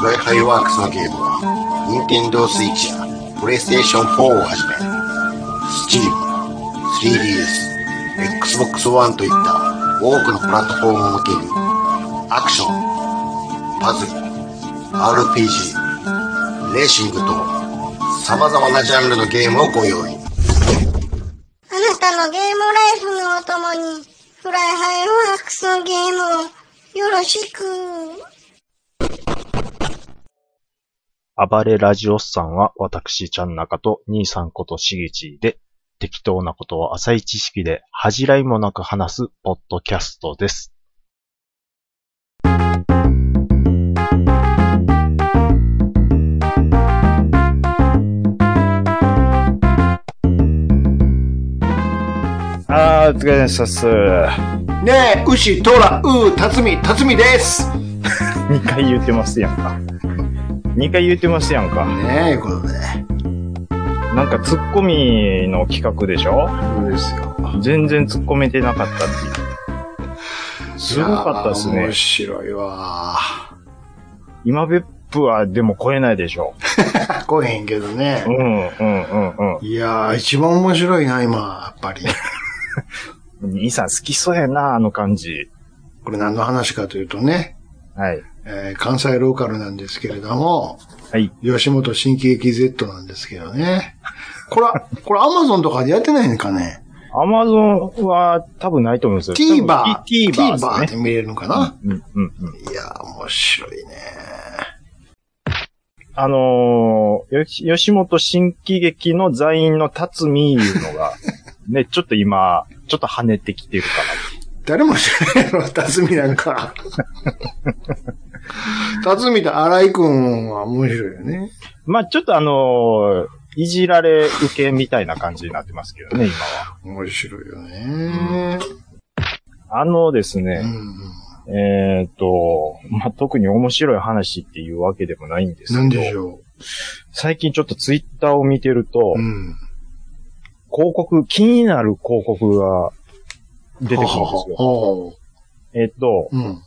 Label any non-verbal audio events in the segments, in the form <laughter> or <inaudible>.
ブライハイワークスのゲームは、ニンテンドースイッチや、プレイステーション4をはじめ、Steam、3DS、Xbox One といった多くのプラットフォームを向けに、アクション、パズル、RPG、レーシングと、様々なジャンルのゲームをご用意。あなたのゲームライフのお供に、フライハイワークスのゲームをよろしく。暴れラジオスさんは私、ちゃんなかと、兄さんことしげちで、適当なことを浅い知識で恥じらいもなく話すポッドキャストです。あー、お疲れ様でしたっす。2ねえ、牛、トラ、ウー、タツミ、タツミです回言ってますやんか。2回言ってますやんか。ねえ、いうことで。なんかツッコミの企画でしょそうですよ。全然ツッコめてなかったっていう。すごかったっすいやーね面。白いわ今別府はでも超えないでしょ。ー。来へんけどねう。ん、うん、うん、ういやー、一番面白いな、今、やっぱり。ん。兄さん好きそうやな、あの感じ。これ何の話かというとね、はい。えー関西ローカルなんですけれども、はい。吉本新喜劇 Z なんですけどね。これは、これ Amazon とかでやってないのかねアマゾンは多分ないと思うんですよ。 ?TVer。 TVer です TVer ねで。見れるのかな、うん、うん、うん。いやー、面白いね。あのー、よし吉本新喜劇の座員の辰巳いうの <laughs> が、ね、ちょっと今、ちょっと跳ねてきてるか誰も知らないの、辰巳なんか。辰巳と荒井くんは面白いよね。ら。まあちょっとあのーいじられ受けみたいな感じになってますけどね、今は。面白いよね。あのですうね、ん。えーっと、まあ特に面白い話っていうわけでもないんですなんけでしど、ょ最近ちょっとツイッターを見てると、う。うん。広告、気になる広告が出てくるんですははよ。ははえーっと、うん。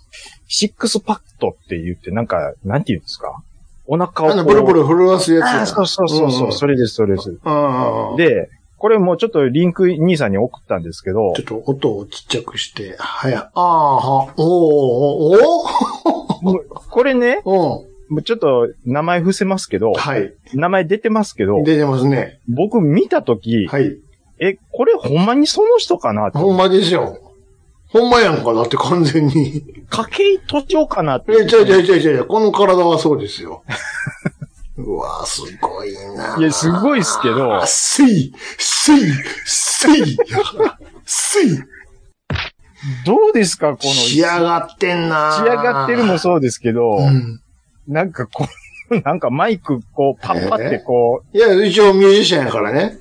シックスパッドって言って、なんか、なんて言うんですかお腹をこあう。の、ブルブル震わすやつあや。ーそうそうそうそう、んそれです、それです。うん。で、で、これもうちょっとリンク兄さんに送ったんですけどちょ、っと音をちっちゃくして、はや、ああ、は、おー、おー、これね、おー、も <laughs> うちょっと名前伏せますけどお、はい。名前出てますけど、出てますね。僕見たとき、はい。え、これほんまにその人かなって、ほんまですよ。ほんまやんか、だって完全 <laughs> に。筧都庁かなって。え、ちゃうちゃうちゃうちゃうちゃう、この体はそうですよ。 <laughs> うわすごいな。いや、すごいっすけどあ、すい、すい、すい、すい。どうですか、この、仕上がってんな。仕上がってるもそうですけど、うん。なんかこう、 <laughs> なんかマイクこう、パッパってこいや、一応ミュージシャンやからね。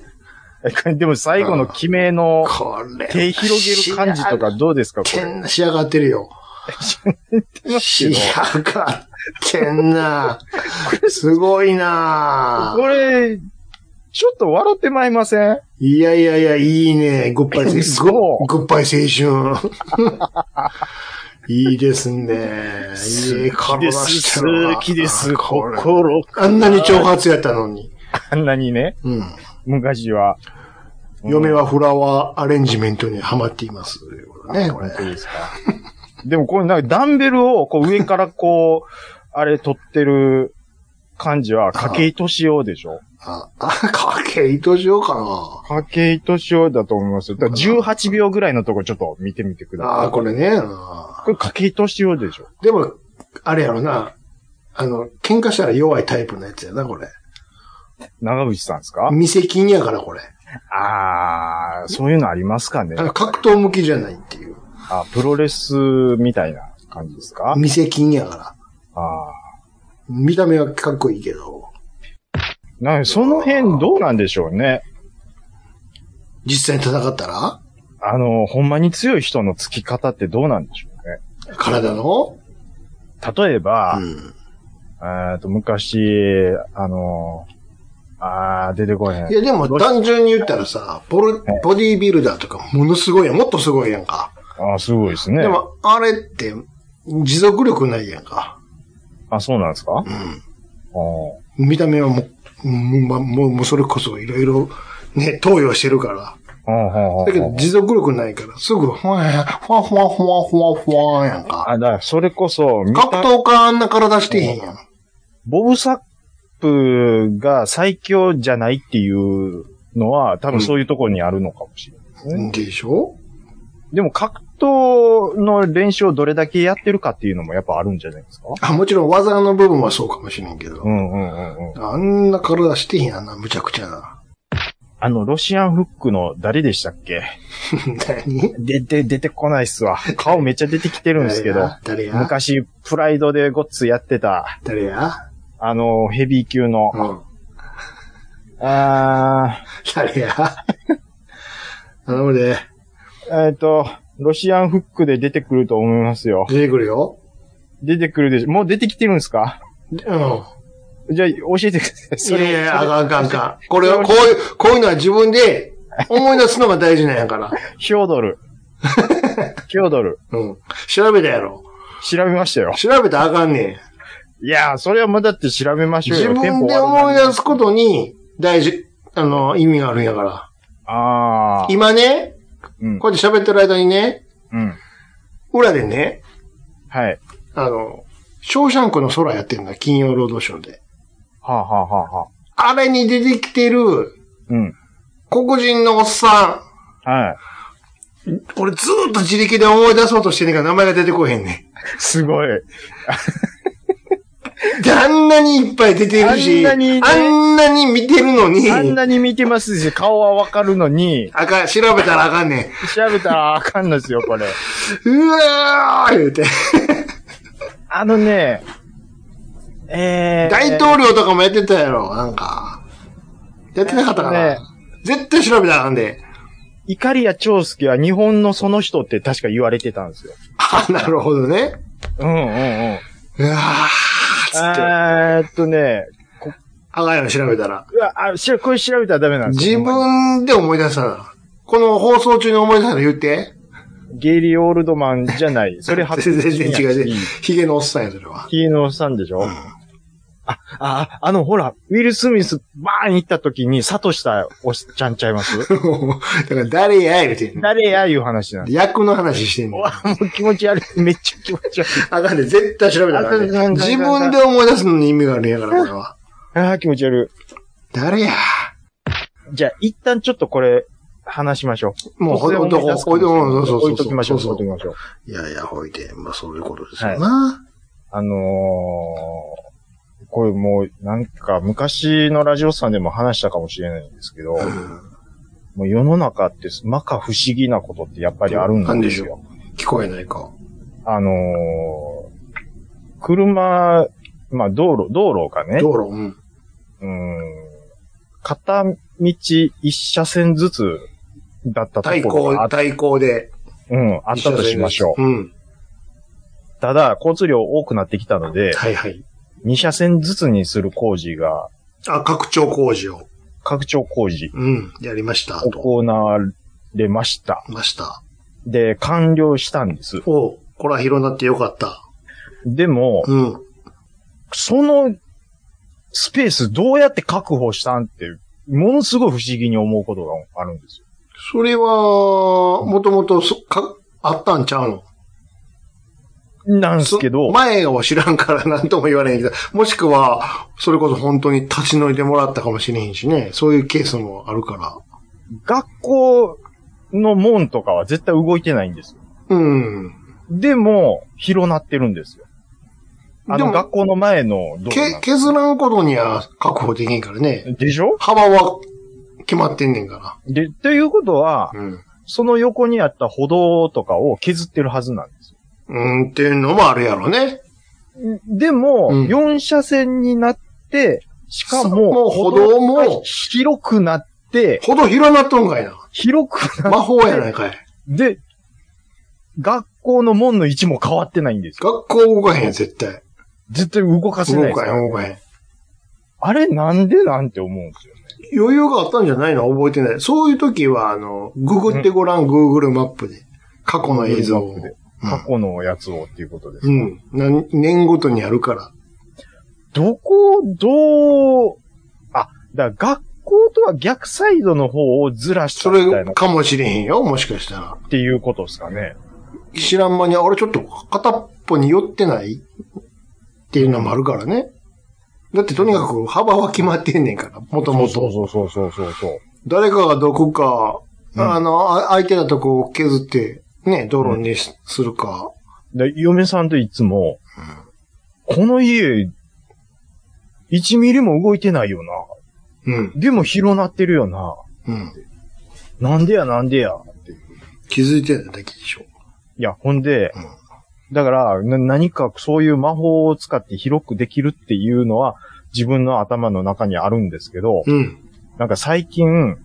う、 <laughs> でも最後の決めのこれ。手広げる感じとかどうですか、こ仕上がってれ。んな、仕上がってるよ。仕上がってんな。すごいな。これ、ちょっと笑ってまいりませんいやいやいや、いいね。グッバイ青そう春。グッバイ青春。いいですね。いい体してるな好きです。これ心。あんなに挑発やったのに。あんなにね、うん。昔は。嫁はフラワーアレンジメントにハマっています。ね、これ本。当ですか。でもこれなんかダンベルをこう上からこう、あれ取ってる感じは、筧敏夫でしょあ、あ、かけいとしようかな。筧敏夫だと思いますよ。だから18秒ぐらいのとこちょっと見てみてくだあさあ、い。これね。あーこれ筧敏夫でしょでも、あれやろな。あの、喧嘩したら弱いタイプのやつやな、これ。長渕さんですか未成金やから、これ。ああ、そういうのありますかねあの格闘向きじゃないっていう。あ、プロレスみたいな感じですか未成金やから。ああ。見た目はかっこいいけど、なその辺どうなんでしょうね。実際に戦ったらあの、ほんまに強い人の付き方ってどうなんでしょうね。体の例えば、うん。えっと昔、あの、あー、出てこへんい。や、でも単純に言ったらさ、ボルボディービルダーとかものすごいやん。もっとすごいやんか。ああ、すごいですね。でも、あれって、持続力ないやんか。あ、そうなんですかうん。あー見た目はもう、うんまもう、もうそれこそいろいろ、ね、投与してるから。あー。はあはあだけど、持続力ないから、すぐ、ふわやふわふわふわふわふわやんか。あ、だから、それこそ、見た格闘家あんな体してへんやん。ボブサップが最強じゃないっていうのは、多分そういうところにあるのかもしれないですね。でしょでも格闘の練習をどれだけやってるかっていうのもやっぱあるんじゃないですかあ、もちろん技の部分はそうかもしれんけうど。んうんうんうん。あんな体してへんやんな、むちゃくちゃ <laughs> な。あの、ロシアンフックの誰でしたっけ何で、で、出てこないっす <laughs> わ。顔めっちゃ出てきてるんですけど。誰や昔、プライドでゴッツやってた、誰やあの、ヘビー級の。うん。あ誰や頼むで、ー、えっ、と、ロシアンフックで出てくると思いますよ。出てくるよ。出てくるでしょ。もう出てきてるんですかでうん。じゃあ、教えてください。いやいや、あそれかんあかんあかん。これは、こういう、こういうのは自分で思い出すのが大事なんやから。ヒョー <laughs> ドル。ヒョードル。うん。調べたやろ。調べましたよ。調べたらあかんねん。いやー、それはもうだって調べましょう自よ。分で思い出すことに大事、あの、意味があるんやから。と。あー。今ね、うん。こうやって喋ってる間にね、うん。裏でね、はい。あの、ショーシャンクの空やってんだ、金曜ロードショーで。はあ、はあはあはあ、あれに出てきてるうん。黒人のおっさはい。ん。俺ずーっと自力で思い出そうとしてんねんから名前が出てこへんねすごい。ん。で、あんなにいっぱい出てるし、あんなにねあんなに見てるの <laughs> に、あんなに見てますし、顔はわかるのに、あかん、調べたらあかんねん。調べたらあかんのですよ、これ。うわー言 <laughs> うて。あのね、えー。大統領とかもやってたやろ、なんか。やってなかったかな。ね絶対調べたらあかんで。イカリア長介は日本のその人って確か言われてたんですよ。あ、なるほどね。うんうんうん。うわーつって。あえーっとね、かんやろ、調べたら。うわ、あ、しら、これ調べたらダメなんです自よ。分で思い出したら。この放送中に思い出したら言って。ゲイリー・オールドマンじゃない。それ全然違う違う。ヒゲのおっさんや、それは。 <laughs> ヒーノさんでしょ、あ、あ、あの、ほら、ウィル・スミス、バーン行った時に、サトシタおっちゃんちゃいます <laughs> だから誰や、言うてんの誰やいう話なんで役の話してんす。ね。うんわ、もう気持ち悪い。めっちゃ気持ち悪い。あかんで、絶対調べたらあかんであかんあかんあかん自分で思い出すのに意味があるんやから、これは。ああ、気持ち悪誰や。い。じゃあ、一旦ちょっとこれ、話しましょう。もうほ突然ほど思い出すかもしれないほどそうそうそ置ういときましょう、そう置そいうときましょう。いやいや、ほいで。まあ、そういうことですよな。あのー、これもう、なんか、昔のラジオさんでも話したかもしれないんですけど、うんもう世の中って、まか不思議なことってやっぱりあるんですよ。聞こえないか。あのー、車、まあ道路、道路がね、道路、うん。うーん、片道一車線ずつだったと対ころ抗があ、っ対抗で。うん、あったとしましょう。う。うん。ただ、交通量多くなってきたので、はいはい。二車線ずつにする工事が、あ、拡張工事を。拡張工事、うん。やりました。と。行われました。ました。で、完了したんです。おうこれは広なってよかった。でも、うん。そのスペースどうやって確保したんって、ものすごい不思議に思うことがあるんですよ。それは、もともと、そか、あったんちゃうのなんですけそど、前を知らんから <laughs> 何とも言われへんけど、もしくは、それこそ本当に立ち退いてもらったかもしれへんしね。そういうケースもあるから。学校の門とかは絶対動いてないんですよ。うん。でも、広なってるんですよ。あでのも学校の前の道路けな、んで削らんことには確保できんからね。でしょ幅は決まってんねんかで、ということはら。、うん。その横にあった歩道とかを削ってるはずなんですよ。うん、っていうのもあるやろね。でも、うん4車線になって、しかそうもも、う歩道もが広くなって、ほど広なっとんかいな。広くなっ魔法やないかい。で、学校の門の位置も変わってないんですよ。学校動かへん、絶対。絶対動かせない動ですかよへん、動かへん。あれなんでなんて思うんですよね。余裕があったんじゃないの覚えてない。そういう時は、あの、ググってごらん、Google マップで。過去の映像を。過去のやつをっていうことですうか。ん。何年ごとにやるから。どこ、どう、あ、だから学校とは逆サイドの方をずらしたそみたいれなっかもしれへんよ、もしかしたら。ていうことですかね。知らん間に、あれちょっと片っぽに寄ってないっていうのもあるからね。だってとにかく幅は決まってんねんから、もともそうと。そうそうそうそうそう。誰かがどこか、うんあの、あ空いてたとこを削って、ね、道路にしするか。で、嫁さんといつも、この家、1ミリも動いてないようん、な。でも広なってるよな。うん。なんでやなんでや。気づいてないだけでしょ。いや、ほんでうん、だから、な何かそういう魔法を使って広くできるっていうのは、自分の頭の中にあるんですけど、うん。なんか最近、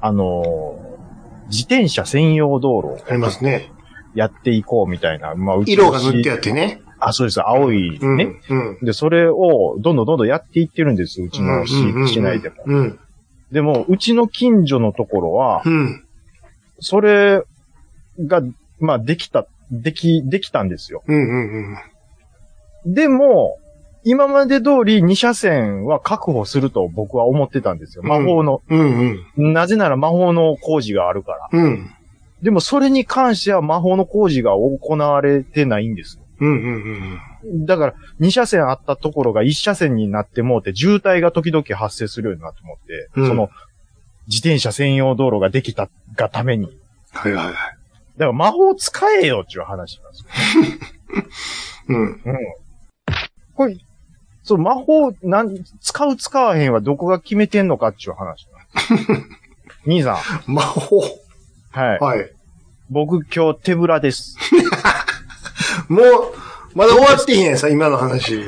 あのー自転車専用道路ありますね。やっていこうみたいな。まあ、うちの色が塗ってあってね。あ、そうです。青いね。うん。うん。で、それをどんどんどんどんやっていってるんです、うちの市,、うんうんうん市内でも。うん。でも、うちの近所のところは、うん。それが、まあ、できた、でき、できたんですよ。うん。うん。でも、今まで通り2車線は確保すると僕は思ってたんですよ。魔法の、うん。うん。なぜなら魔法の工事があるから。うん。でも、それに関しては魔法の工事が行われてないんですよ。うん。うん。だから、2車線あったところが1車線になってもうて、渋滞が時々発生するようになってもって、うんその、自転車専用道路ができたがために。だはいはいはい。から魔法使えよっていう話なんですよ。うん。これ、その魔法、なん、使う使わへんはどこが決めてんのかっていう話なん <laughs> です。兄さん、魔法。はい。はい。僕今日手ぶらです。もう、まだ終わってへんやんさ、今の話。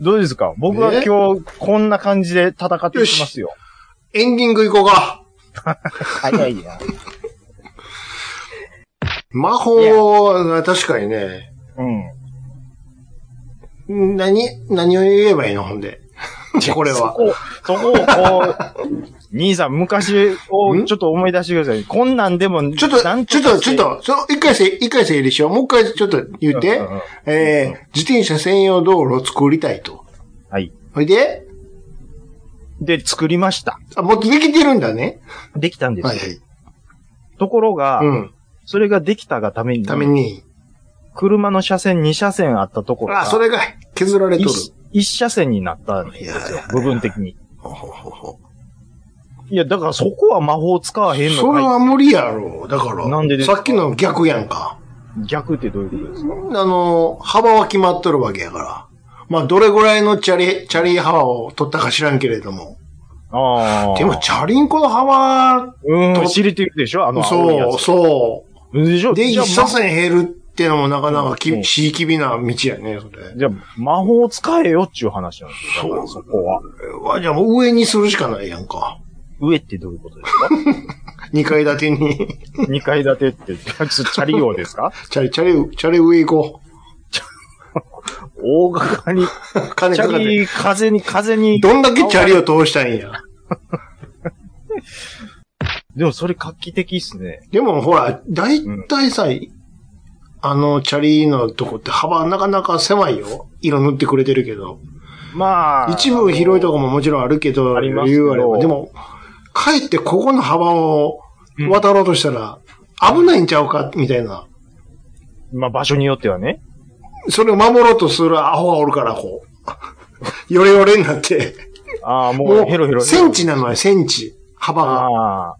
どうですか僕はね今日こんな感じで戦っていきますよ。エンディング行こうか。早いや。魔法は確かにね、うん。何、何を言えばいいのほんで。これそは。こ、そこをこ <laughs> う、兄さん、昔をんちょっと思い出してください。こんなんでも、ちょっと、ちなんょっと、ちょっと、そう一回せ、一回整理しよう。もう一回ちょっと言っうてんうんうん。えー、自転車専用道路を作りたいと。はい。ほいで、で、作りました。あ、もうできてるんだね。できたんです。はいはい。ところが、うん。それができたがために、ために。車の車線2車線あったところが、あ、それが削られとる。 1, 一車線になったんでいやすいよや、部分的に。ほほほほいや、だからそこは魔法使わへんのそれかは無理やろ。だから、なんでですかさっきの逆やんか。い逆ってどういうことですかあの、幅は決まっとるわけやから。まあ、どれぐらいのチャリ、チャリ幅を取ったか知らんけれども。ああ。でも、チャリンコの幅、うん、と知れてるでしょあの青いやそう、つ。そでしょ <laughs> う。で、じゃ一あ車線減るってのもなかなかうき、んしいきびな道やね、それ。じゃあ、魔法使えよっていう話なんですよ。だからそそこは。わじゃあもう上にするしかないやんか。上ってどういうことです二階建てに、 <laughs> か <laughs> 二階建てって、チャリ王ですかチャリ、チャリ、チャリ上行こ大掛かり。う。金チかかャって。リ、風に、風に。どんだけチャリを通したいんや。でもそれ画期的っすね。でもほら、だいたいさ、あの、チャリのとこって幅なかなか狭いよ。色塗ってくれてるけど。まあ。一部広いとこももちろんあるけど、ありますけど理由はあればでも、かえってここの幅を渡ろうとしたら、危ないんちゃうか、みたいな。まあ場所によってはね。それを守ろうとするアホがおるから、こう。 <laughs> ヨレヨレになって。ああ、ももうヘロヘロ。う、センチなのよ、センチ。幅が。ああ。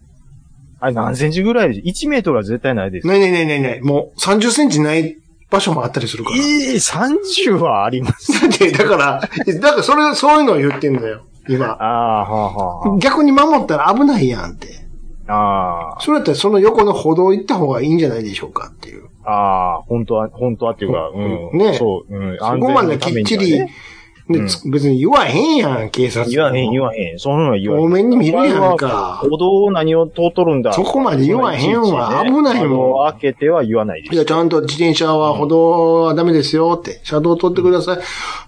あれ何センチぐらいで ?1 メートルは絶対ないです。ないないないないない。もう、30センチない場所もあったりするから。ええ30はあります。だって、だから、だからそれ、そういうのを言ってんだよ、今。ああ、はあは逆に守ったら危ないやんって。あ。あそれだったらその横の歩道行った方がいいんじゃないでしょうかっていう。あ、ああ、本当は、本当はっていうか、うん。ねそう、うん。そこまで安き全っのたちめにり、はねねつ別に言わへんやん、警察も。言わへん、言わへん。そんなのは言わへん。多めに見るやんお前はか。歩道を何を通っとるんだ。そこまで言わへんわ危ないもんん。開けては言わないでいす。や、ちゃんと自転車は歩道はダメですよって、車道取ってください。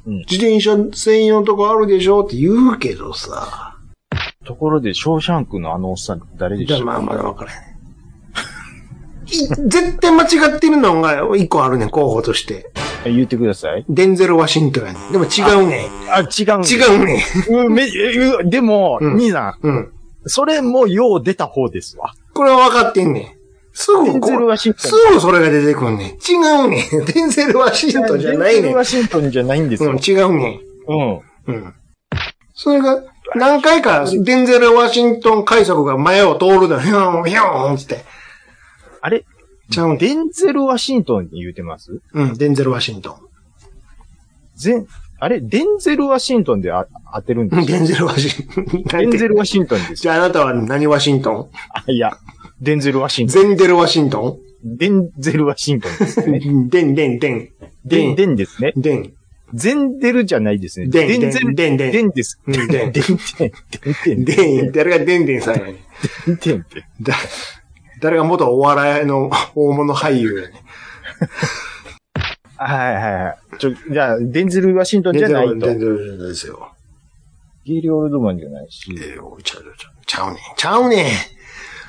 うん自転車専用のとこあるでしょって言うけどさ。ところで、ショーシャンクのあのおっさん誰でじゃあしまたあまだ分からへん。絶対間違ってるのが一個あるねん、候補として。言ってください。デンゼル・ワシントンやねん。でも違うねん。あ、違う。違う。うねん。うん、め、うんでも、うん兄さうん。ん、それもよう出た方ですわ。これは分かってんねん。すぐデンゼルこワシントンすぐそれが出てくんねん。違うねん。デンゼル・ワシントンじゃないデンゼねん。ルうワシントンじゃないんですよ。ん、違うねうん。ん。うん。それが、何回か、デンゼル・ワシントン快速が前を通るのよ。ヒョン、ヒョンつって。あれちゃうんデンゼル・ワシントンって言うてますうん、デンゼル・ワシントぜん、あれデンゼル・ワシントンであ当てるんン。うでんすかデンゼル・ワシントン。デンゼル・ワシンシントンですじゃああなたは何ワシントンあ、いや、デンゼル・ワシントン。ゼンデル・ワシントデンゼル・ワシントンですね。ンデン、デン、デン。デン、デン <laughs> ですね。デン。ゼンデルじゃないですね。デンデンゼル、デンデンデンです。うんデンデン、デン、デン、デン、デン、誰がデンデンさんやねデん。ン、デンって。だ、誰が元お笑いの大物俳優やねはいはいはい。ちょ、じゃあ、デンゼル・ワシントん。ンじゃないと。デンデル・デンデルですよ。ゲイリー・オールドマンじゃないし。えー、おちゃうちゃう。ちゃうねん。ちゃうねん。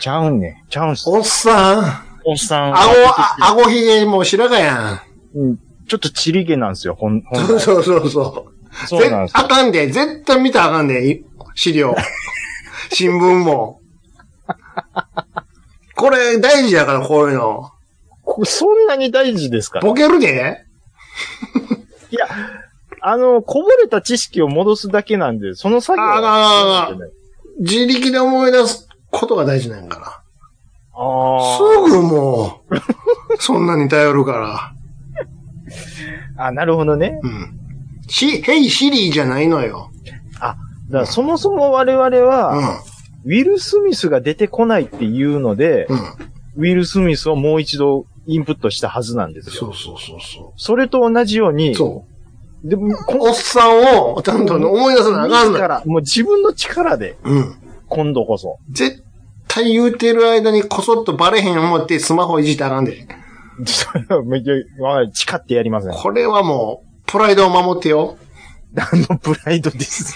ちゃうんね。ちゃうんす。おっさん。おっさん。あご、あ、あごひげも白髪やうんちょっとチリゲなんですよ、ほん、ん。ほんそう来。そうそうそう。そうなんでぜすよあかんで。絶対見たらあかんで。い <laughs> 資料。新聞も。これ大事やから、こういうの。こそんなに大事ですかボケるでいや、あの、こぼれた知識を戻すだけなんで、その作業はあががが必要なんじゃない自力で思い出すことが大事なんやから。あすぐもう、そんなに頼るから。ーあ、なるほどね。うん。し、ヘイシリーじゃないのよ。だからそもそも我々うは、ん。ウィル・スミスが出てこないっていうので、うん。ウィル・スミスをもう一度インプットしたはずなんですそよ。うそうそうそそれと同じように、う。そう。でもこおっさんを、ちゃんと思い出さなあかん自のよ。ら、もう自分の力で、うん。今度こそ。 <laughs> 絶対言うてる間にこそっとバレへん思ってスマホいじってあかんで。それはめっちゃわかる誓ってやりません。あこれはもう、プライドを守ってよ。の、プライドです。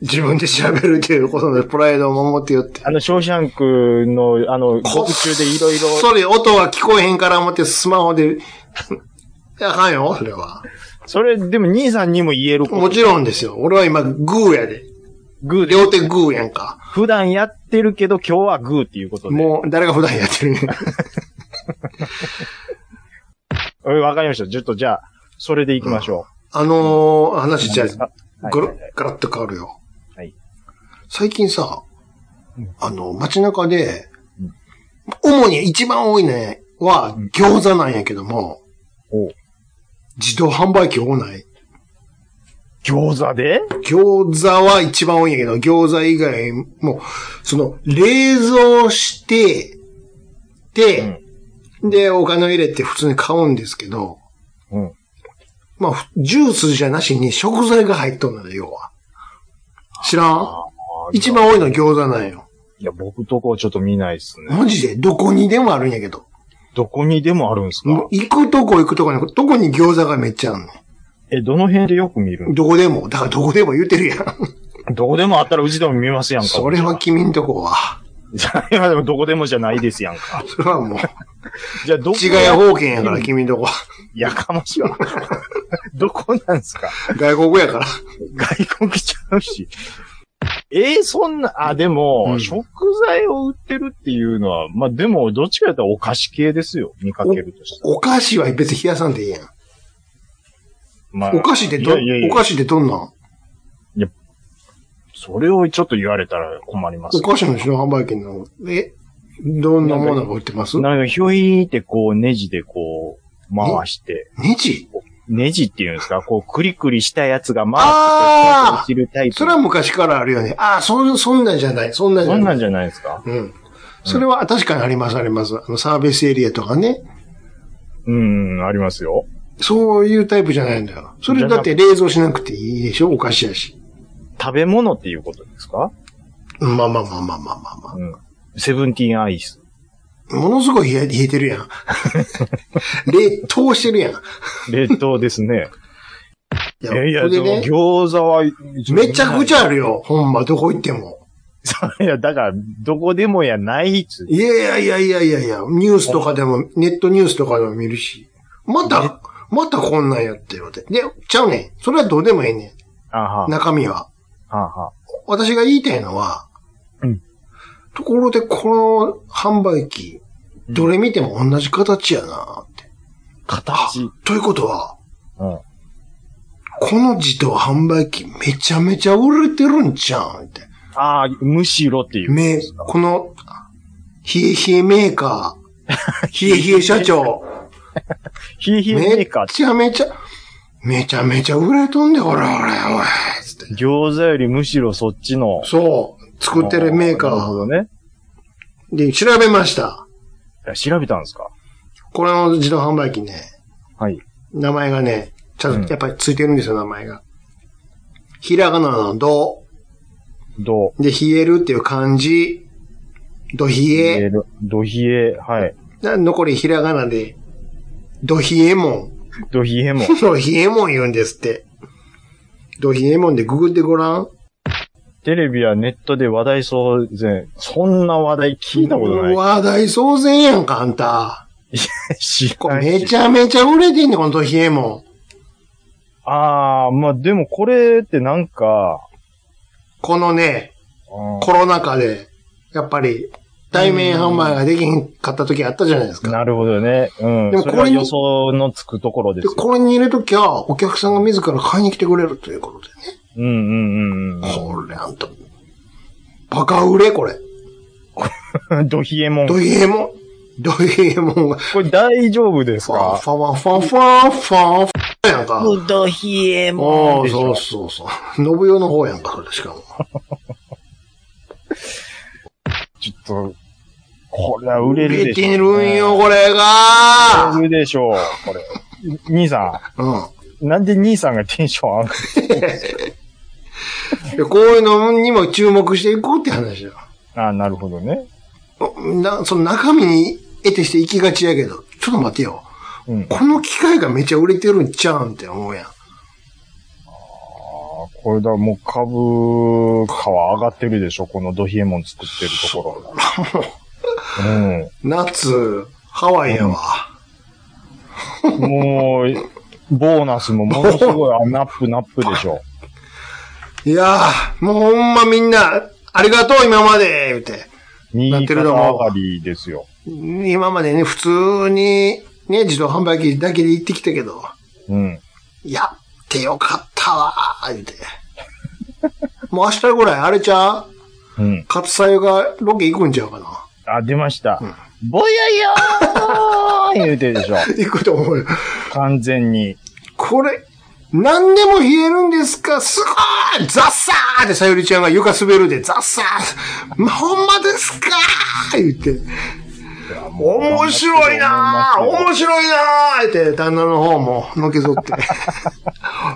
自分で調べるということで、プライドを守ってよって。あの、ショーシャンクの、あの、獄中でいろいろ、それ音は聞こえへんから思ってスマホで、あかんよ、それは。それ、でも兄さんにも言えるこもと。ちろんですよ。俺は今、グーやで。グーで。両手グーやんか。普段やってるけど、今日はグーっていうことで。もう、誰が普段やってるね。うんわかりました。ちょっとじゃあ、それで行きましょあのー、話う。じゃはいあ、はいガラッ、ガラッと変わるよ。はい最近さうん、あの、街中でうん、主に一番多いね、はうん、餃子なんやけどもお、自動販売機多ない。餃子で餃子は一番多いんやけど、餃子以外も、その、冷蔵して、で、で、お金を入れて普通に買うんですけど、うん。まあ、ふジュースじゃなしに食材が入っとんのよ、要は。知らん一。番多いの餃子なんよ。いや、僕とこちょっと見ないっすね。マジで、どこにでもあるんやけど。どこにでもあるんですもうか行くとこ行くとこに、どこに餃子がめっちゃあんねえ、どの辺でよく見るん。どこでも、だからどこでも言うてるやん。どこでもあったらうちでも見ますやんか。そ <laughs> れは君んとこは。 <laughs> じゃあ、今でもどこでもじゃないですやんか。それはもう、じゃあ、どこ違い方言やから、君んとこは。やかましいわ。 <laughs> どこなんすか外国やから。外国ちゃうし。えーそんな、あ、でも、うん食材を売ってるっていうのは、まあでも、どっちかやったらお菓子系ですよ。見かけるとしたら。お菓子は別に冷やさんでいいやん。まあ、お菓子ってど、いやいやいやお菓子ってどんなんそれをちょっと言われたら困りますおよ。菓子の自動販売機の、え、どんなものが売ってますなんか、ひょいーってこう、ネジでこう、回して、ネジネジっていうんです <laughs> か、こう、クリクリしたやつが回って、こあーう、落ちるタイプ。それは昔からあるよね。ああ、そん、そんなんじゃない。そんなんじそゃんな。ないんじゃないですかうん。それは確かにあります、あります。あの、サービスエリアとかね。うん、ありますよ。そういうタイプじゃないんだよ。それだって冷蔵しなくていいでしょお菓子やし。食べ物っていうことですかうんまあまあまあまあまあまあまうん。セブンティーンアイス。あ。ものすごい冷え冷えてる <laughs> やん。冷凍してるやん。い冷凍ですね。いやいや、そでれでもね、餃子は、めちゃくちゃ。ゃあるよ。ほんま、どこ行っても。そういや、だから、どこでもやないっつう。いやいやいやいやいや、ニュースとかでも、ネットニュースとかでも見るし。また、またこんなんやってよって。で、ちゃうねん。それはどうでもええねあはん。中身は。あ、はあはあ。私が言いたいのは、うんところで、この販売機、どれ見ても同じ形やなって。形。ということは、うん。この自動販売機めちゃめちゃ売れてるんちゃうんって。ああ、むしろっていう。め、この、冷え冷えメーカ <laughs> ー、冷え冷え社長、ヒーヒーメめーカーっちゃめちゃ、めちゃめちゃ売れとんで、俺、俺、俺、つってて。餃子よりむしろそっちの。そう、作ってるメーなるほどカーね。で調べました。いや調べたんですかこれの自動販売機ね、はい。名前がね、ちゃうんんと、やっぱりついてるんですよ、名前が。ひらがなのど、どで、冷えるっていう漢字、ど冷う。え、る。どひえ、はい。な残りひらがなで、ど冷えもん。どひえも。 <laughs> ドヒエモン言うんですって。ドヒエモンでググってごらん。テレビやネットで話題騒然。そんな話題聞いたことない。話題騒然やんか、あんた。知こられんしめちゃめちゃ売れてんねん、このドヒエモン。ああ、まあでもこれってなんか、このね、うんコロナ禍で、やっぱり、対面販売ができへんかった時あったじゃないですか。なるほどね。うん。でもそこれはれに予想のつくところでですよ。これに入れときゃ、お客さんが自ら買いに来てくれるということでね。うんうんうんこれ、あんた。バカ売れ、これ。うん。ドヒエモン。 <laughs> ドこヒエモン。ドヒエモンが、れ大丈夫ですファンかファンファンファンファンファンやんか。ドヒエああ、でしそょうそうそう。信代の方やんか、それしかも。ちょっと、これは売れるでしょうね、てるんよ、これ売が。れるでしょう、これ。兄さうん。ん、なんで兄さんがテンション上がるでこういうのにも注目していこうって話だよ。ああ、なるほどね。なその中身に得てして行きがちやけど、ちょっと待てよ。うん。あこの機械がめっちゃ売れてるんちゃうんって思うやん。ーこれだ、もう株価は上がってるでしょ、このドヒエモン作ってるところ。 <laughs> うん。夏、ハワイやわ。もう、ボーナスもものすごいあナップナップでしょ。いやー、もうほんまみんな、ありがとう、今まで言うて。なっ右て肩るな上がりですよ。今までね、普通に、ね、自動販売機だけで行ってきたけど、うん。やってよかったわー、言うて。もう明日ぐらい、あれちゃううん。カツサユがロケ行くんちゃうかな。あ、出ました。ぼやよー言うてるでしょ。行くと思うよ。完全に。これ、何でも冷えるんですかすごいザッサーってさゆりちゃんが床滑るで、ザッサーま、ほんまですかー言って。面白いなー面白いなーって、旦那の方ものけぞって。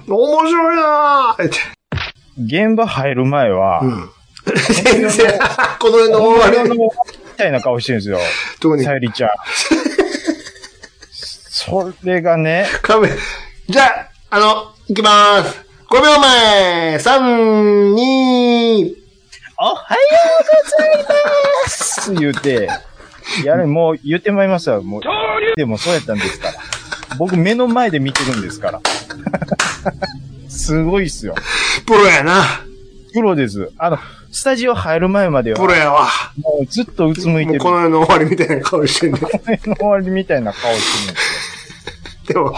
面白いなーって。現場入る前は、うん。先生、この辺の終わあのり。みたいな顔してるんですよ。特にさゆりちゃん。それが <laughs> ね、カメ、じゃあ、あの、行きまーす。5秒前、3、2、おはようございます言うて、やれ、もう言ってまいりましたよ。もう、でもそうやったんですから。僕目の前で見てるんですから。 <laughs> すごいっすよ。プロやな。プロです。あの、スタジオ入る前までは、プもロやわ。うずっとうつむいもてうる。この世の終わりみたいな顔してんね。目の <laughs> 終わりみたいな顔してるんですでも、もよ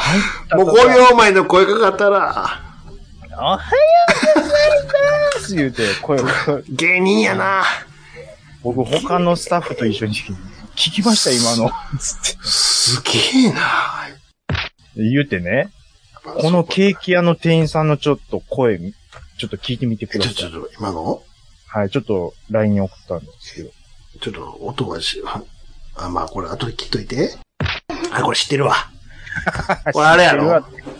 う5秒前の声かかったら、おはようございます言うて、声を、芸人やな。僕他のスタッフと一緒に、聞きました、今の。つってすげえな。言うてね、このケーキ屋の店員さんのちょっと声、ちょっと聞いてみてくちょ、だちさょ、い。ちょ、今のはい、ちょっと LINE に送ったんですけど。ちょっと音がし、あ、まあこれ後で聞いといて。あ、これ知って <laughs> るわ。これあれやろ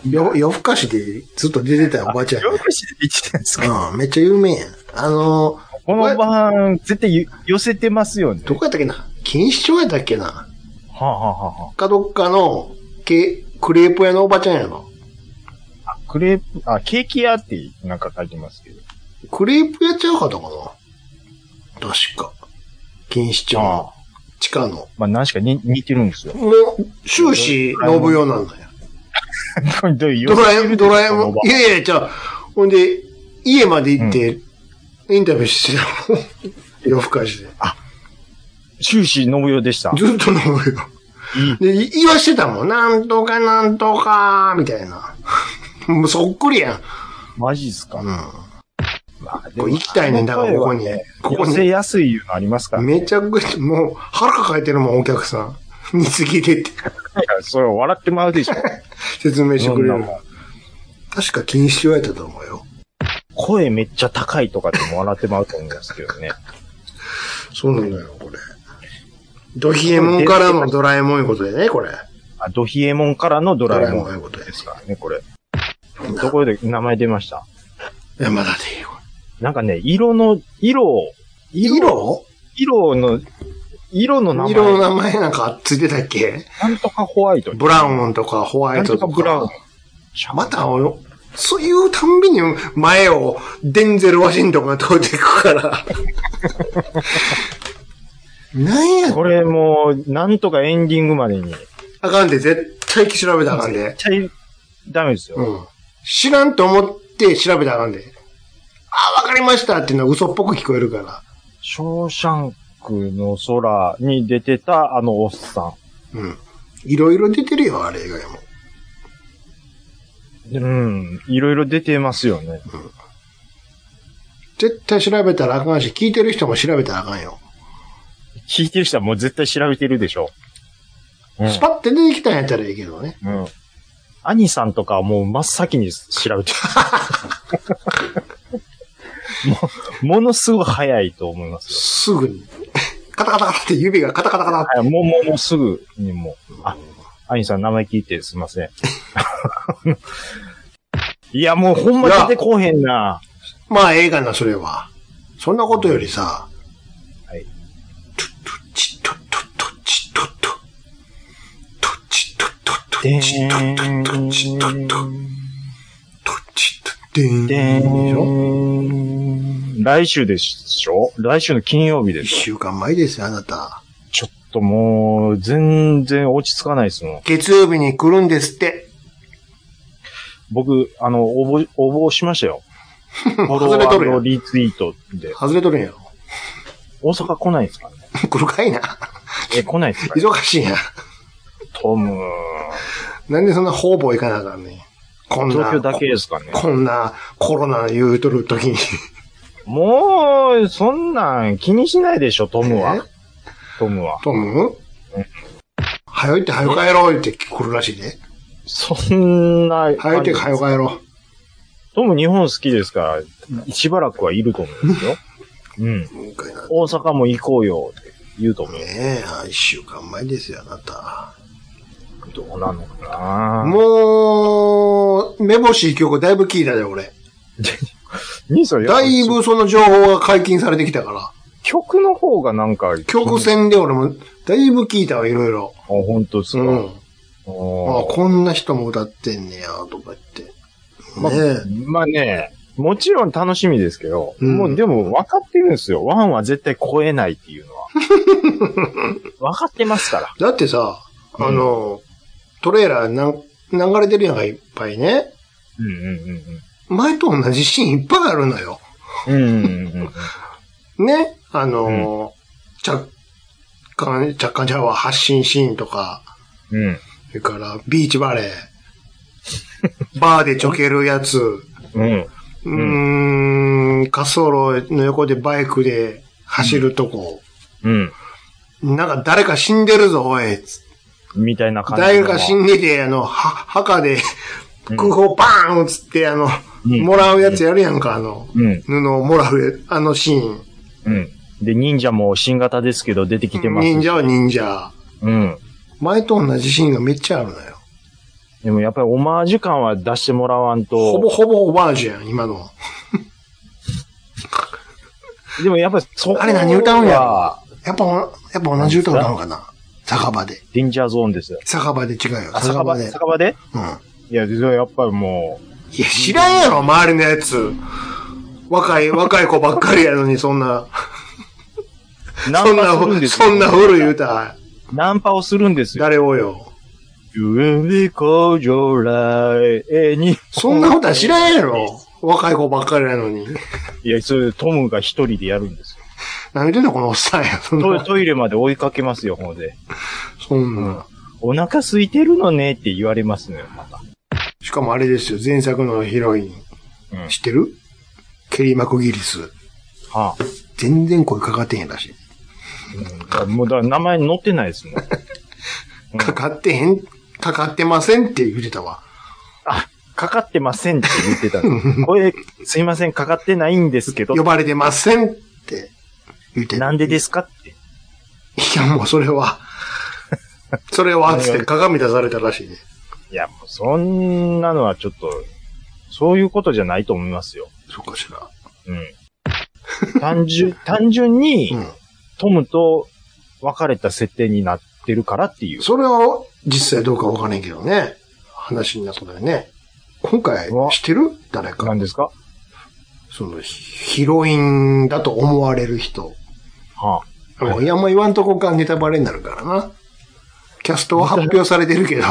よ夜更かしでずっと出てたおばあちゃんやね。く知ってきてんですうん、めっちゃ有名やん。あのー、この晩、絶対ゆ寄せてますよね。どこやったっけな錦糸町やったっけなはあ、はあはかどっかのけクレープ屋のおばちゃんやろ。あはあ、クレープ、あ、ケーキ屋ってなんか書いてますけど。クレープ屋ちゃうかったかな確か。錦糸町の地下の。まあ、何しかに似てるんです <laughs> よ。もう、終始、信用なんだよ。これどういうドラえもん、ドラえもんこ。いやいや、じゃあ、ほんで、家まで行って、インタビューし <laughs> てたもん。夜更かしで。終始信用でした。ずっと信用。で、い言わしてたもん。なんとかなんとか、みたいな。 <laughs> もうそっくりやん。マジですか、うん。まあ、これ行きたいねんだからここにここに寄せやすいいうのありますから、ね。めちゃくちゃ、もう、腹抱えてるもん、お客さん。見つけてって、いやそれ笑ってまうでしょ。説明してくれそるんなもん確か禁止言われたと思うよ。声めっちゃ高いとかでも笑ってまうと思うんですけどね。そうなんだよ、これ。ドヒエモンからのドラえもんいうことでね、これ。あ、ドヒエモンからのドラえもドラえもんんということでですからね、これ。どこで名前出ました山田でいいわ。なんかね、色の、色を、色色の、色の名前。色の名前なんかついてたっけなんとかホワイト。ブラウンとかホワなイんトとかとか。ブラウン。また、そういうたんびに前をデンゼル・ワシントンが通ってい <laughs> くから。なんや、これもう、なんとかエンディングまでに。あかんで、絶対調べたらあかんで。絶対、ダメですよ。うん。知らんと思って調べたらあかんで。あ、わかりましたっていうのは嘘っぽく聞こえるから。ショーシャンクの空に出てたあのおっさうん。いろいろ出てるよ、あれ以外も。ん。うん。いろいろ出てますよね。絶対調べたらあかんし、聞いてる人も調べたらあかんよ。聞いてる人はもう絶対調べてるでしょ。うんスパッて出てきたんやったらいいけどね。うん。兄さんとかはもう真っ先に調べてる。 <laughs> もうものすごい早いと思いますよ。すぐに。カタカタカタって指がカタカタカタっはい、もう、もう、もうすぐにもう、あ、アニさん名前聞いてすいません。 <laughs> いや、もうほんま出てこうへんな。まあ、映画な、それは。そんなことよりさ。はい。トゥトゥチトゥトゥトゥチトゥトゥ。トゥチトゥトゥトでゥチトゥトゥトゥチトゥトゥ。ーん。トゥチトゥでーん。ででしょーん。来週でしょ来週の金曜日で一しょ週間前ですよ、あなた。ちょっともう、全然落ち着かないですもん。月曜日に来るんですって。僕、あの、応募、応募しました <laughs> よ。フォロ外れワとーるやのんリツイートで。外れとるんやろ。大阪来ないですかね来るかいな。え、来ないですかね <laughs> 忙しいやん。トム、なんでそんな方々行かなあかんねん。こんな。東京だけですかねこんなコロナ言うとるときに。もう、そんなん気にしないでしょ、トムえは。トムは。トム早いって早帰ろうって来るらしいで。そんな。早いって早帰ろトム日本好きですから、しばらくはいると思うんです <laughs> よ。うん。う。今回なんて大阪も行こうよって言うと思う。ねえ、一週間前ですよ、あなた。どうなのかなもう、目星一曲だいぶ聞いたで、俺。兄さん、だいぶその情報が解禁されてきたから。曲の方がなんか、曲線で俺も、だいぶ聞いたわ、いろいろ。あ、本当ですうか。ん。あおーこんな人も歌ってんねや、とか言って。まねえ。まあね、もちろん楽しみですけど、うんもうでも分かってるんですよ。ワンは絶対超えないっていう <laughs> のは。分かってますから。だってさ、うんあの、トレーラーなん流れてるやんか、いっぱいね。うんうんうんうん。前と同じシーンいっぱいあるのよ。うんうんうんうん。ね。あの、着艦、着艦ちゃうわ、発信シーンとか、うん。それからビーチバレー、バーでちょけるやつ、うん。うーん、滑走路の横でバイクで走るとこ、うん。なんか誰か死んでるぞ、おい。みたいな感じの。誰か死んでて、あの、は、墓で、うん空砲バーン打つって、あの、うんもらうやつやるやんか、あの、うん。布をもらうや、あのシーン。うん。で、忍者も新型ですけど出てきてます。忍者は忍者。うん。前と同じシーンがめっちゃあるのよ。でもやっぱりオマージュ感は出してもらわんと。ほぼほぼオバージュやん、今の。でもやっぱりそこあれ何歌うんやろやっぱ、やっぱ同じ歌歌うのかな酒場で。デンジャーゾーンですよ。酒場で違うよ。あ、酒酒場場で。で酒場でうん。いや、実はやっぱりもいや、知らんやろ、周りのやつ。若い、若い子ばっかりやのに、そんな。う、ナそンんなパするんふ、ですよそんな古い言うたら、ナンパをするんですよ。誰をよ。 You will be called your life, えーに。そんなことは知らんやろ。若い子ばっかりなのに。いや、それトムが一人でやるんですよ。何言ってんのこのおっさんや。そんトな、トイレまで追いかけますよ、ほんで。そんな。お腹空いてるのねって言われますのよ、また。しかもあれですよ、前作のヒロイン。うん知ってるケリー・マクギリス。はあ全然声かかってへんらしい。うん、もうだから名前載ってないですもん。うんかかってへん、かかってませんって言ってたわ。あ、かかってませんって言ってたん <laughs> です。これ、すいません、かかってないんですけど呼、ばれてませんって言ってた。なんでですかって。いや、もうそれ <laughs> は、それは、つって鏡出されたらしいね。いや、もうそんなのはちょっと、そういうことじゃないと思いますよ。そうかしら。 <laughs> うん。単純、単純に、うん。トムと別れた設定になってるからっていう。それは実際どうかわからんけどね。話になったよね。今回うわ、知ってる誰か何。ですかその、ヒロインだと思われる人。はあ、もういや、もう言わんとこかネタバレになるからな。キャストは発表されてるけど。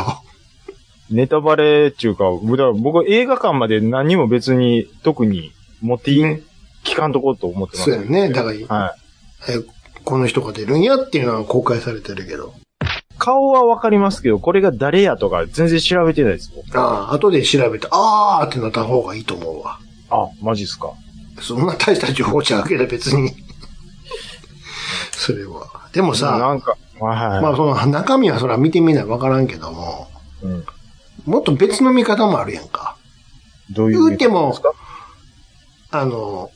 ネタバレっていうか、僕は僕は映画館まで何も別に特に持っていい、聞かんとこうと思ってます。そうやね。だから、はい。えこの人が出るんやっていうのは公開されてるけど。顔はわかりますけど、これが誰やとか全然調べてないです。僕ああ、後で調べて、ああってなった方がいいと思うわ。あ、マジっすか。そんな大した情報じゃなければ別に。それは。でもさ、なんか、はいはい。まあその中身はそら見てみないわからんけども、うんもっと別の見方もあるやんか。どういう言うてもですかあの、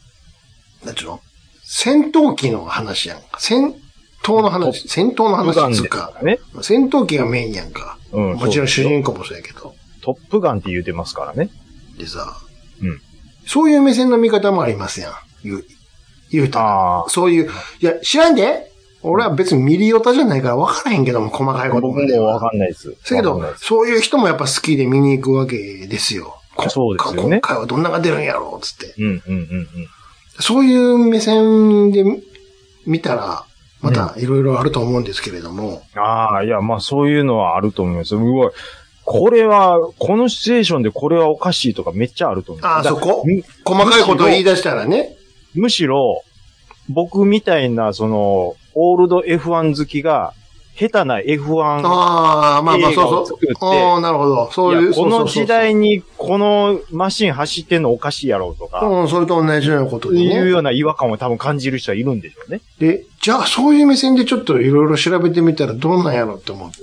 なんちゅうの戦闘機の話やんか。戦闘の話、戦闘のトップガン話っでつすうか、からね。戦闘機がメインやんか。うん。もちろん主そう人公もそうやけど。トップガンって言うてますからね。でさ、うんそういう目線の見方もありますやん。言う、言うたらああ。そういう、いや、知らんで俺は別にミリオタじゃないから分からへんけども、細かいこと僕までもはわかんないです。だけわかんないどで、すそういう人もやっぱ好きで見に行くわけですよ。こそうですよね今回はどんなのが出るんやろうっつって。うんうんうんうん。そういう目線で見たら、またいろいろあると思うんですけれども、ああ、いや、まあそういうのはあると思います。うわ、これは、このシチュエーションでこれはおかしいとかめっちゃあると思う。ああ、だそこむ細かいことを言い出したらね、むしろ、僕みたいな、その、オールド F1 好きが、下手な F1 ああ、まあまあ、映画そをうそ作うって。ああ、なるほど。そういいやう、そこうそうそうの時代にこのマシン走ってんのおかしいやろうとか、うん、それと同じようなことでいうね。ような違和感を多分感じる人はいるんでしょうね。で、じゃあそういう目線でちょっといろいろ調べてみたらどうなんやろって思って、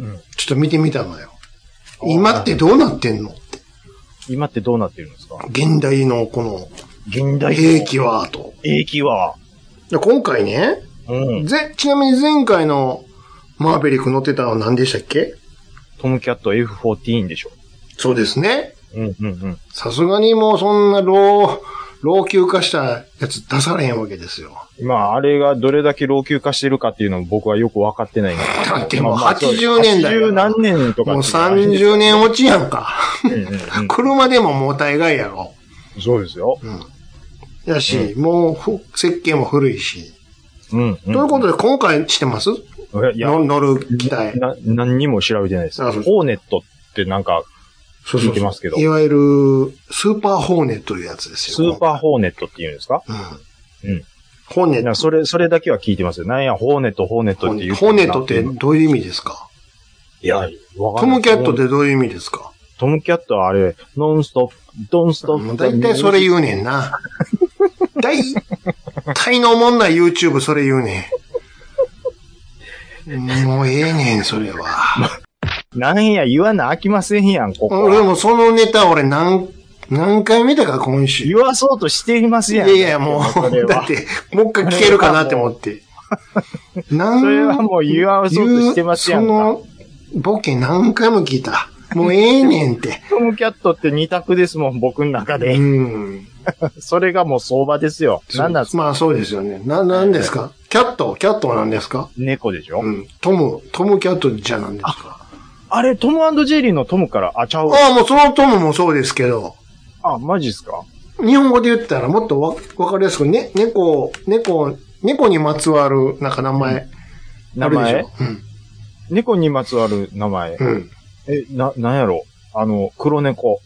うんちょっと見てみたのよ。今ってどうなってんのって。今ってどうなってるんですか現代のこの現代兵器は、と。兵器は、で今回ね、うん、ぜ、ちなみに前回のマーベリック乗ってたのは何でしたっけトムキャット F14 でしょ。そうですね。うんうんうん。さすがにもうそんな老、老朽化したやつ出されへんわけですよ。まあ、あれがどれだけ老朽化してるかっていうのも僕はよく分かってないんでだってもうまあまあ80年代80何年とかもっうていう30年落ちやんか。うんうんうん車でももう大概やろ。そうですよ。うん。やし、もうふ設計も古いし。うん、うん。ということで今回してますでいや、の乗る機体。な、何にも調べてないです。ホあそうですーネットってなんか、そう聞いてますけどいわゆる、スーパーホーネットいうやつですスよ。ーパーホーネットっていうんですかうん。うん。ホーネなット。んかそれ、それだけは聞いてますよ。なんや、ホーネット、ホーネッホトっていう。ーネットってどういう意味ですかいや、わかトんないムキャットっ。てどういう意味ですかトムキャットはあれ、ノンストップ、ドンストッもプ。う大体それ言うねん <laughs> な。大体のおもんない YouTube それ言うねん。もうええねん、それは。なんや、言わな飽きませんやん、ここ俺は。もそのネタ俺何、何回見たか、今週。い言わそうとしていますややん。いや、もそれう、だはっ。て、もう一回聞けるかなって思って。なんそれはもう言わそうとしてますやんそか。の、ボケ何回も聞いた。もうええねん <laughs> って。トムキャットって二択ですもん、僕の中うで。ん。それがもう相場ですよ。なんなんすかまあそうですよね。な、なんですかキャットキャットは何ですか猫でしょうん。トム、トムキャットじゃなんですかあれ、トムジェリーのトムから、あ、ちゃう。ああ、もうそのトムもそうですけど、あ、マジっすか日本語で言ったらもっとわ、わかりやすく、ね、猫、猫猫にまつわる、なんか名前。名前あるでし猫にまつわる名前ょ。う。ん。え、な、なんやろあの、黒猫、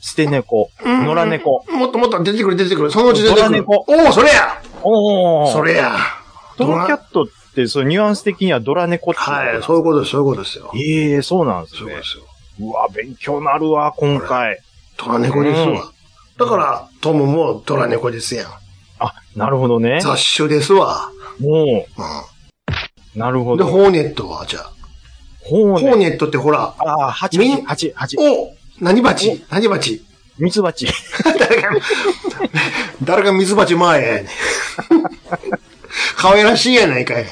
捨て猫、うん野良猫。もっともっと出てくる出てくる。そのうち出てくドる。ラ猫おお、それやおそれやトムキャットって、そのニュアンス的にはドラ猫ってうのかなはい、そういうことです、そういうことですよ。ええそうなんですそうねで。すよ。うわ、勉強なるわ、今回。虎猫ですうんわ。だから、トムも虎猫ですやん。あ、なるほどね。雑種ですわ。もうう、なるほん。で、ど。ホーネットは、じゃあ。ほうホーね。ネットってほら、ああ、蜂、みん蜂、蜂、お何鉢何鉢 <laughs> ミツバチ。 <laughs> 誰が、誰が水鉢前やねん。 <laughs> 可愛らしいやないかい。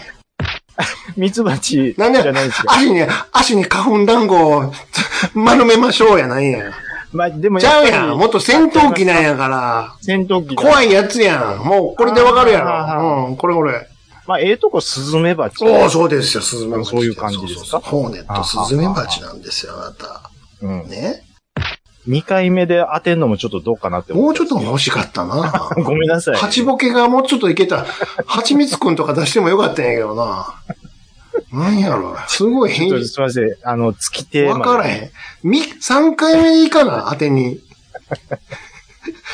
ミツバチじなゃんで、ないですか。足に、足に花粉団子を <laughs> 丸めましょうやないやん。まあ、でもちゃうやっぱん。りもっと戦闘機なんやから。戦闘機だ。怖いやつやん。もうこれでわかるやあーろ。うん、これこれ。まあ、ええとこ、スズメバチ。おお、そうですよ、スズメバチ。そういう感じですかそうそうそうホーネット、スズメバチなんですよ、あなた。うん。ね。 2回目で当てんのもちょっとどうかなって思もうちょっと欲しかったな。 <laughs> う。ごめんなさい。蜂ボケがもうちょっといけた。蜂蜜くんとか出してもよかったんやけどな。なんやろ。すごいちょ変っとすみません。あの、月手。わからん。へん。み、3回目でいいかな、当てに。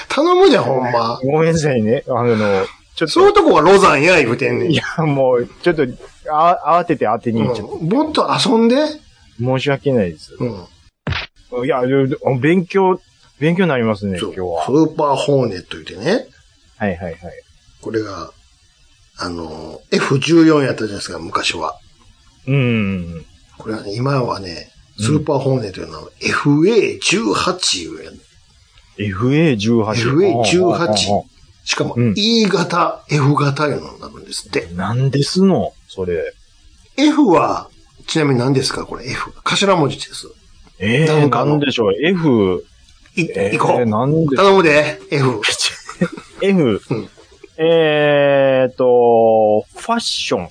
頼 <laughs> むじゃん、ほんま。ごめんなさいね。あの、ちょっそういと、うとこはロザンや、言うてんねん。いや、もう、ちょっと、あ、慌てて当てに行っちゃっうんもっと遊んで。た。申し訳ないです。うん。いや、勉強、勉強になりますね、今そう。ス日は。ーパーホーネット言うてね。はいはいはい。これが、あの、F14 やったじゃないですか、昔は。うん。これはね、今はね、スーパーホーネットの FA18 いうやん FA18。 FA18 しかもうん E 型、F 型いうのになるんですって。何ですのそれ。 F は、ちなみに何ですかこれ F。頭文字です。ええなんー、かなのんでしょう。F、い、えー行こう。なんで、頼むで、F。 F うん、えーと、ファッション。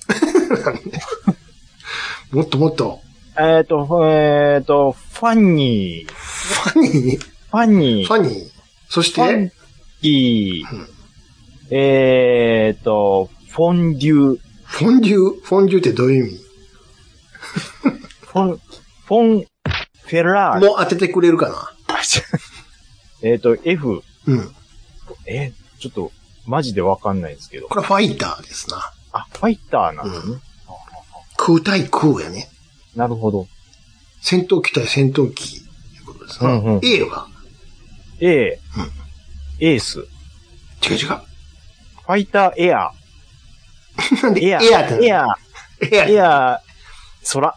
もっともっと。えーと、えーと、ファニー、ファニー、ファニー、ファニー。そしファンて、キーうん、えーと、フォンデュ、フォンデュ、フォンデュってどういう意味フォン、フォン、フェラーリ。もう当ててくれるかな <laughs> えっと、F、うん。え、ちょっと、マジでわかんないですけど。これはファイターですな。あ、ファイターなんですね。うん。空対空やね。なるほど。戦闘機対戦闘機。いうことですな。うんうん A は A、うんエース、フ違う違う。 <laughs> ァイターエア、なんでエエア、アってなんだエア、エア。エア、空。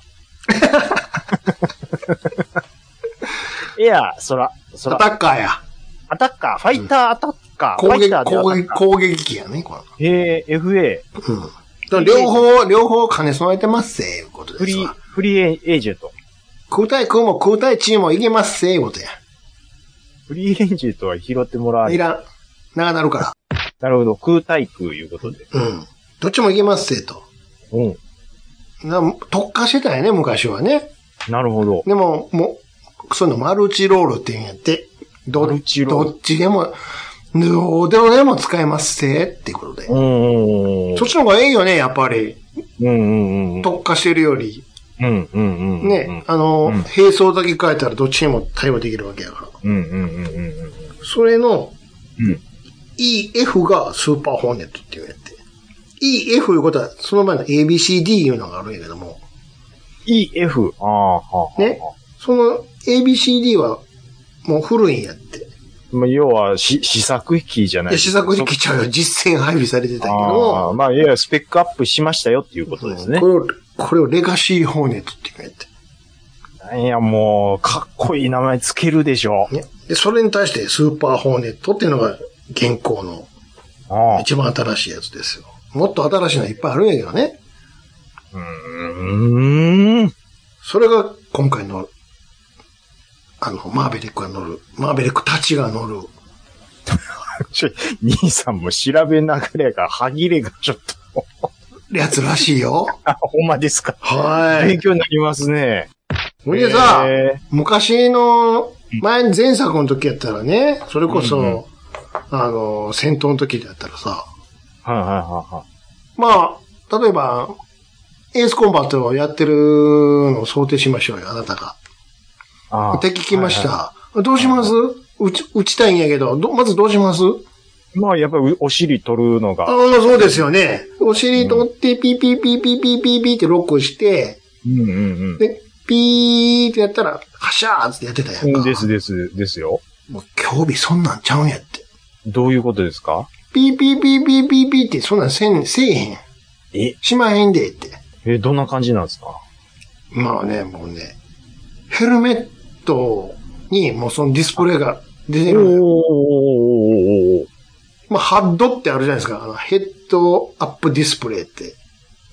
エア、空、ア空。タッカーや。アタッカー、ファイターアタッカー、攻ファイ撃タ、ーでアタ攻ッ撃、カー。攻撃機やね、これ。えー、FA、うん。だから両方、両方兼ね備えてますせ、いうことフですリー、わ。フリーエージェント。空対空も空対地もいけますせ、いうことや。フリーエージェントは拾ってもらわないいらん。長なるから。なるほど。空対空いうことで。うん。どっちもいけますせ、と。うん。な特化してたんやね、昔はね。なるほど。でも、もう、そういうのマルチロールって言うんやって。どマルチロールどっちでも、どうでもでも使えますせ、っていうことでう。んうんうんうん。そっちの方がいいよね、やっぱり。うんうんうん。特化してるより。うんうんうんうん。ね。。あの、うん並走だけ変えたらどっちにも対応できるわけやから。うんうんうんうんうん。それのうん。 EF がスーパーホーネットっていうやつで。EF いうことは、その前の ABCD いうのがあるんやけども、 EF。ああ、はあはあ。ね。その ABCD はもう古いんやって。まあ、要は、し、試作機じゃないいや、試作で来じちゃうよ。実践配備されてたんやけどああ、も、まあ、いや、スペックアップしましたよっていうことですねこ。れを、これをレガシーホーネットっていうんやって。いや、もう、かっこいい名前つけるでしょ。ね。で、それに対してスーパーホーネットっていうのが現行のああ。一番新しいやつですよ。もっと新しいのいっぱいあるんやけどね。うーん。それが今回の、あの、マーベリックが乗る、マーベリックたちが乗る、ちょ、兄さんも調べながらやから、歯切れがちょっと、やつらし <laughs> いよ。あ、ほんまですか。は勉い。強になりますね。ほんでさ、えー昔の、前、前作の時やったらね、それこそ、うんうんあの、戦闘の時だったらさ、はいはいはいはい。まあ、例えば、エースコンバットをやってるのを想定しましょうよ、あなたが。ああ敵来ましはいはた。どうします打ち、打ちたいんやけど、どまずどうしますいまあ、やっぱりお尻取るのああ、が。そうですよね。お尻取って、ピーピーピーピーピーピーピーってロックして、うんうんで、ピーってやったら、はしゃーってやってたやんうか。ん。ですです、ですよ。もう、興味そんなんちゃうんやって。どういうことですかピーピーピーピーピーピーってそんなんせん、せえへん。えしまへんでって。え、どんな感じなんですかまあね、もうね、ヘルメットにもうそのディスプレイが出ておーおーおるのーおよ。ーおーまあ、ハッドってあるじゃないですか。あのヘッドアップディスプレイって。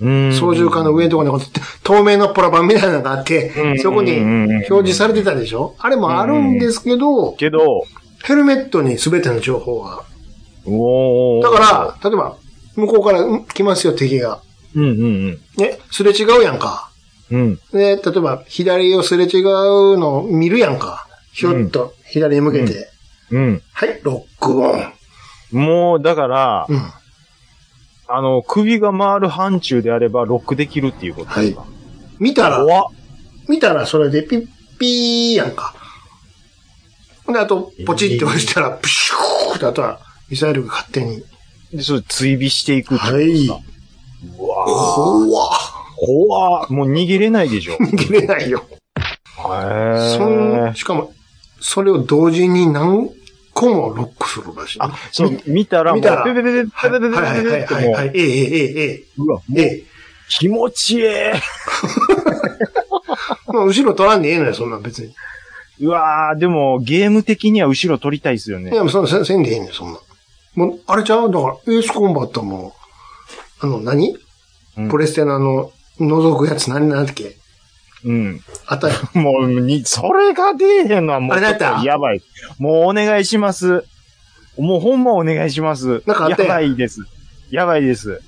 うーん操縦桿の上のところにこうって透明のプラ板みたいなのがあってう、んそこに表示されてたでしょあれもあるんですけど、けど、ヘルメットに全ての情報が。おーだから、例えば、向こうからうん来ますよ、敵が。うんうんね、すれ違うやんか。うん。うん。で、例えば、左をすれ違うのを見るやんか。ひょっと、左に向けて。うん。はい、ロックオン。もう、だから、うん。あの、首が回る範疇であれば、ロックできるっていうことですか。見たら、怖っ。見たらそれでピッピーやんか。ほんで、あと、ポチって押したら、プシューって、あとは、ミサイルが勝手に。で、それ追尾していくってことですか。はうわ怖っ怖っ。もう逃げれないでしょ。へ逃げれないよ。ーそん、しかも、それを同時に何個もロックするらしい。あ、そう、見たら、見たらもうペペペペはペいペペペはいはペペペペもいはいはい。えええええう、うわ、えええ。気持ちええ。まあ後ろ取らんでええのよ、そんなん別に。うわーでも、ゲーム的には後ろ取りたいですよいね。や、もうそんなせんせんでええねん、そんな。もう、あれちゃうだから、エースコンバットも、あの、何、うんプレステのあの、覗くやつ何なんだっけうん。あったやん。もう、に、それが出えへんのはもあう、れちょっだったとやばい。もうお願いします。もうほんまお願いします。なんかあっやたやんばいです。やばいです。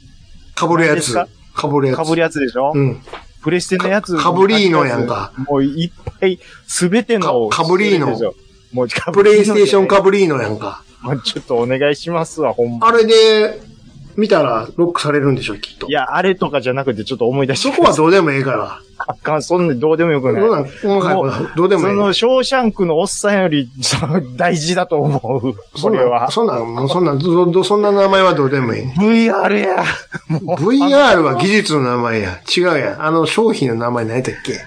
かぶるやつ。何かぶるやつ。かぶるやつでしょ、うん。プレステのやつ。かかぶりーのやんか。もういっぱい、すべての。かかぶりーの種類でしょ。もう、かぶプりーレのイステーションかぶりーのやんか。もうちょっとお願いしますわ、ほんま。あれで、見たらロックされるんでしょ、きっと。いや、あれとかじゃなくて、ちょっと思い出しそて。こはどうでもええから。あかん、そんなどうでもよくそんない。なん、細かいこと、どうでもそええ。の、ショーシャンクのおっさんより、その大事だと思う。そこんれなはん、。そんなん、もうそんなん、ど、ど、そんな名前はどうでも <laughs> ええ。 VR や。もう VR は技術の名前や。違うやん。あの商品の名前何やったっけ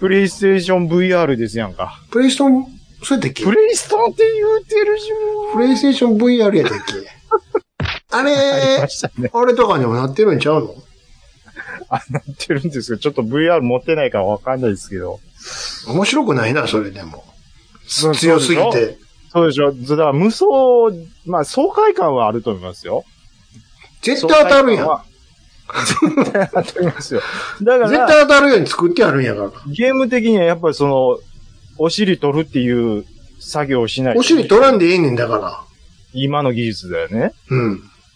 プレイステーション VR ですやんか。プレイストン、そうやったっけププレイストンって言うてるじゃん。レイステーション VR やったっけ <laughs> あありれま、したね。あれとかにもなってるんちゃうのあ、なってるんですけど、ちょっと VR 持ってないからわかんないですけど。面白くないな、それでも。そう強すぎて。そうでしょ。だから無双、まあ爽快感はあると思いますよ。絶対当たる爽快やん。感は。絶対当たりますよ。だか絶ら、対当たるように作ってあるんやから。ゲーム的にはやっぱりその、お尻取るっていう作業をしない。お尻取らんでええねんだか今の技術だよね。ら。うん。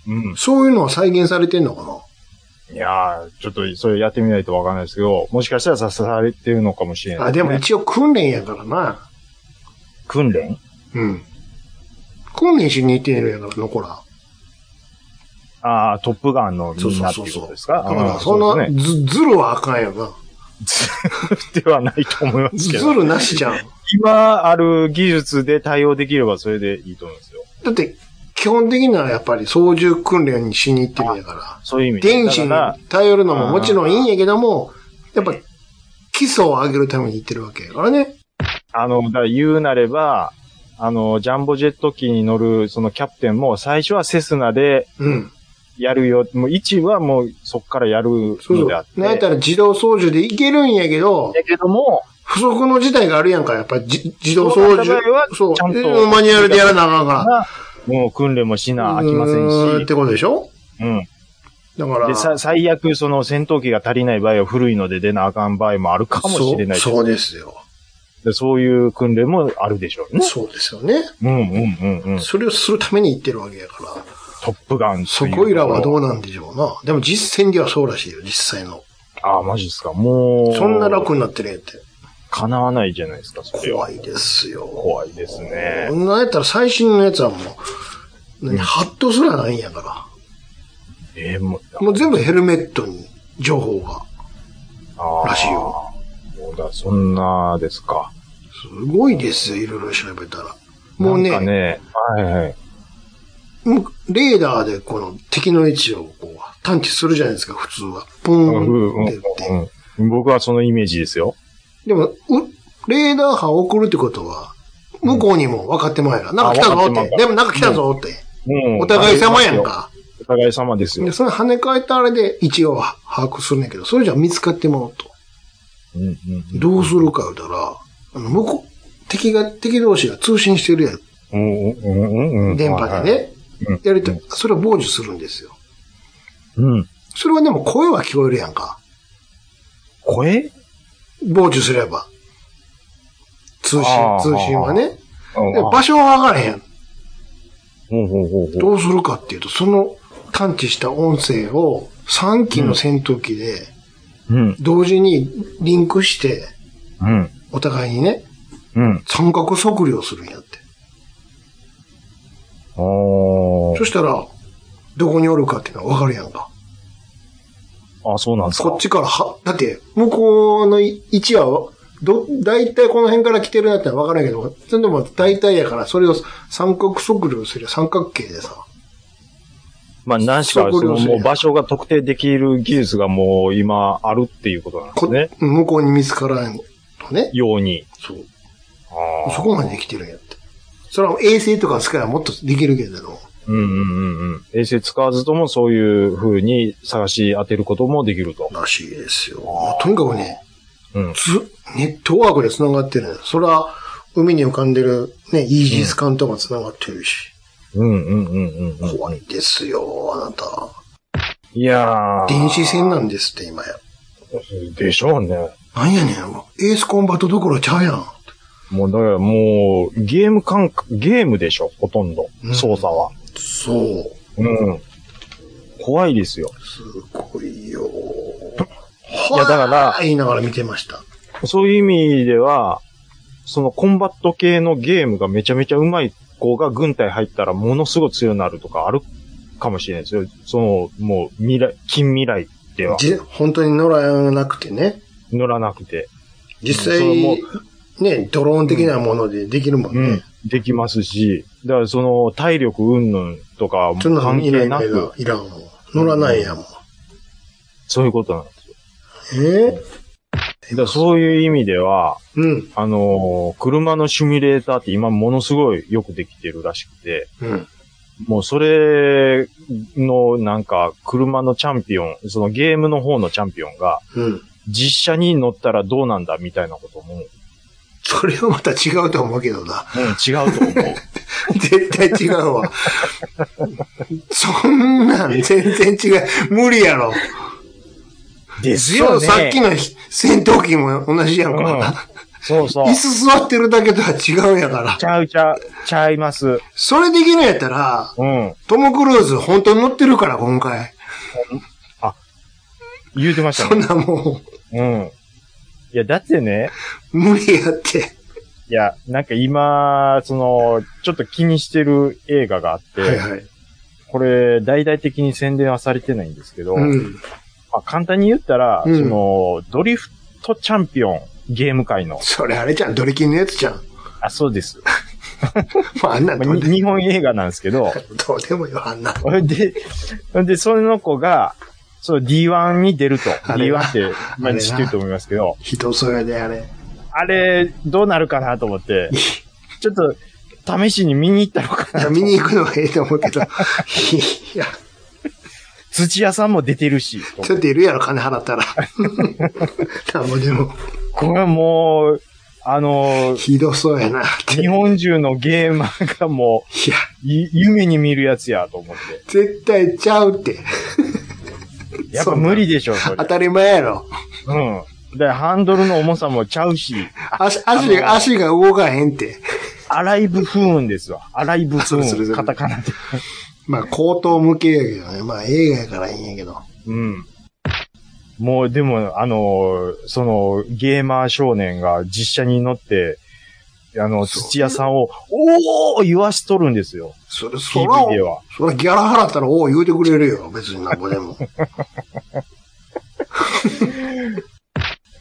うん。そういうのは再現されてんのかないやー、ちょっとそれやってみないとわかんないですけど、もしかしたら刺されてるのかもしれない、あ、でも、一応訓練やからな。訓練うん。訓練しに行ってんのやから、残ら。ああ、トップガンのそうみんそなうってそういうそこう。とですかだから、あーそんうでな、すねず、ずるはあかんよな。ではないと思いますずけど。るなしじゃん。今ある技術で対応できればそれでいいと思うんですよ。だって、基本的にはやっぱり操縦訓練にしに行ってるんやから。そういう意味で。電子にだから頼るのももちろんいいんやけども、やっぱ、基礎を上げるために行ってるわけやからね。あの、だから言うなれば、あの、ジャンボジェット機に乗るそのキャプテンも最初はセスナでうん。やるよ。もう1はもうそこからやるのそうそう。であなって。んやったら自動操縦で行けるんやけど、だけども、不足の事態があるやんか、やっぱりじ自動操そうなった場合は縦。そうちゃんとえーマニュアルでやらなあかんかもう訓練もしら。なあきませんうーしっ。てことでしょうん。だから。で、さ、最悪、その戦闘機が足りない場合は古いので出なあかん場合もあるかもしれないそうそうですよ。でそういう訓練もあるでしょうね。そうですよね。うんうんうんうん。それをするために行ってるわけやから。トップガンそこいらはどううなんでしょうな。でも実践ではそうらしいよ、実際の。ああ、マジですか。もう。そんな楽になってるんやって。叶わないじゃないですか、それは。怖いですよ。怖いですね。なんやったら最新のやつはもう、何、ハットすらないんやから。えー、もう、もう全部ヘルメットに情報が。あーらしいよ。そうだ、そんなですか。すごいですよ、いろいろ調べたら。もうね、なんかね、はいはい。もうレーダーでこの敵の位置をこう探知するじゃないですか、普通は。ポうんーンうって打って。んうん僕はそのイメージですよ。でも、うレーダー波を送るってことは、向こうにも分かってもらえな。なんか来たぞ分かっってまて。うでもなんか来たぞって。うんお互い様やん。か。お互い様ですよで、。それ跳ね返ったあれで一応は把握するんやけど、それじゃ見つかってもらうと。うんうんうんどうするか言うたら、あの、向こう、敵が、敵同士が通信してるやん。うんうんうんうん電波で。ね。うんやると、それを傍受するんですよ。うん。それはでも声は聞こえるやんか。声傍受すれば。通信あ、ー通信はね。であ場所はわからへん。ほうほうほうほう。どうするかっていうと、その探知した音声を3機の戦闘機でうん。同時にリンクして、うん。お互いにね、うん。三角測量するんやって。あそしたら、どこにおるかっていうのはわかるやんか。あ。あ、そうなんですか。こっちからは、だって、向こうの位置は、ど、だいたいこの辺から来てるなってのはわからんけど、それでもだいたいやから、それを三角測量すりゃ三角形でさ、まあ、何しか、そ測の量するもう場所が特定できる技術がもう今あるっていうことなんでこすね。向こうに見つからんのね。ように。そう。あそあ。こまでできてるんやって。それは衛星とか使えばもっとできるけれど、うんうんうんうん。衛星使わずともそういう風に探し当てることもできると。らしいですよ。とにかくね、うん。つ、ネットワークで繋がってるんやそれは、海に浮かんでるね、イージス艦とか繋がってるし、うんうんうんうんうん。怖いですよ、あなた。いやー。電子戦なんですって、今や。でしょうね。なんやねん、もうエースコンバットどころちゃうやん。もう、だからもう、ゲーム感覚、ゲームでしょ、ほとんどう。ん操作は。そう。うん。怖いですよ。すごいよ。いやだからはーい言いながら見てました。そういう意味では、そのコンバット系のゲームがめちゃめちゃ上手い子が軍隊入ったらものすごい強くなるとかあるかもしれないですよ。その、もう未来、近未来ではじ本当に乗らなくてね。乗らなくて、実それも際、ね、ドローン的なものでできるもんね。うん、できますし、だからその体力云々とかもそんなの関いら係んなやくん、いらんもん。乗らないやもん。そういうことなんです。ええだからそういう意味では、うん。あのー車のシミュレーターって今ものすごいよくできてるらしくて、うん。もうそれのなんか車のチャンピオン、そのゲームの方のチャンピオンがうん。実車に乗ったらどうなんだみたいなことも、うん、違それはまた違うと思うけどな。 <laughs> うと思う。絶対違うわ。そんなん、全然違う。無理やろ。です <laughs> そうさっきのひ戦闘機も同じやんか。そうそう椅。子座ってるだけとは違うんやからち。ゃうちゃう、ちゃいます。それできないやったら、うん。トム・クルーズ本当に乗ってるから、今回。言うてましたそんね。なもうん。いや、だってね、う、無理やって。いや、なんか今、その、ちょっと気にしてる映画があって、はいはい。これ、大々的に宣伝はされてないんですけど、うん。まあ、簡単に言ったら、うんその、ドリフトチャンピオン、ゲーム界の。それあれじゃん、ドリキンのやつじゃん。あ、そう <laughs> です。まあ、あんなんまあどうにで日本映画なんですけど、 <laughs> どうでもよ、あんなん。ほんで、ほんで、その子が、その D1 に出ると。あれな D1 って、まあれあ、な知ってると思いますけど、人それであれ。あれ、どうなるかなと思 <laughs> って、ちょっと、試しに見に行ったのかなと。見に行くのはええと思うけど。い <laughs> や、土屋さんも出てるし、とちょっといるやろ、金払 <laughs> ったら。なんぼでも、これはもう、あの、ひどそうやなって。日本中のゲーマーがもいや、う、ゆ夢に見るやつやと思っ絶対ちゃうって。て。やっぱ無理でしょ、それ。当たり前やろ。うん。で、ハンドルの重さもちゃうし、足、足が、足が動かへんって。アライブ不運ですわ。アライブ不そうそうそうそ運。うカタカナで。まあ、口頭向けやけどね。まあ、映画やからいいんやけど。うん。もう、でも、あのー、その、ゲーマー少年が実写に乗って、あの、そう土屋さんを、おー言わしとるんですよ。それ、そら PV で、は。そらギャラ払ったら、おう言うてくれるよ。別になんぼでも。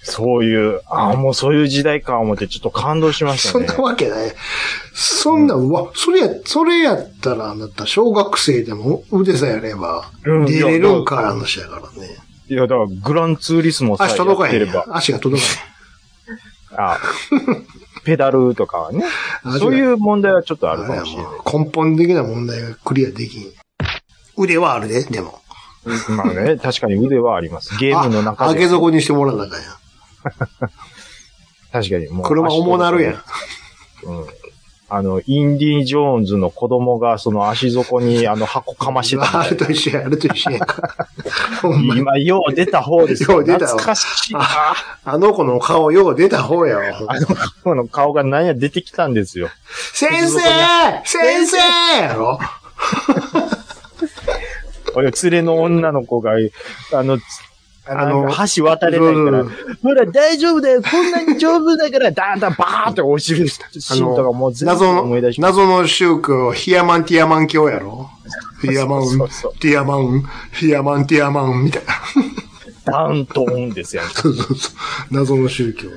そういう、ああ、もうそういう時代か、思って、ちょっと感動しましそたんねな。わけない。そんな、うわ、それや、それやったら、あなた、小学生でも腕さえやれば、うん出れるんからの人やからね。いや、だから、グランツーリスモさえ足届かやっへてれんやば。ん。足が届かあペダルとかはね。へん。そうう、いう問題はちょっとああるれかやもしれない。もう根本的な問題がクリアできん。腕はあるで、でも。まあね、確かに腕はあります。ゲームの <laughs> あ中上げで。底にしてもらわなあかんやん。確かにもう。車重なるやん。うん。あの、インディ・ジョーンズの子供が、その足底 <laughs> に、あの、箱かましてたみたあいれと一緒や、あれと一緒や <laughs> んか。ほんな。まに。今、よう出た方ですよよ。う出たわ懐かしいな。ああの子の顔よう出た方やわ。あの子の顔が何や出てきたんですよ。先生先生やろおい連れの女の子が、あの、つああのの、橋渡れないからそう、ほら大丈夫だよ、こんなに丈夫だから、だんだんバーって押しるシーンとかもう全部謎思いの出、し謎の宗教、ヒアマンティアマン教やろヒアマ <laughs> ンそうそう、ティアマン、ヒアマンティアマンみたいな。ダウントーンですよ。そうそうそう。謎の宗教ね。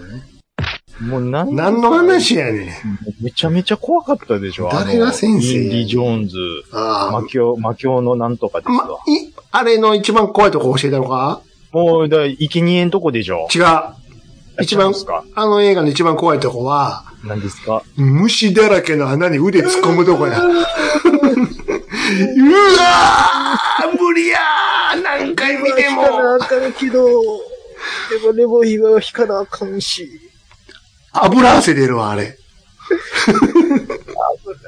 もうなん何の話やねん。めちゃめちゃ怖かったでしょ。誰が先生あのインディ・ジョーンズ、あ魔境、魔境のなんとかですあ。まわ。、い、あれの一番怖いとこ教えたのかもう、だから、生贄のとこでしょ。違う。一違うん番ですか、あの映画の一番怖いとこは、何ですか虫だらけの穴に腕突っ込むとこや。う <laughs> わー無理やー何回見てもあかんけど、でもレボヒは引かなあかんし。油汗出るわ、あれ。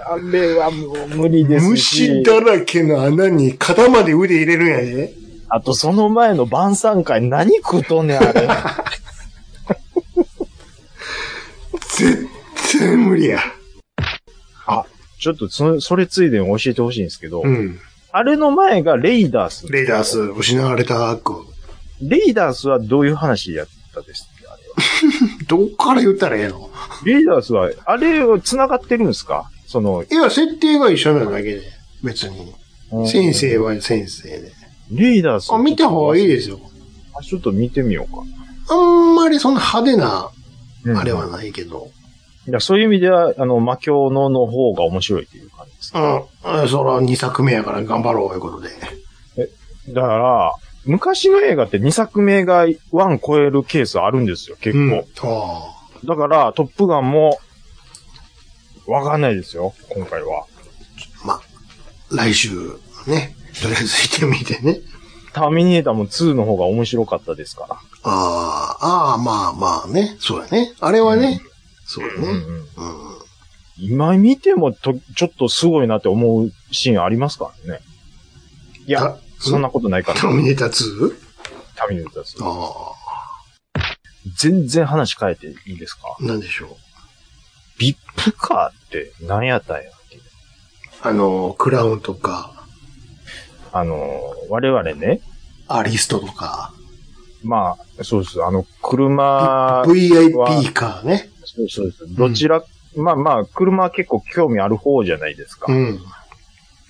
あれはもう無理ですし。虫だらけの穴に肩まで腕入れるんやで。あとその前の晩餐会何食うとんねん、あれ。 <laughs> 絶対無理や。ちょっとそ、それついでに教えてほしいんですけど、うん。あれの前がレイダース。レイダース、失われた悪。レイダースはどういう話やったですっけあれはどっから言ったらええのレイダースは、あれは繋がってるんですかその、いや、設定が一緒なだけで。別に。先生は先生で。レイダース。あ、見た方がいいですよ。あちょっと見てみようか。あんまりそんな派手な、うんあれはないけど。いやそういう意味では、あの、魔境のの方が面白いっていう感じです。うん。そら、2作目やから頑張ろう、いうことで。だから、昔の映画って2作目が1超えるケースあるんですよ、結うん。構あ。あ。だから、トップガンも、わかんないですよ、今回は。ま、来週、ね。とりあえず行ってみてね。ターミネーターも2の方が面白かったですかああ、ああ、まあまあね。そうやね。あれはね。そうやら。ね。うんうんうん。今見てもと、ちょっとすごいなって思うシーンありますからね。いやあ、そんなことないから、ターミネーター 2? ターミネーター2。ああ、全然話変えていいですかなんでしょう。ビップカーって何やったんやっけあの、クラウンとか、あの、我々ね、アリストとか、まあ、そうです。あの、車、 VIP カーね。そうそうです。どちら、まあまあ、車は結構興味ある方じゃないですか。うん。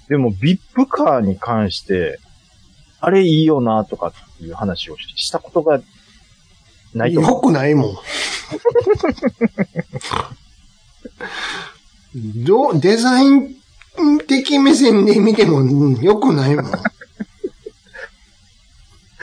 でも、ビップカーに関して、あれいいよな、とかっていう話をししたことがないとよくないもん。 <laughs> どう、デザイン的目線で見ても、うんよくな <laughs> いもん。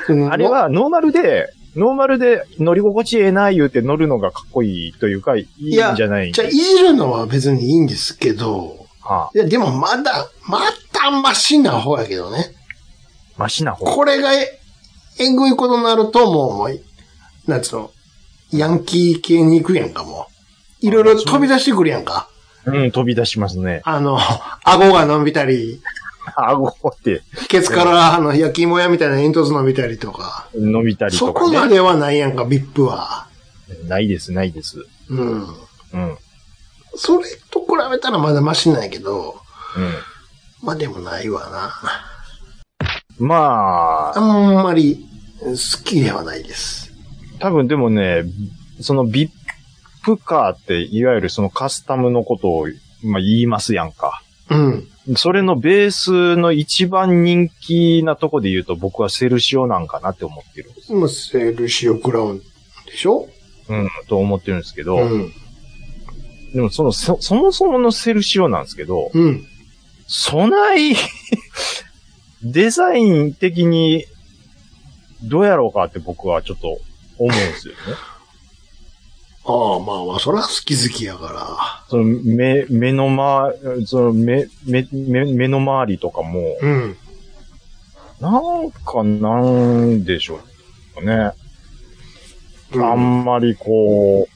そのあれ、はノーマルで、ノーマルで乗り心地ええな、言うて乗るのがかっこいいというか、いいんじゃないんじゃあでいすじるのは別にいいんですけど、か。いや、でもまだ、またマシな方やけどね。マシな方。これがえ、えぐいことになると、もう、もうなんつうの、ヤンキー系に行くやんか、もう。いろいろ飛び出してくるやんか。うん、飛び出しますね。あの、顎が伸びたり、顎ってケツからあの焼き芋屋みたいな煙突伸びたりとか。伸びたりそとこかまね。ではないやんか、ビップは。ないです、ないです。うん。うん。うん。それと比べたらまだマシなんやけど、まあでもないわな。まあ、あんまり好きではないです。多分でもね、そのビップカーって、いわゆるそのカスタムのことを、まあ、言いますやんか。うん。それのベースの一番人気なとこで言うと、僕はセルシオなんかなって思ってるんです。まあ、セルシオクラウンでしょうん、と思ってるんですけど、うん。でもその、そ、そもそものセルシオなんですけど、うん。備え、 <laughs> デザイン的に、どうやろうかって僕はちょっと思うんです <laughs> よね。ああ、まあまあ、そら好き好きやかその目、目のま、その目、目、目、目の周りとかも、ら。うん。なんかなんでしょうね。あうんんまりこ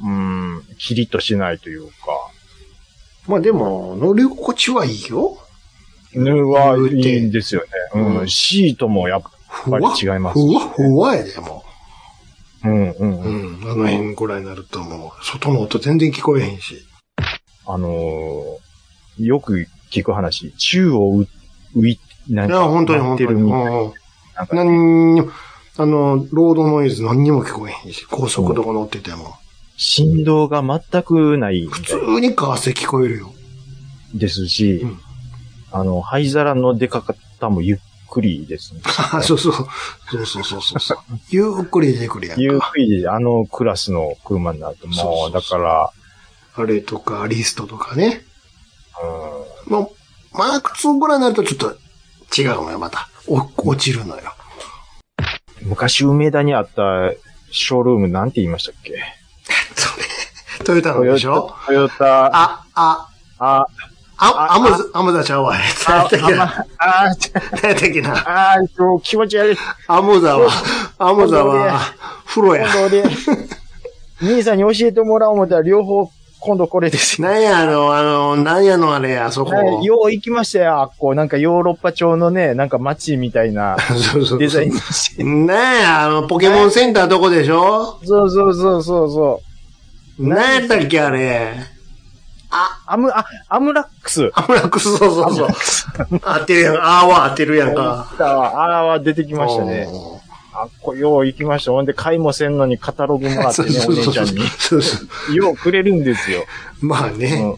う、うん、キリッとしないというか。まあでも、乗り心地はいいよ。ぬはいいんですよね。うんうん、シートもやっぱ、ふやっわぱり違いますふわふわやで、もうんうんう。うん。うん。あの辺ぐらいになるともう、外の音全然聞こえへんし。あのーよく聞く話、宙をう、浮い、なんいや、か、本当にな本って当るに。みうたいんうんなんか何にも、あの、ロードノイズ何にも聞こえへんし、高速道路乗ってても。振動が全くないみ普たい通にカーセ聞こえるよ。ですし、うんあの、灰皿の出か方もゆっくりですね。あそうそう。そうそうそうそ <laughs> うそう。ゆっくり出てくるやんか。ゆっくりで、あのクラスの車になると、そうもそうう、そうだから、あれとか、リストとかね。うんまあ、マーク2ぐらいになるとちょっと違うのよ、また。お落ちるのよ。昔梅田にあったショールームなんて言いましたっけそれ、トヨタのでしょトヨタ、あ、あ、あ、あ、あ、アムザ、アムザちゃうわ。何やったっけな。あ、あ、何やったっけな。あ、もう気持ち悪い。アムザは、アムザは、風呂や。今度で、兄さんに教えてもらおう思ったら両方、今度これですね。何や、あの、あの、何やのあれや、そこ。はいよう行きましたよ、あっこう。なんかヨーロッパ調のね、なんか街みたいなそうそうデザインにして。ねえ、あの、ポケモンセンターどこでしょそうそうそうそうそう。何やったっけ、あれ。あ、アム、あ、アムラックス。アムラクス、そうそうそう。当てるやん、あーは当てるやんか。ああは出てきましたね。おーあっこよう行きました。ほんで、買いもせんのにカタログもらってそねう、そおう姉そうちゃんに。そうそう。ようくれるんですよ。まあね。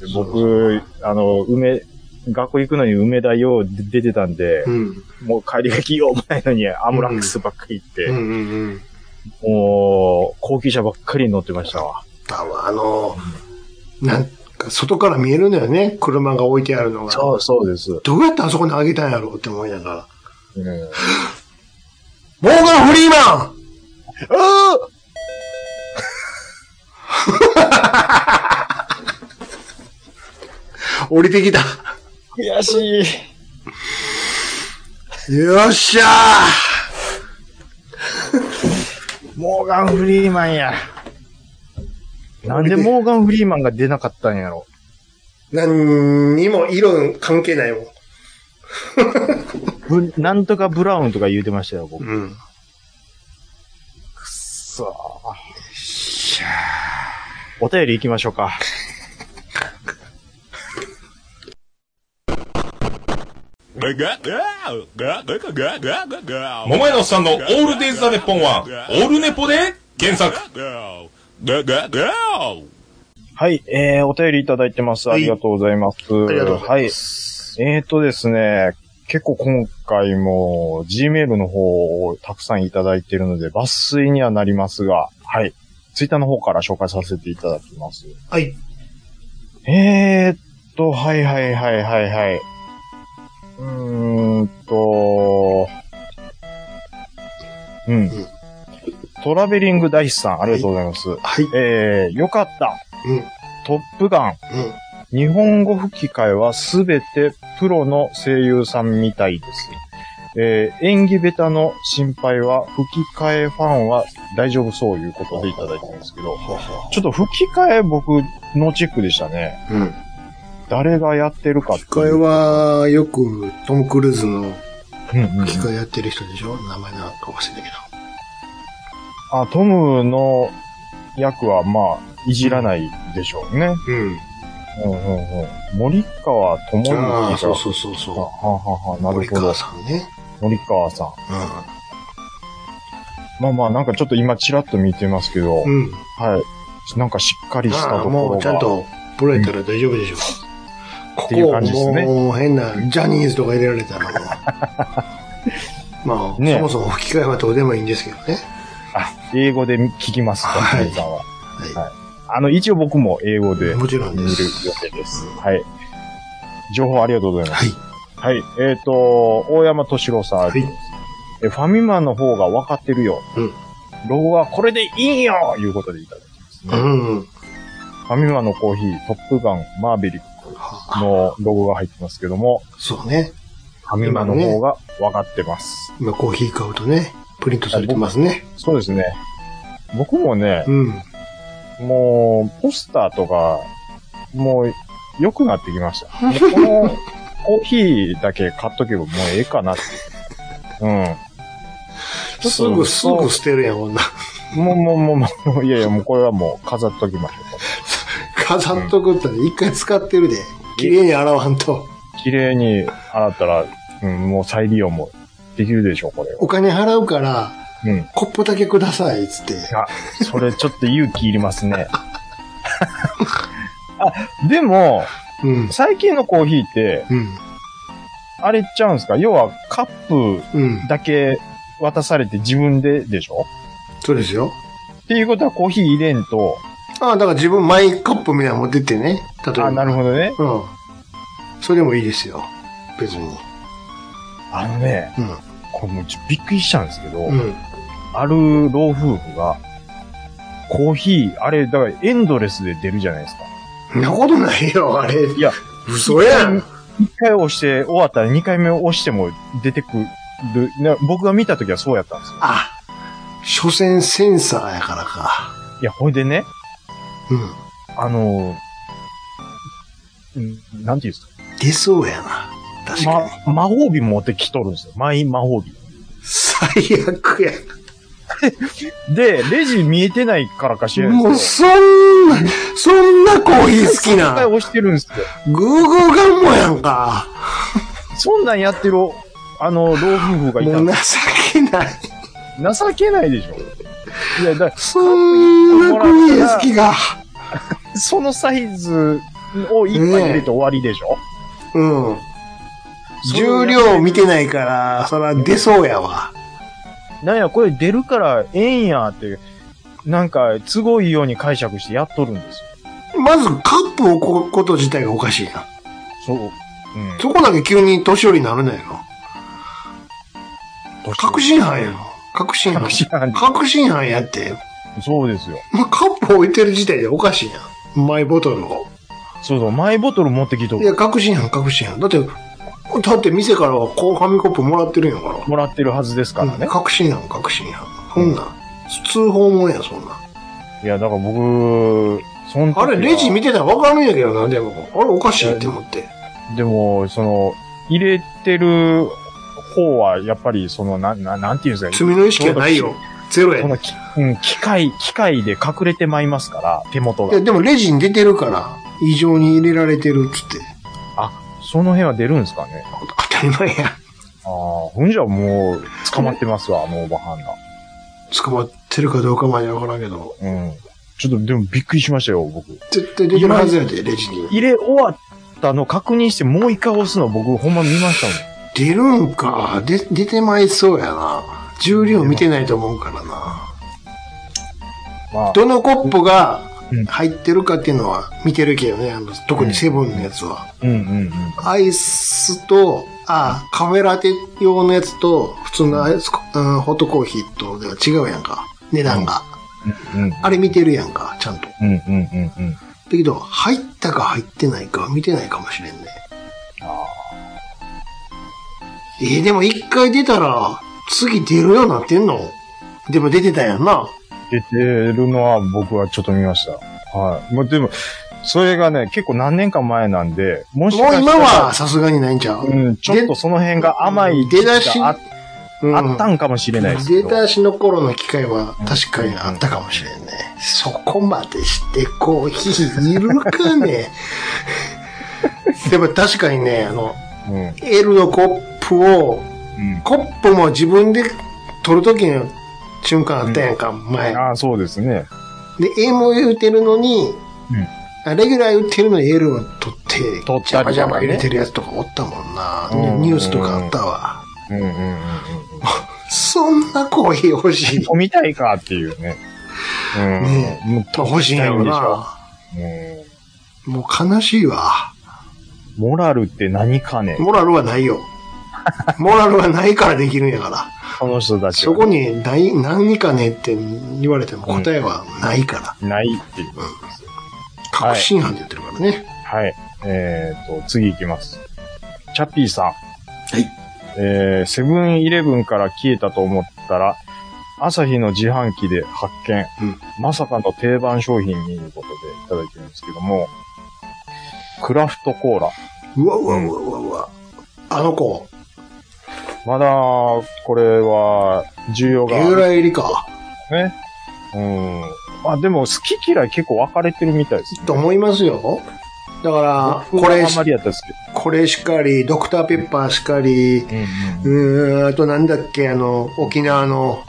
うん僕、あの、梅、学校行くのに梅田よう出てたんでう、ん。もう帰りがきようもないのにアムラックスばっかり行って、うんうんうん。もう、高級車ばっかり乗ってましたわ。だわ、あの、なんか、外から見えるんだよね。車が置いてあるのが。そうそうです。どうやってあそこにあげたんやろうって思いながら。うん、モーガン・フリーマンあ降りてきた。ー悔しい。よっしゃモーガン・フリーマンや。なんでモーガン・フリーマンが出なかったんやろ。ー何にも色関係ないもん。ぶなんとかブラウンとか言うてましたよ、僕。くっうん。そー。お便り行きましょうか。桃桃屋屋ののおおっっささんんののオオーールルデデイイズ・ズ・ザ・ザ・ネネッッポポンンはは、オオーールルネネポポでで検検索索。はい、えー、お便りいただいてます。ありがとうございます。あはりがとうございまはい。えーとですね、結構今回も Gmail の方をたくさんいただいているので、抜粋にはなりますが、はい。ツイッターの方から紹介させていただきます。はい。えーっと、はいはいはいはいはい。うーんと、うんん。トラベリングダイスさん、ありがとうございます。はい。えー、よかった。うん。トップガン。うん。日本語吹き替えはすべてプロの声優さんみたいです。えー演技ベタの心配は吹き替えファンは大丈夫そういうことでいただいてるんですけど、ちょっと吹き替え僕ノーチェックでしたね。うん。誰がやってるかっていう。これは、よく、トム・クルーズのうんうんうん、機械やってる人でしょ名前なんか忘れたけあ、トムの役はまあ、いじらないでしょうね。ど。うん。うんうんうん、森川智之ああ、さんそうそうそうはそはははう。なる森ほど川。さんね。森川さん。うまあまあ、なんかちょっと今チラッと見てますけど、うん。はい。なんかしっかりしたあとあ、ころもが。うちゃんと、プロやったら大丈夫でしょう。こっていう感じですこ、ねもう変な、ジャニーズとか入れら <laughs> れたらもうまあ、ねそもそも吹き替えはどうでもいいんですけどね。あ、英語で聞きますと、はい皆さんは。はい。あの、一応僕も英語で見もちるろ予んです定です。はい。情報ありがとうございます。はい。はい。えっ、と、大山敏郎さん、はいえ。ファミマの方が分かってるよ。うんロゴはこれでいいよいうことでいただきますね。うん。ファミマのコーヒー、トップガン、マーベリックはのロゴが入ってますけども、そうね。ファミマの方が分かってます。今コーヒー買うとね、プリントされてますね。そうですね。僕もね、うん。もう、ポスターとか、もう、良くなってきました。もうこの、コーヒーだけ買っとけばもうええかなって。うん。すぐ、すぐ捨てるやん、女。もう、もう、もう、もう、いやいや、もうこれはもう飾っときましょ飾っとくったら一回使ってるで。綺麗に洗わんと。う。綺麗に洗ったら、うん、もう再利用もできるでしょう、これは。お金払うから、うん。コップだけください、つって。あ、それちょっと勇気いりますね。あ、でも、うん。最近のコーヒーって、うん。あれちゃうんですか要はカップうん。だけ渡されて自分ででしょそうですよ。っていうことはコーヒー入れんと、ああ、だから自分マイカップみたいなの持ってってね。例えば。あ、なるほどね。うん。それでもいいですよ。別に。あのね、うんこれもうちょびっくりしたんですけど、うん。ある老夫婦が、コーヒー、あれ、だからエンドレスで出るじゃないですか。そんなことないよ、あれ。いや、嘘やん。一回押して終わったら二回目押しても出てくる。な僕が見た時はそうやったんですよ。あ、所詮センサーやからか。いや、ほいでね、うん。あのー、うんなんていうんですか。出そうやな。確かに。ま、魔法瓶持ってきとるんですよ。マイ魔法瓶。最悪や。で、レジ見えてないからかしらないもうですそんな、そんなコーヒー好きけど。一回な。押してるんですよ。グーグーガンモやんか。そんなんやってる、あの、老夫婦がいたもうの。情けない。情けないでしょ。いや、だそんなコーヒー好きが。そのサイズを一杯入れて終わりでしょ、うん。重量を見てないから、そら出そうやわ。なんや、これ出るからええんやって、なんか、都合いいように解釈してやっとるんですよ。まずカップを置くこと自体がおかしいな。そう。うん。そこだけ急に年寄りになるのやろ。確信犯やろ。確信犯確。信犯。確信犯やって。そうですよ。まあ、カップ置いてる時点でおかしいやん。マイボトルを。そうそう、マイボトル持ってきといや、る。確信犯、確信犯。だって、だって店からはこうファミコップもらってるんやから。もらってるはずですからね。確信犯、確信犯。そんなん。通報もんや、そんなん。いや、だから僕、そんあれ、レジ見て。てたらわかるんやけどな、でも。あれ、おかしいって思って。でも、その、入れてる方は、やっぱり、その、なん、なんなんていうんですか。罪の意識はないよ。ゼロやそねのき、うん、機械、機械で隠れてまいますから、手元いや、が。でもレジに出てるから、異常に入れられてるっつって。その辺は出るんですかね。当たり前や。ああ、ほんじゃもう、捕まってますわ、あのおばはんが。捕まってるかどうかまでわからんけど。うん。ちょっと、でもびっくりしましたよ、僕。絶対出てるはずやで、レジに。入れ終わったの確認して、もう一回押すの僕、ほんま見ましたもん。出るんか。で、出てまいそうやな。重量見てないと思うからな。まあ、どのコップがうん入ってるかっていうのは見てるけどね。あの特にセブンのやつは。うんうんうん。アイスと、あ、カフェラテ用のやつと、普通のアイス、うん、ホットコーヒーとでは違うやんか。値段が。うんあれ見てるやんか、ちゃんと。うんうんうんうん。だけど、入ったか入ってないかは見てないかもしれんね。あえーでも一回出たら、次出るようになってんのでも出てたやんな。ー出てるのは僕はちょっと見ました。はい。まあ、でも、それがね、結構何年か前なんで、もしもかうした今らはさすがにないんちゃう、うん、ちょっとその辺が甘い出だしがあうんあったんかもしれないですけ出ど。だしの頃の機会は確かにあったかもしれんね。そこまでしてコーヒーいる <laughs> かねでも確かにね、あの、うん。うん。 L のコップを、コップも自分で取るときに瞬間あったやんか、前。ああ、そうですね。で、M を言うてるのに、あレギュラー言ってるのに L を取って、取っジたりとかャねバジャバ入れてるやつとかおったもんな。うんうんうんニュースとかあったわ。うんうんうんうん。そんなコーヒー欲しい。飲みたいかっていうね。ねうん。もう欲しいんやろな。うんもう悲しいわ。モラルって何かねモラルはないよ。モラルはないからできるん <laughs> やから。この人たちそはこにない、何かねって言われても答えはないから。ないっていう。確信犯で言ってるからね。。はい。えー、と、次行きます。チャッピーさん。はいえー、セブンイレブンから消えたと思ったら、朝日の自販機で発見。うんまさかの定番商品にいうことでいただいてるんですけども、クラフトコーラ。うわうわうわうわうわ。あの子、まだ、これは、需要がレギあュるラー入りか。ね。うん。まあでも、好き嫌い結構分かれてるみたいですね。と思いますよ。だから、僕こはれあん、まりやったんですこれしかり、ドクターペッパーしかけり、ど。うんうーん、あとなんだっけ、あの、沖縄の、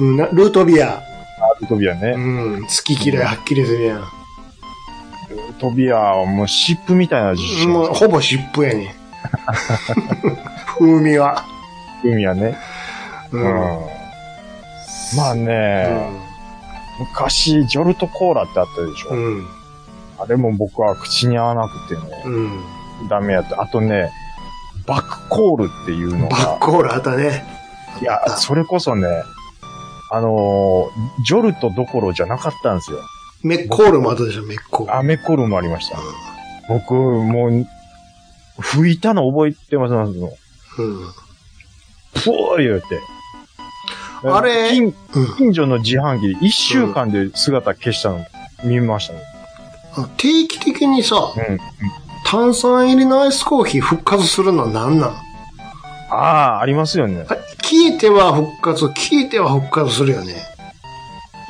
うんなルートビア。ルトビアうね。ん、好き嫌いはっきりするやん。ルートビアはもう湿布みたいな味してまもす。う、ほぼ湿布やねん。風味は。海はね。ううん。ん。まあね、昔、ジョルトコーラってあったでしょ。うん。あれも僕は口に合わなくてね、うん。ダメやった。あとね、バックコールっていうのバッが、コールあったね。いや、それこそね、あのージョルトどころじゃなかったんですよ。メッコールもあったでしょ、メッコール。アメコールもありました。僕、もう、拭いたの覚えてますもん。うん。うん。ぷー言うて。あれ近近所の自販機で一週間で姿消したの見ましたね。あ定期的にさ、うん。炭酸入りのアイスコーヒー復活するのは何なんああ、ありますよね。あ聞いては復活、聞いては復活するよね。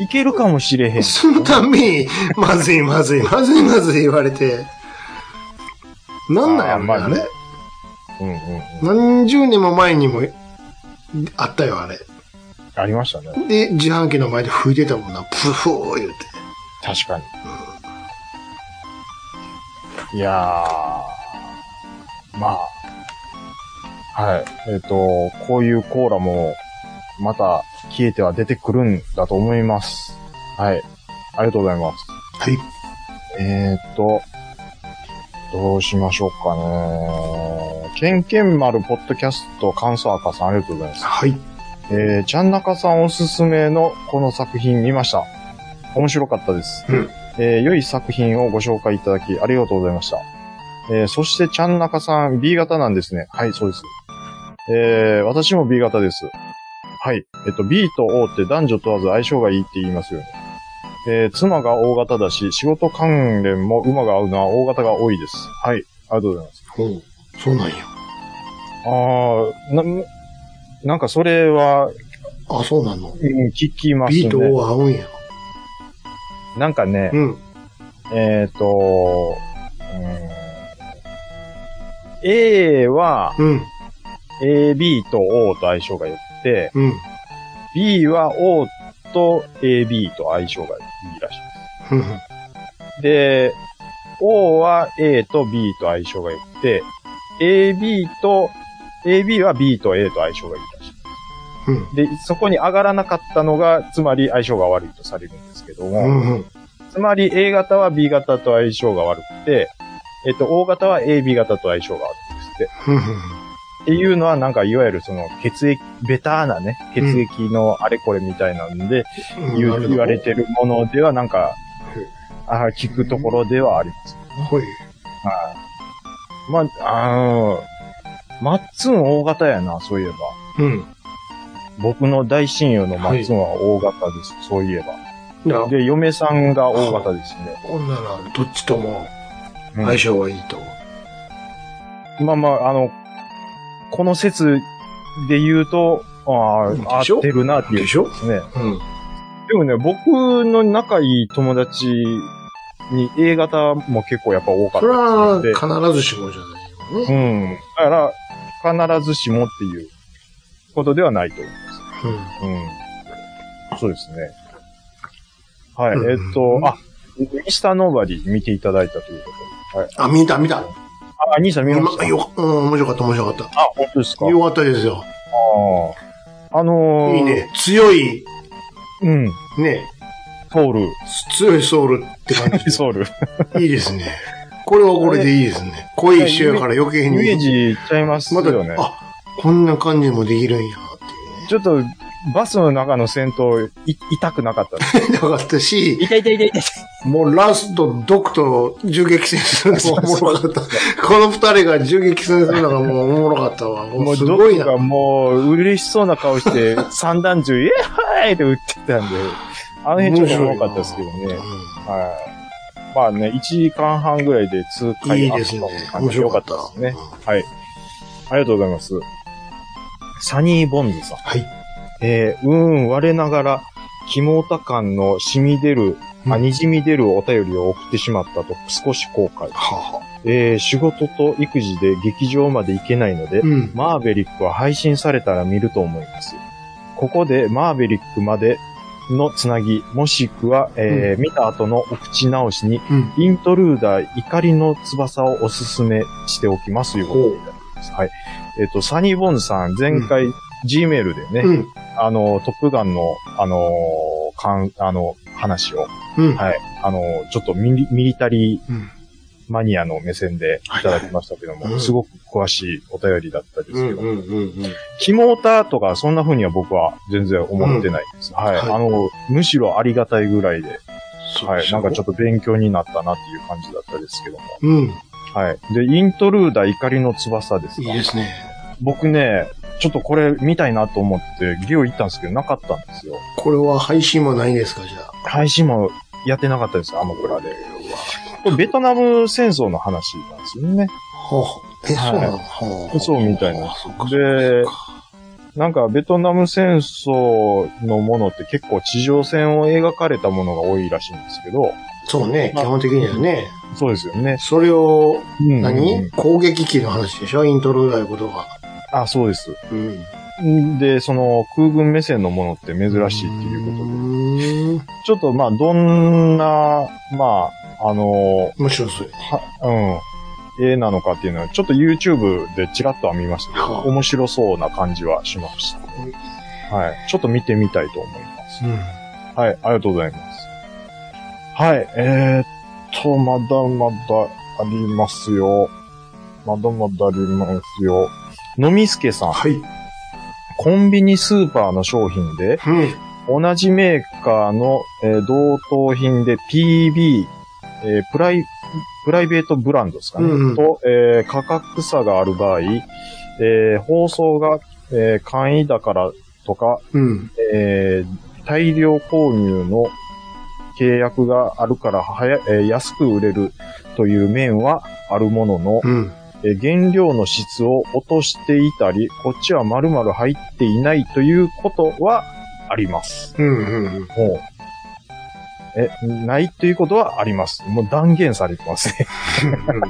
いけるかもしれへん。そのたんびに、まずいまずい、まずいまずい言われて。なんなんやろね、ああーまあれね。うんうんうん。何十年も前にもあったよ、あれ。ありましたね。で、自販機の前で吹いてたもんな、プフー言うて。確かに。いやー。まあ。はい。えっ、と、こういうコーラも、また消えては出てくるんだと思います。はい。ありがとうございます。はい。えーっと、どうしましょうかね。ケンケン丸ポッドキャスト感想赤さんありがとうございます。はい。えー、ちゃんなかさんおすすめのこの作品見ました。面白かったです。うんえー良い作品をご紹介いただきありがとうございました。えー、そしてちゃんなかさん B 型なんですね。はい、そうです。えー、私も B 型です。はい。えっと、B と O って男女問わず相性がいいって言いますよね。えー、妻が O 型だし、仕事関連も馬が合うのは O 型が多いです。はい。ありがとうございます。ほう。そうなんや。あー、な、なんかそれは、あ、そうなの。うん聞きますね。ビートを合うんや。なんかね、うん。えっ、と、うん A はうん。 AB と O と相性が良くて、うん。 B は O と AB と相性がいいらしいうん。です。で、O は A と B と相性が良くて、AB と、AB は B と A と相性がいいらしい。うん。で、そこに上がらなかったのが、つまり相性が悪いとされるんですけども、うん。うん。つまり A 型は B 型と相性が悪くて、えっと、O 型は AB 型と相性が悪いんですって。っていうのは、なんか、いわゆるその、血液、ベターなね、血液のあれこれみたいなんで、うん言う言われ。てるものでは、なんかうん、あー聞くところではあります。ほい。まあ、あーマッツン O 型やな、そういえば。うん。僕の大親友のマッツンは O 型です、そういえじゃあば。、で、嫁さんが O 型ですね。ほんなら、どっちともうん相性はいいと。まあまあ、あの、この説で言うと、あうんあ、でしょ合ってるなっていうでしょですね。うん。でもね、僕の仲いい友達に A 型も結構やっぱ多かっそれたは、ですね必ずしもじゃないよね。でうん。だから、必ずしもっていうことではないと思います。うん。うん。そうですね。はい、えっと、あ、イースターノーバディ見ていただいたということで。はい。あ、見た、見た。あ、兄さん見ました今よ、うん、面白かった、面白かっあ、本当ですかた。よかったですよ。あーあのー、いいね。強い、うん。ね、ソウル。強いソウルって感じソウ <laughs> ル。で。いいですね。これはこれでいいですね。濃い一緒やから余計イに。メージいっちゃいますまたよね、。あ、こんな感じもできるんや、っていうね。ちょっと、バスの中の戦闘、い、痛くなかったです。なかったし、痛い痛い痛い痛い。もうラスト、ドクと銃撃戦するのがおもろかった。この二人が銃撃戦するのがもうおもろかったわ。ももうう、すドごいクな。がもう、嬉しそうな顔 <laughs> して、散弾銃、イエーイって撃ってたんで、あの辺ちょっと重かったですけどね。はい。まあね、1時間半ぐらいで通うんい回いあっでたすのねも感面じ良白かかっったた。ですね。うんはい。ありがとうございます。サニーボンズさん。はい。えー、うーん、我ながら、肝タ感の染み出る、うあ、んにじみ出るお便りを送ってしまったと少し後悔。はあはあえー、仕事と育児で劇場まで行けないので、うん。マーベリックは配信されたら見ると思います。ここでマーベリックまでのつなぎ、もしくは、えー見た後のお口直しに、うん。イントルーダー怒りの翼をおすすめしておきますということでいただきます。はい。えっ、と、サニーボンズさん、前回、G メールでね、うん。あの、トップガンの、あのー、かん、あの、話を、うん。はいあのー、ちょっとミリミリタリーうんマニアの目線でいただきましたけども、はいはいうんすごく詳しいお便りだったですけど、うんうんうん。キモータとかそんな風には僕は全然思ってないです。はい、はいあの、むしろありがたいぐらいで、そうはい。なんかちょっっと勉強になったなっていう感じだったですけども。と。うん。はい。で、イントルーダー怒りの翼ですいかいですね。僕ね、ちょっとこれ見たいなと思って、ゲオ行ったんですけど、なかったんですよ。これは配信もないですか、じゃあ。配信もやってなかったです、アマプラで。はこれベトナム戦争の話なんですよね。あえ、はいそうなのはあそうみたいなそうかでそうかなんか、ベトナム戦争のものって結構地上戦を描かれたものが多いらしいんですけど、そうね、基本的にはね。そうですよね。それを、うん何攻撃機の話でしょイントロだいうことが。あ、そうです。うん。で、その空軍目線のものって珍しいっていうことで、うことちょっとまあ、どんな、まあ、あの、で。むしろそうよね。は、うん、絵なのかっていうのは、ちょっと YouTube でチラッとは見ましたけど、はあ面白そうな感じはしました。はい。ちょっと見てみたいと思います。うはい、ありがとうございます。はい、えー、っと、まだまだありますよ。まだまだありますよ。のみすけさんん。、はい。コンビニスーパーの商品で、うん。同じメーカーの、えー同等品で PB、えープライ、プライベートブランドですかね、うんうんと、えー価格差がある場合、えー包装が、えー簡易だからとか、うん。えー大量購入の契約があるから早、えー安く売れるという面はあるものの、うん。えー原料の質を落としていたり、こっちは丸々入っていないということはあります。うん。うん。もう。え、ないということはあります。もう断言されてますね。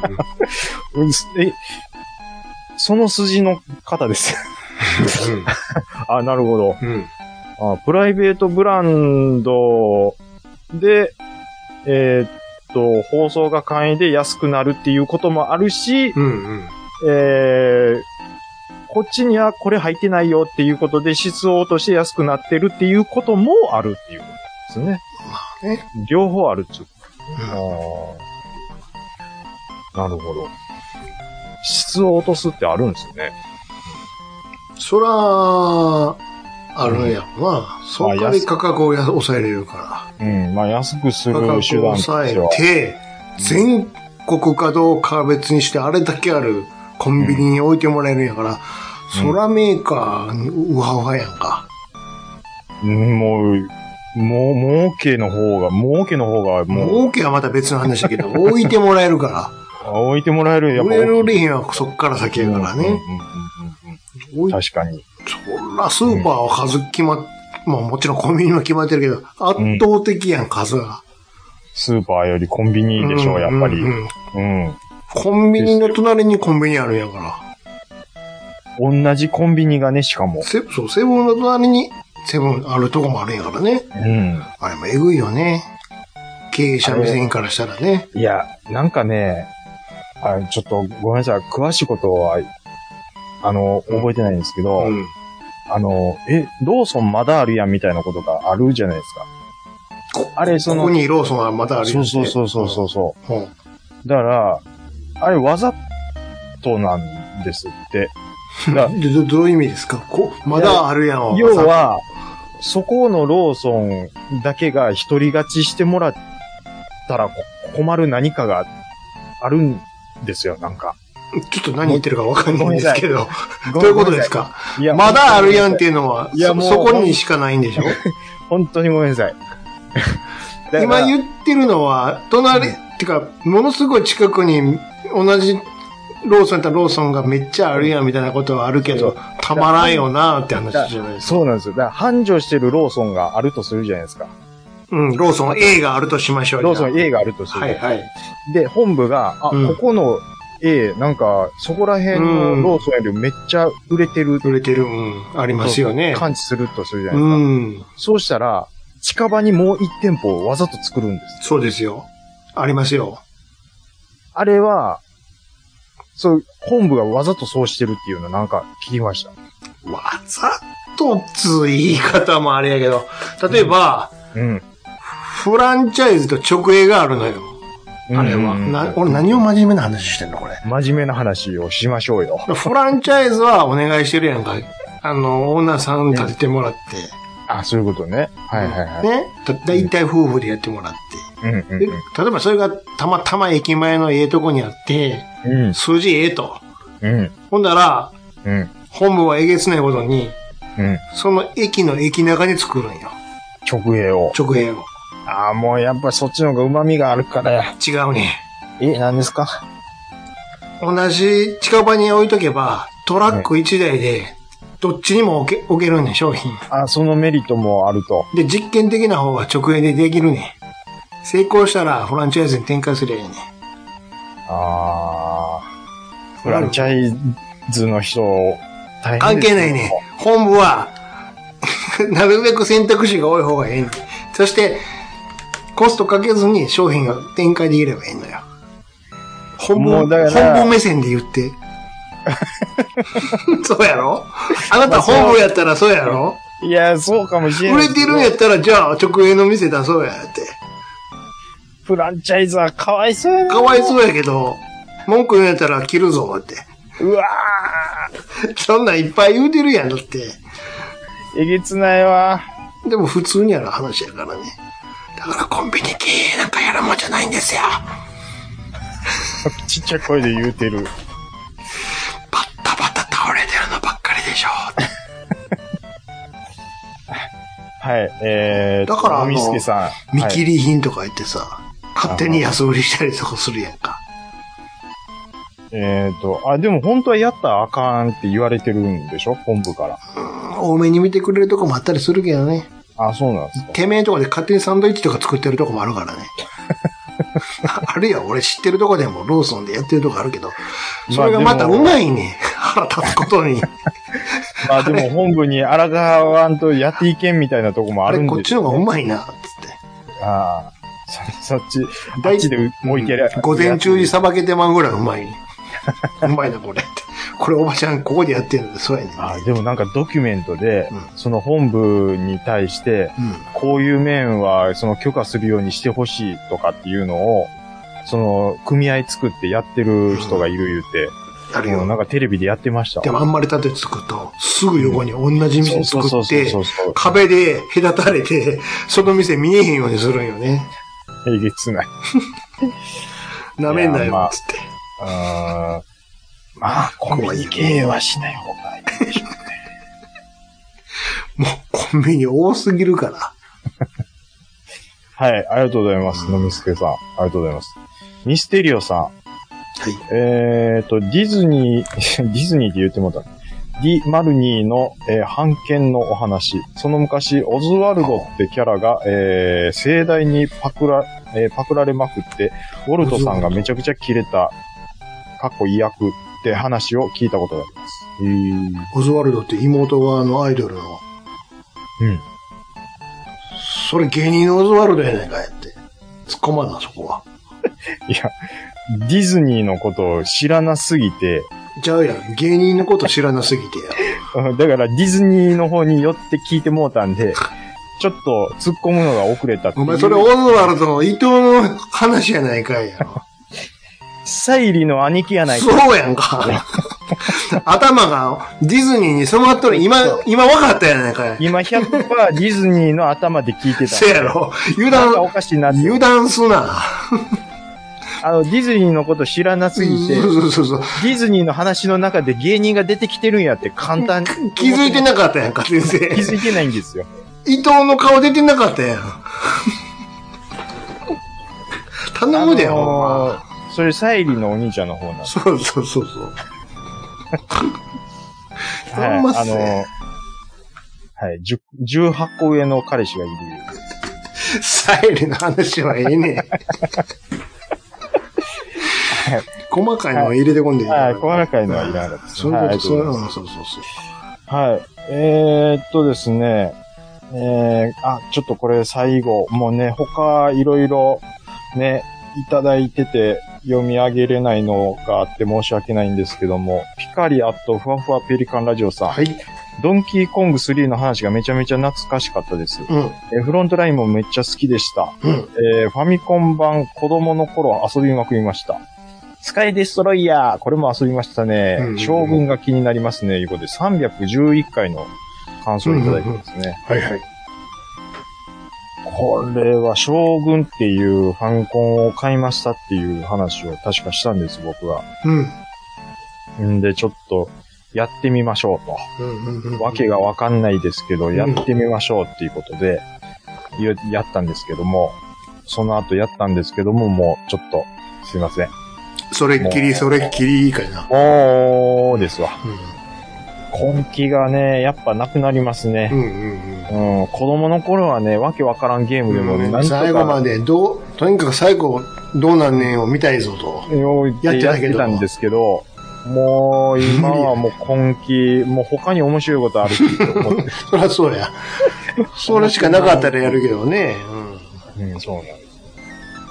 <laughs> うんえ、その筋の方です。 <laughs> あ、なるほど。うん。あプライベートブランドで、えーっと、放送が簡易で安くなるっていうこともあるし、うん。えーこっちにはこれ入ってないよっていうことで質を落として安くなってるっていうこともあるっていうことですね。ね両方あるっちゅう。うんなるほど。質を落とすってあるんですね。そら、あるやろな。その代わり価格をや抑えれるかうん。まあ安くすら。る価格を手段として抑えは。て、全国かどうかは別にして、あれだけあるコンビニに置いてもらえるんやから、うんそらメーカーにウハウハやんか。うんもう、もう、儲けの方が、儲けの方が、もう、儲けはまた別の話だけど、 <laughs> 置いてもらえるか置いてもらえる、ら。やっ売ぱれる大売きい。れへんはそっから先やからうんね。うんうんうんうん置い確かに。そらスーパーは数決まっ、まあもちろんコンビニは決まってるけど、圧倒的やん、数が。スーパーよりコンビニでしょう、やっぱり。ううんうんん。うんコンビニの隣にコンビニあるんやから。同じコンビニがね、しかも。セそう、セブンの隣にセブンあるとこもあるんやからね。うん。あれもえぐいよね。経営者目線からしたらね。いや、なんかね、あちょっとごめんなさい。詳しいことは、あの、覚えてないんですけど、うん。あの、え、ローソンまだあるやんみたいなことがあるじゃないですか。こあれそのここにローソンはまたあるそうそうそうそうう。そうそうんう。だから、あれわざとなんですって。だでどどういう意味ですかこまだあるやん。要は、そこのローソンだけが独り勝ちしてもらったらこ困る何かがあるんですよ、なんか。ちょっと何言ってるかわかんないんですけど。どどういうことですかいやまだあるやんっていうのは、いやそもうそこにしかないんでしょ本当にごめんな <laughs> さい。だから今言ってるのは、隣、うんてか、ものすごい近くに同じローソンやったらローソンがめっちゃあるやんみたいなことはあるけど、たまらんよなーって話じゃないですか。そうなんですよ。だから繁盛してるローソンがあるとするじゃないですか。うん、ローソン A があるとしましょう。ローソンじゃ A があるとすある。はいはい。で、本部が、あ、うんここの A、なんか、そこら辺のローソンよりめっちゃ売れてる。売れてる、うん、ありますよね。感知するとするじゃなういですか。ん、そうしたら、近場にもう一店舗をわざと作るんです。そうですよ。ありますよ。あれは、そう、本部がわざとそうしてるっていうのなんか聞きました。わざとつ言い方もあれやけど、例えば、うん。フランチャイズと直営があるのよ。あれは。うんな俺何を真面目な話してんのこれ。真面目な話をしましょうよ。フランチャイズはお願いしてるやんか。あの、オーナーさん立ててもらって。あ、そういうことね。はいはいはい。ね。だだいたい夫婦でやってもらって。うんうんで例えばそれがたまたま駅前のええとこにあって、うん。うん数字ええと。うん。ほんだら、うん。本部はえげつないことに、うん。その駅の駅中に作るんよ。直営を。直営を。ああ、もうやっぱそっちの方が旨味があるからや。違うね。え、何ですか同じ近場に置いとけば、トラック1台で、どっちにも置け置けるね、商品。あそのメリットもあると。で、実験的な方は直営でできるね。成功したらフランチャイズに展開すりゃいいね。ああ。フランチャイズの人、大変関です係ないね。本部は、 <laughs> なるべく選択肢が多い方がええね。そして、コストかけずに商品が展開できればいいのよ。本部、もうだから本部目線で <laughs> 言って。そうやろあなた本部やったらそうやろいや、そうかもしれ売ない。れてるんやったら、じゃあ直営の店出そうやって。フランチャイズはかわいそうやな。かわいそうやけど、文句言うんやったら切るぞって。 <laughs> うわそんなんいっぱい言うてるやん、だって。ーえげつないわ。でも普通にある話やからね。だからコンビニ経営なんかやるもんじゃないんですよ。ちっちゃい声で言うてる。バッタバタ倒れてるのばっかりでしょ。 <laughs> はい。えー、だからあのみすけさん。見はい切り品とか言ってさ、勝手に安売りしたりとかするやんか。えっ、と、あ、でも本当はやったらあかんって言われてるんでしょ本部から。多めに見てくれるとこもあったりするけどね。あ、そうなんですか。てめえとかで勝手にサンドイッチとか作ってるとこもあるか <laughs> らね。ああるいは俺知ってるとこでもローソンでやってるとこあるけど、それがまたうまいね。腹立つことに。まあでも本部に荒川んとやっていけんみたいなとこもああるれんで。こっちの方がうまいな、つって。ああ。そそっち、あ大っちで置いてる。午前中にさ。さばけてまうぐらいうまい。うまいな、これって。これおばちゃん、ここでやってんのそうやねん。あでもなんかドキュメントで、うんその本部に対して、うこういう面はその許可するようにしてほしいとかっていうのを、その組合作ってやってる人がいる言うん。あて、るもうなよ。んかテレビでやってましたわ。でもあんまり立てつくと、すぐ横に同じそ店うそう作そうっそうてそ、うそう。壁で隔たれて、その店見えへんようにするんよね。えげつない。なめんないやまよあ、つって。うーんまあ、コミュニ経営はしない方がいいでしょうね。もうコンビニ多すぎるから。はい、ありがとうございます。のみすけさん、ありがとうございます。ミステリオさん。はいえっ、と、ディズニー、 <laughs> ディズニーって言ってもうた。ディ・マルニーの、えー、版権のお話。その昔、オズワルドってキャラが、えー、盛大にパクら、えーパクられまくって、ウォルトさんがめちゃくちゃキレた、かっこいい役って話を聞いたことがあります。えーオズワルドって妹があのアイドルのうん。それ芸人のオズワルドやないかいって。突っ込まな、そこは。いや、ディズニーのことを知らなすぎて、 <laughs> ちゃうやん。芸人のこと知らなすぎてや。うんだからディズニーの方に寄って聞いてもうたんで、ちょっと突っ込むのが遅れたっていおう前それオズワルドの伊藤の話やないかいや。サイリの兄貴やないか。そうやん <laughs> か。頭がディズニーに染まっとる。今、今分かったやないかい。今100%ディズニーの頭で聞いてた。せやろ。油なんかお断、かしいなって。油断すな。あの、ディズニーのこと知らなすぎて、デそうそうそう。ィズニーの話の中で芸人が出てきてるんやって簡単に。気づいてなかったやんか、<laughs> 先生。気づいてないんですよ。伊藤の顔出てなかったやん。 <laughs> 頼むでよ、あのーほんま。それサイリのお兄ちゃんの方なんです。そうそうそうそう。はい。ほんまっすあのーねはい。じゅ18個上の彼氏がいる。サイレの話はええ <laughs> ねん。細かいのは入れてこんでいい。はい。細かいのはいらなかったです。そういうはこあと、りがとござそうういういますの、そうそうそう。はい。えー、っとですね。えー、あ、ちょっとこれ最後。もうね、他いろいろね、いただいてて読み上げれないのがあって申し訳ないんですけども、ピカリアットふわふわペリカンラジオさん、はい。ドンキーコング3の話がめちゃめちゃ懐かしかったです。うえーフロントラインもめっちゃ好きでした。ん。うん。えーファミコン版子供の頃遊びまくりました。スカイデストロイヤーこれも遊びましたね。うん将軍が気になりますね。いうことで311回の感想をいただいてますね。はいはい。これは将軍っていうファミコンを買いましたっていう話を確かしたんです、僕は。うん。んで、ちょっとやってみましょうと。うんうんうん。わけがわかんないですけど、やってみましょうっていうことで、ややったんですけども、その後やったんですけども、もうちょっと、すいません。それっきり、それっきりいいかいな。おーですわ。う根気がね、やっぱなくなりますね。ん。うんうんうん、子供の頃はね、わけわからんゲームでも、うなんん。とか最後まで、どう、とにかく最後、どうなんねんを見たいぞと。ようやってややっってたけどてたんですけど、もう今はもう根気、もう他に面白いことあるって思って、 <laughs> そりゃそうや。それしかなかったらやるけどね。 <laughs> うん、そうなんです。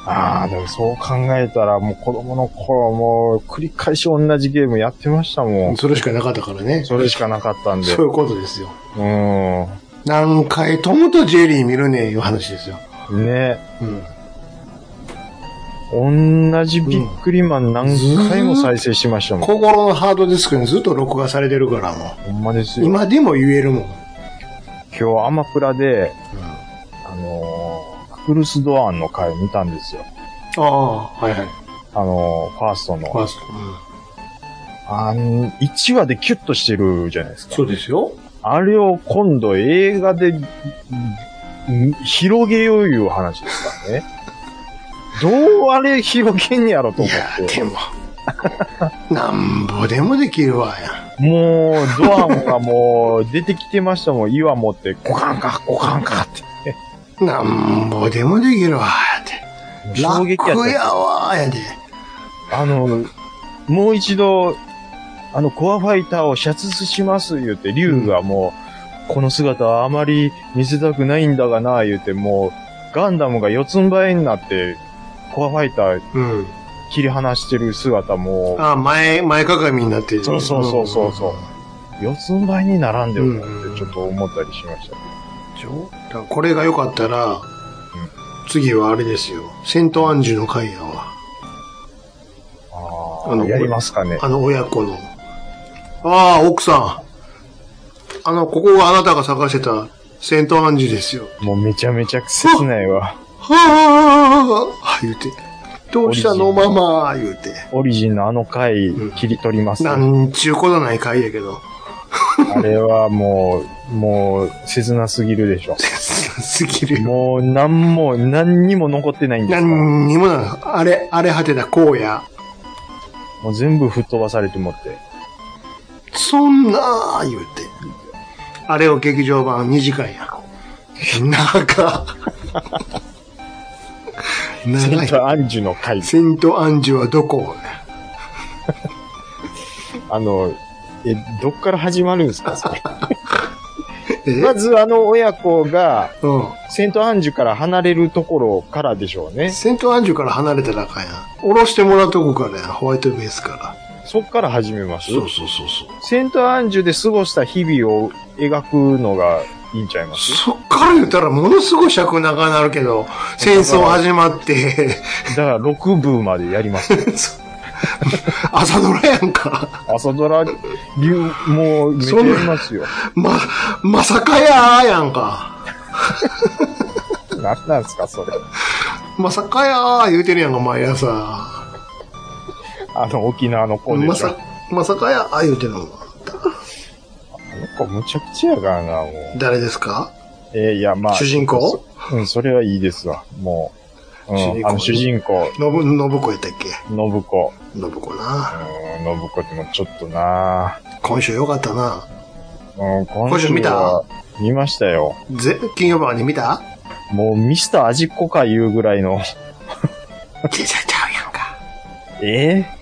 ああ、でもそう考えたら、もう子供の頃はもう繰り返し同じゲームやってましたうもん。ん。それしかなかったからね。それしかなかったんで。そういうことですよ。う何回トムとジェリー見るねんいう話ですよ。ん。ね。うん。同じビックリマン何回も再生しましたもん。心のハードディスクにずっと録画されてるからもほんまですう。よ。今でも言えるもん。今日アマプラで、あのー、クルスドアンの回見たんですよ。ああ、はいはい。あのー、ファーストまの。あ、うん、あん、1話でキュッとしてるじゃないですか。そうですよ。あれを今度映画で、うん広げよういう話ですからね。どうあれ広げんやろとい思や、って。でも。なんぼでもできるわや。もう、ドアンがもう出てきてましたもん。岩持って、コカンか、コカンかって。なんぼでもできるわって。衝撃やっ楽た。やわやで。あの、もう一度、あの、コアファイターを射出します、言うて、竜がもう、この姿はあまり見せたくないんだがな、言うて、もう、ガンダムが四つん這いになって、コアファイターうん。切り離してる姿も、ああ、前、前かがみになってる。そうそうそうそうそう四つん這いに並んでるなうんって、ちょっと思ったりしましたけでしょだからこれが良かったら、次はあれですよ。セントアンジュの会やわ。ど。ああのあ、やりますかね。あの親子の。ああ、奥さん。あの、ここがあなたが探してたセントアンジュですよ。もうめちゃめちゃ切ないわ。はあ、言うて。どうしたのママ、言うて。オリジンのあの回うん、切り取ります。なんちゅうことない会やけど。 <laughs> あれはもう、もう、切なすぎるでしょ。すぎるよ。もう、なんも、何にも残ってないんですから。もなんにもなの。あれ、あれ果てた荒野。う全部吹っ飛ばされてもって。そんな、言うて。あれを劇場版2時間や。長。セ長ンい。トアンジュの回、セントアンジュはどこあの、え、どっから始まるんですかそれえまずあの親子が、うセントアンジュから離れるところからでしょうねん。。セントアンジュから離れたらあかんやん。下ろしてもらうとこからやん。ホワイトベースから。そっから始めます。そうそうそうそう。セントアンジュで過ごした日々を描くのがいいんちゃいますそっから言ったらものすごい尺長くなるけど、戦争始まって、だ <laughs> から6部までやります。そう朝ドラやんか。朝ドラ、流、もうめっちゃやりますよ。ま、まさかやーやんか。なんなんすか、それ。まさかやー言うてるやんか、毎朝。あの、沖縄の子でましょ。さ、まさかやー言うてるの。あの子むちゃくちゃやからな、もう。誰ですかえーいや、まあ。主人公そうん、それはいいですわ、もう。うん主人、公あの主人公、のぶ、のぶこやったっけ信子。のぶこうな。ん、信子ってもちょっとな今週よかったな。うん、今今週見たは見ましたよ。ぜ、金曜日に見たもうミスター味っ子か言うぐらいの。 <laughs> 出ちゃちゃうやんか。えー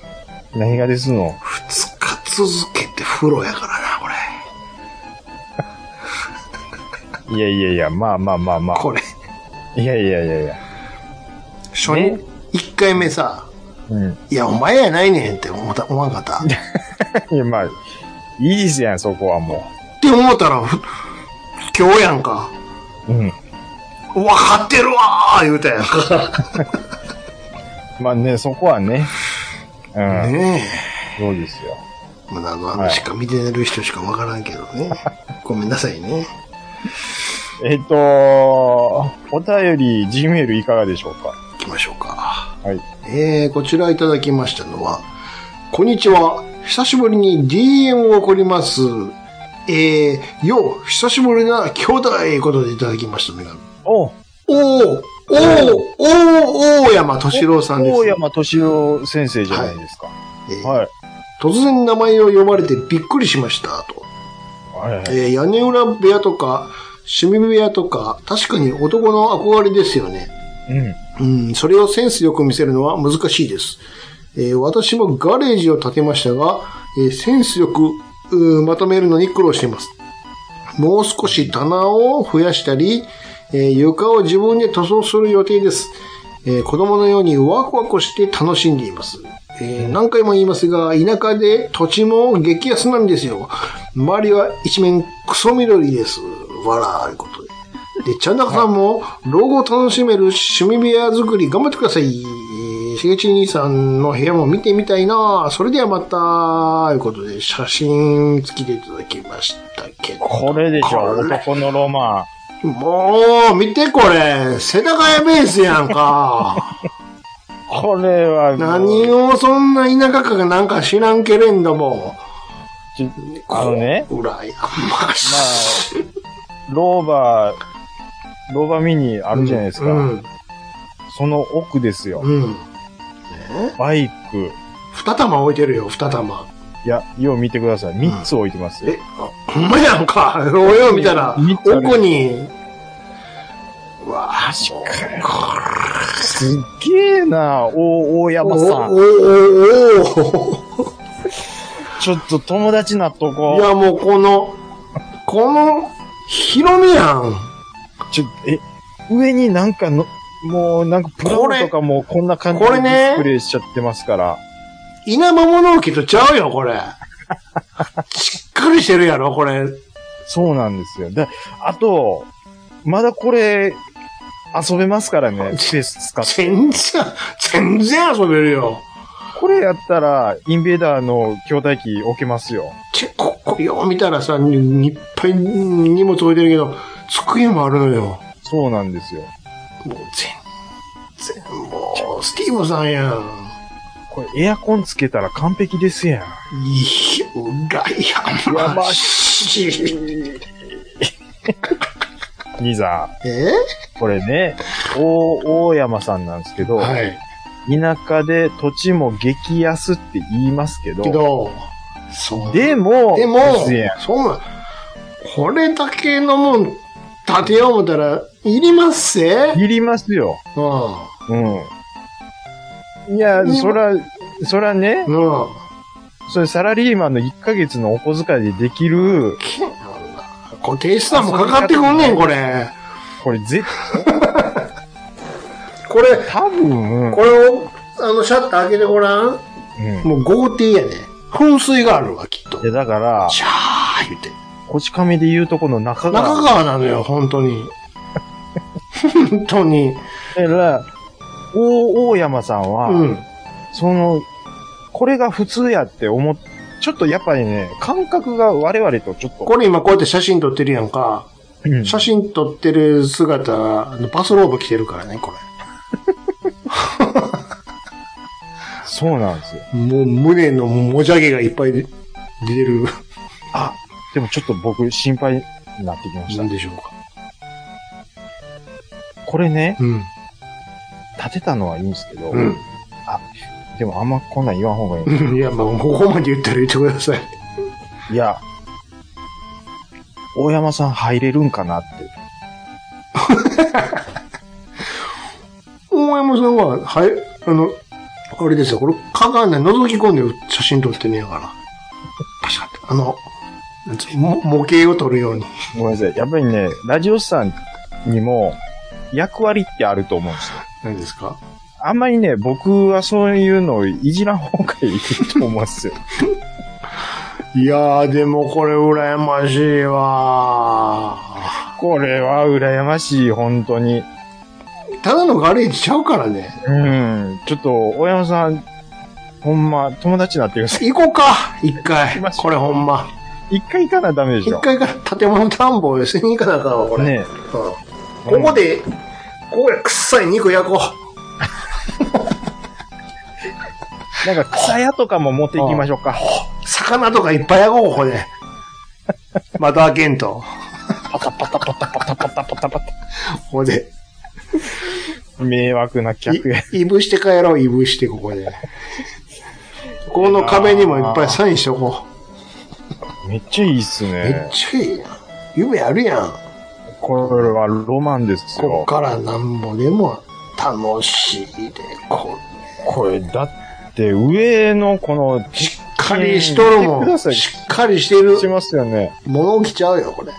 何がですの二日続けて風呂やからな、これ。いやいやいや、まあまあまあまこれ。あ。いやいやいやいや。初ね日、一回目さ、うん。 <laughs> いや、お前やないねんって思った、思わんかった。っいや、まあ、いいですやん、そこはもて思ったら、ふ今日やんか。う。うん。わかってるわー言うたやんか。まあね、そこはね。うん。ねそうですよ。え。まあ、あの話しか見てる人しかわからんけど <laughs> ね。ごめんなさいね。えっ、とお便り、G メールいかがでしょうか行きましょうか。はい。えー、こちらいただきましたのは、こんにちは。久しぶりに DM を送ります。えー、よう、久しぶりな兄弟ということでいただきました、女神。おおー、おー、おー、大山敏郎さんです。大山敏郎先生じゃないですか。えーはい。突然名前を呼ばれてびっくりしました、と。はいはいえー屋根裏部屋とか、趣味部屋とか、確かに男の憧れですよね。うん。うん、それをセンスよく見せるのは難しいです。えー私もガレージを建てましたが、えーセンスよくうーまとめるのに苦労しています。もう少し棚を増やしたり、えー床を自分で塗装する予定です。えー子供のようにワクワクして楽しんでいます。えー何回も言いますが、田舎で土地も激安なんですよ。周りは一面クソ緑です。わらーいうことで。で、ちゃんなかさんも、老後を楽しめる趣味部屋作り頑張ってください。しげち兄さんの部屋も見てみたいなそれではまた、ということで、写真付きでいただきましたけど。これでしょ、これ男のロマン。もう、見てこれ、世田谷ベースや <laughs> んか。これは、何をそんな田舎かなんか知らんけれんども。ちあのね、うらやまましい。あ、ローバー、ローバーミニあるじゃないですか。うん。その奥ですよ。うん。ねバイク。二玉置いてるよ、二玉。いや、よう見てください。3つ置いてますよ。え、あほんまやんか。俺を見たら見、たね奥に。うわあ、すっげえな、お大お山おさん。おおちょっと友達なっとお。いこや、もうこの、この、広めやん。う。ちょ、え、上になんかの、もうなんかプラこモれとかもうこんな感じでこれねディスプレイしちゃってますから。稲葉物置とちゃうよ、こ <laughs> れ。しっかりしてるやろ、これ。そうなんですよ。で、あと、まだこれ、遊べますからね、スペース使って。全然、全然遊べるよ。これやったら、インベーダーの筐体機置けますよ。ちここよう見たらさ、ににいっぱい荷物置いてるけど、机もあるのよ。そうなんですよ。もう全然、もう、スティーブさんやん。これエアコンつけたら完璧ですやん。いや、羨ましい。兄さえん、これね、大、大山さんなんですけど、はい。田舎で土地も激安って言いますけど、けど、そう。ででも、もすやん、そうなん。これだけのもん、建てよう思ったら、いりますせうん。いりますよ。うん。いや、ねそら、そらね、うん。それサラリーマンの1ヶ月のお小遣いでできる、けんな固定資産もかかってくんねん、これ。これ絶これ、多分、うんこれを、あの、シャッター開けてごらん。もう豪邸やね。噴水があるわ、きっとい。や、だから、シャー言って。こち亀で言うとこの中川。中川なのよ、本当に。本当に。だから、大、大山さんは、うん。その、これが普通やって思っ、ちょっとやっぱりね、感覚が我々とちょっと、これ今こうやって写真撮ってるやんか。うん写真撮ってる姿、あのバスローブ着てるからね、こそうなんですよ。れ。もう胸のもじゃげがいっぱい出てる。あ、でもちょっと僕心配になってきました。なんでしょうか。これね、うん。立てたのはいいんですけど、うん。でもあんまこんなん言わん方がいい。うんいや、まあ、ここまで言ったら言ってください。いや、大山さん入れるんかなって。大山さんは、はい、あの、あれですよ、これ、かがね、覗き込んで写真撮ってねえから。パシャって、あの、なんつうも模型を撮るように。ごめんなさい。やっぱりね、ラジオさんにも役割ってあると思うんですよ。何ですかあんまりね、僕はそういうのをいじらん方がいいと思うんですよ。 <laughs> いやー、でもこれ羨ましいわこれは羨ましい、本当に。ーただのガレージちゃうからね。うん。ちょっと、大山さん、ほんま、友達になってください。行こうか、一回きましょ。うこれほんま。一回行かなダメでし一ょ。回から建物探訪ですに行かなあかんわ、これ。ねうん、ここで、ここで臭い肉焼こう。なんか草屋とかも持っていきましょうか。魚とかいっぱい焼こう、ここで。 <laughs> 窓開けんと。パタパタパタパタパタパタパタ。ここで。迷惑な客や。い、いぶして帰ろう、いぶして、ここで。この壁にもいっぱいサインしとこめっちゃいいっすう。めっね。ちゃいいやん。夢あるやん。これはロマンですこっよ。からなんぼでも楽しいで、ここれ、だって上のこの、う。しっかりしとるも見てくだん。さいしっかりしてるし。ますよね。物置きちゃうよ、これ。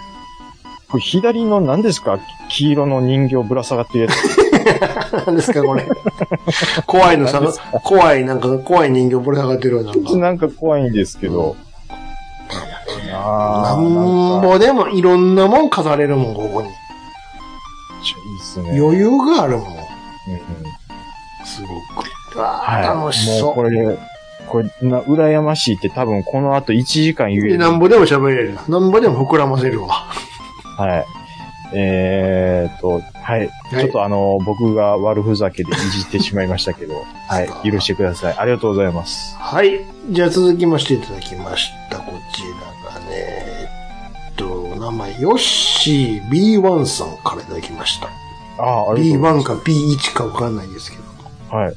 これ左の何ですか黄色の人形ぶら下がってるやつ。何ですか、<laughs> これ。怖いのさ、怖い、なんか、怖い人形ぶら下がってるよ、なんちょっとか。なんか怖いんですけど。なあんめっぼでもいろんなもん飾れるもん、ここに。ちゃいいっすね。余裕があるもん。うんうんすごく。うわーは楽い。しもうこそれ、これ、な、羨ましいって多分この後1時間言う。えで、る。なんぼでも喋れる。なんぼでも膨らませるわ。はい。えーっと、はい。はいちょっとあの、僕が悪ふざけでいじってしまいましたけど、はい。許してください。ありがとうございます。はい。じゃあ続きましていただきました。こちらがね、えっと、名前、ヨッシー B1 さんからいただきました。ああ、ありがとう B1 か B1 かわかんないですけど。はい。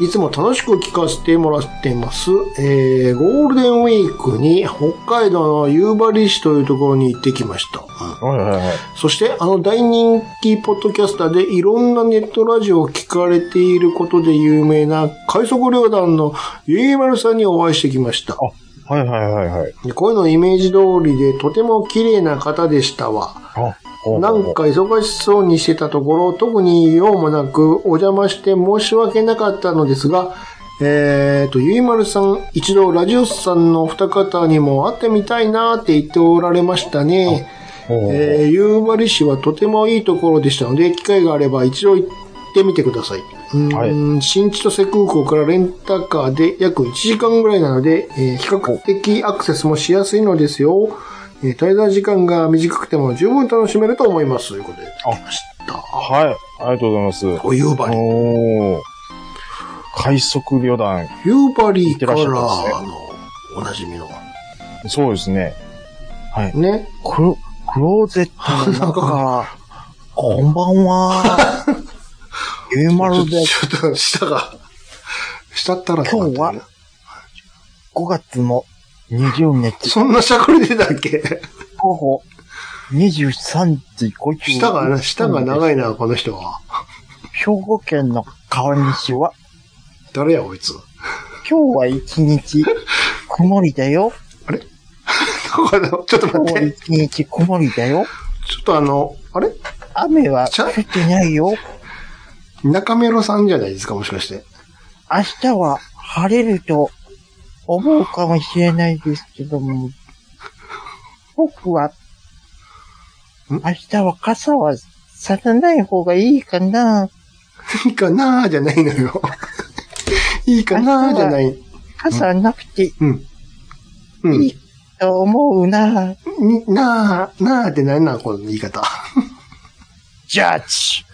いつも楽しく聞かせてもらってます。えー、ゴールデンウィークに北海道の夕張市というところに行ってきました。うはんいはいはい。そして、あの大人気ポッドキャスターでいろんなネットラジオを聞かれていることで有名な快速旅団のゆいまるさんにお会いしてきました。はいはいはいはい。声のイメージ通りでとても綺麗な方でしたわ。あ、ほうほうほうなんか忙しそうにしてたところ、特に用もなくお邪魔して申し訳なかったのですが、えーと、ゆいまるさん、一度ラジオスさんのお二方にも会ってみたいなって言っておられましたね。ほうほうえー、夕張市はとてもいいところでしたので、機会があれば一度行ってみてください。うーん新千歳空港からレンタカーで約1時間ぐらいなので、えー比較的アクセスもしやすいのですよ。えー滞在時間が短くても十分楽しめると思います。ということで、あ来ました。はい。ありがとうございます。お夕張。おー。快速旅団。夕張てかららっしゃったんですねの、おなじみの。そうですね。はい。ね。クロ、クローゼットの <laughs> 中、こんばん <laughs> は。ゆうまちょるちょです。っと、下が、下ったらなかったな今日は5月の20日、そんなしゃくり出たっけ午後23時5時。舌が、舌が長いな、この人は。兵庫県の川西は、誰や、こいつ。 <laughs> 今日は一日、曇りだよ。あれあのちょっと待って。一日曇りだよ。ちょっとあの、あれ雨はちゃ降ってないよ。中メロさんじゃないですか、もしかして。明日は晴れると思うかもしれないですけども、僕は、明日は傘はさらない方がいいかな。いいかなーじゃないの <laughs> よ。いいかなーじゃない。傘なくていうん。ういん。と思うな。になー、なーって何なのこの言い方。ジャッジ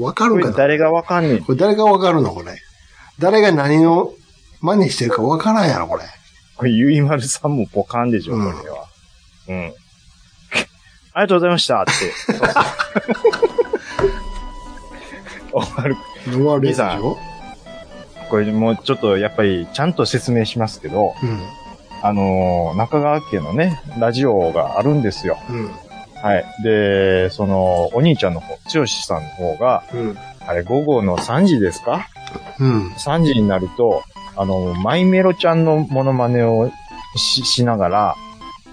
わかるかなこれがわかんねえ。誰がわかるのこれ。誰が何の真似してるかわからんやろ、これ。これ、ゆいまるさんもポカンでしょ、こうれんは。うん。 <laughs> ありがとうございました <laughs> って。終わる終わるやつでしいょこれもうちょっとやっぱりちゃんと説明しますけど、あのー中川家のね、ラジオがあるんですよ。うん。うん。はい。で、その、お兄ちゃんの方、剛さんの方が、うん。あれ、午後の3時ですかうん。 ?3 時になると、あの、マイメロちゃんのモノマネをししながら、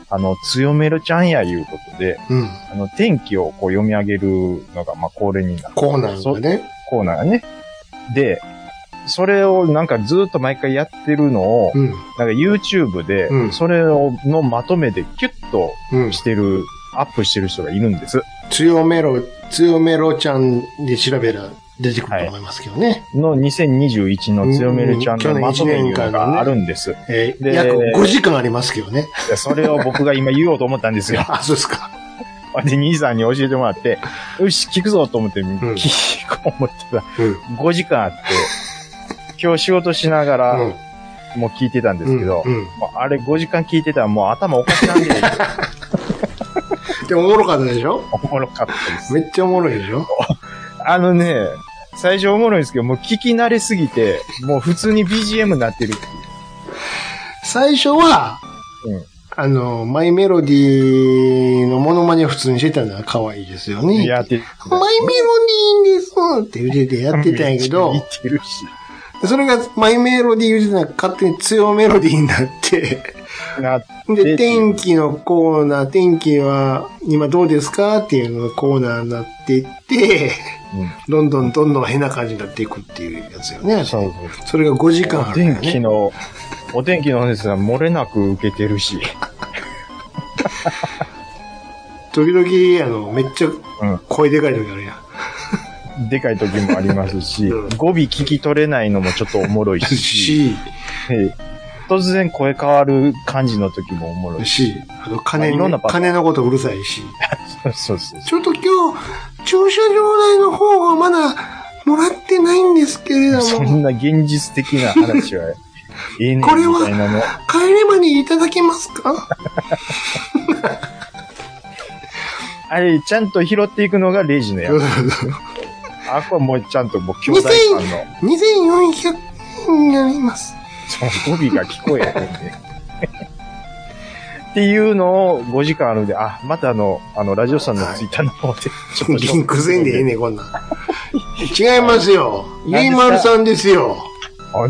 あの、強メロちゃんやいうことで、うん。あの、天気をこう読み上げるのが、まあ、恒例になる。こうなんだね。コーナーがね。で、それをなんかずっと毎回やってるのを、うん。なんか YouTube でう、んそれをのまとめでキュッとうん。してる、アップしてる人がいるんです。強めろ、強めろちゃんで調べれば出てくると思いますけどね。の2021の強めるちゃんのまとめいうのがあるんです。えーで約5時間ありますけどね。でそれを僕が今言おうと思ったんですよ。 <laughs> あ、そうですか。で、兄さんに教えてもらって、よし、聞くぞと思って、ん聞こう思ってたら、うん。 5時間あ <laughs> って、今日仕事しながら、うんもう聞いてたんですけど、うん。もうあれ5時間聞いてたらもう頭おかしなんで、でもおもろかったでしょおもろかったです。めっちゃおもろいでしょあのね、最初おもろいんですけど、もう聞き慣れすぎて、もう普通に BGM になってるっていう。最初は、うんあの、マイメロディーのモノマネを普通にしてたのは可愛いですよね。やってる。マイメロディーですって言っててやってたんやけどめっ、ちゃ似てるし。それがマイメロディー言ってたら勝手に強メロディーになって、なで、で天気のコーナー、天気は今どうですかっていうのがコーナーになっていって、どんどんどんどん変な感じになっていくっていうやつよね。そうそうそれが5時間あおるん天だ気ね。の、お天気のですが、漏れなく受けてるし。時々、あの、めっちゃうん声でかい時あるやん。でかい時もありますし、うん語尾聞き取れないのもちょっとおもろいし、し、ええ突然声変わる感じの時もおもろいし。し、あと金いろんなの、パター金のことうるさいし。そうそうそう。ちょっと今日、駐車場代の方がまだもらってないんですけれどそも、んな現実的な話は、ええねんみこれはたいなの。帰ればにいただけますかあれ、ちゃんと拾っていくのがレジの <laughs> やつ。あ、これもうちゃんともう兄弟間の、 ?2400 円になります。その語尾が聞こえへんで。っていうのを5時間あるんで、あ、またあの、あの、ラジオさんのツイッターの方で、ちょっと。 <laughs> リンクせんでええねん、こん <laughs> なん。違いますよ。ゆいまるさんですよ。あ、だ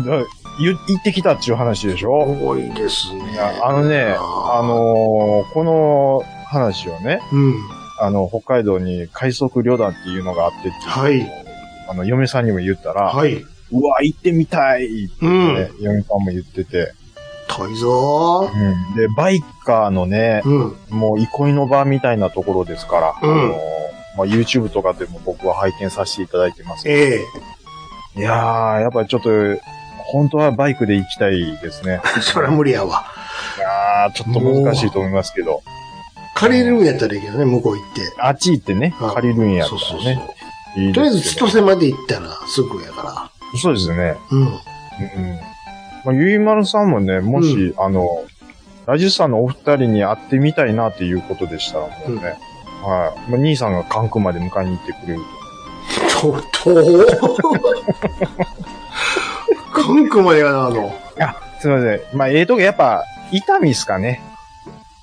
言行ってきたっていう話でしょ、多いですね。いや、あのね、あのーこの話をね、うん。あの、北海道に快速旅団っていうのがあってって、はい。あの、嫁さんにも言ったら、はい。うわ、行ってみたいって、うねん。嫁さんも言ってて、遠いぞー。で、バイカーのね、うん。もう憩いの場みたいなところですから、うんあのーまあ、YouTube とかでも僕は拝見させていただいてます。ええ。いやー、やっぱりちょっと、本当はバイクで行きたいです <laughs> ね。 <laughs> そりゃ無理やわ。いやー、ちょっと難しいと思いますけど。借りるんやったらいいけどね、向こう行って。あっち行ってね、うん借りるんやったそうそうらそうね。。いいとでりあえずす千けど歳まで行ったらすぐやかそうですね。ら。うん。うん。まあ、ゆいまるさんもね、もし、あの、ラジオさんのお二人に会ってみたいなっていうことでしたらもうね、はい。まあ、兄さんが関空まで迎えに行ってくれると、 <laughs> と、関空までやな、あの。と。あ、すいません。まあ、ええとこやっぱ、伊丹っすかね。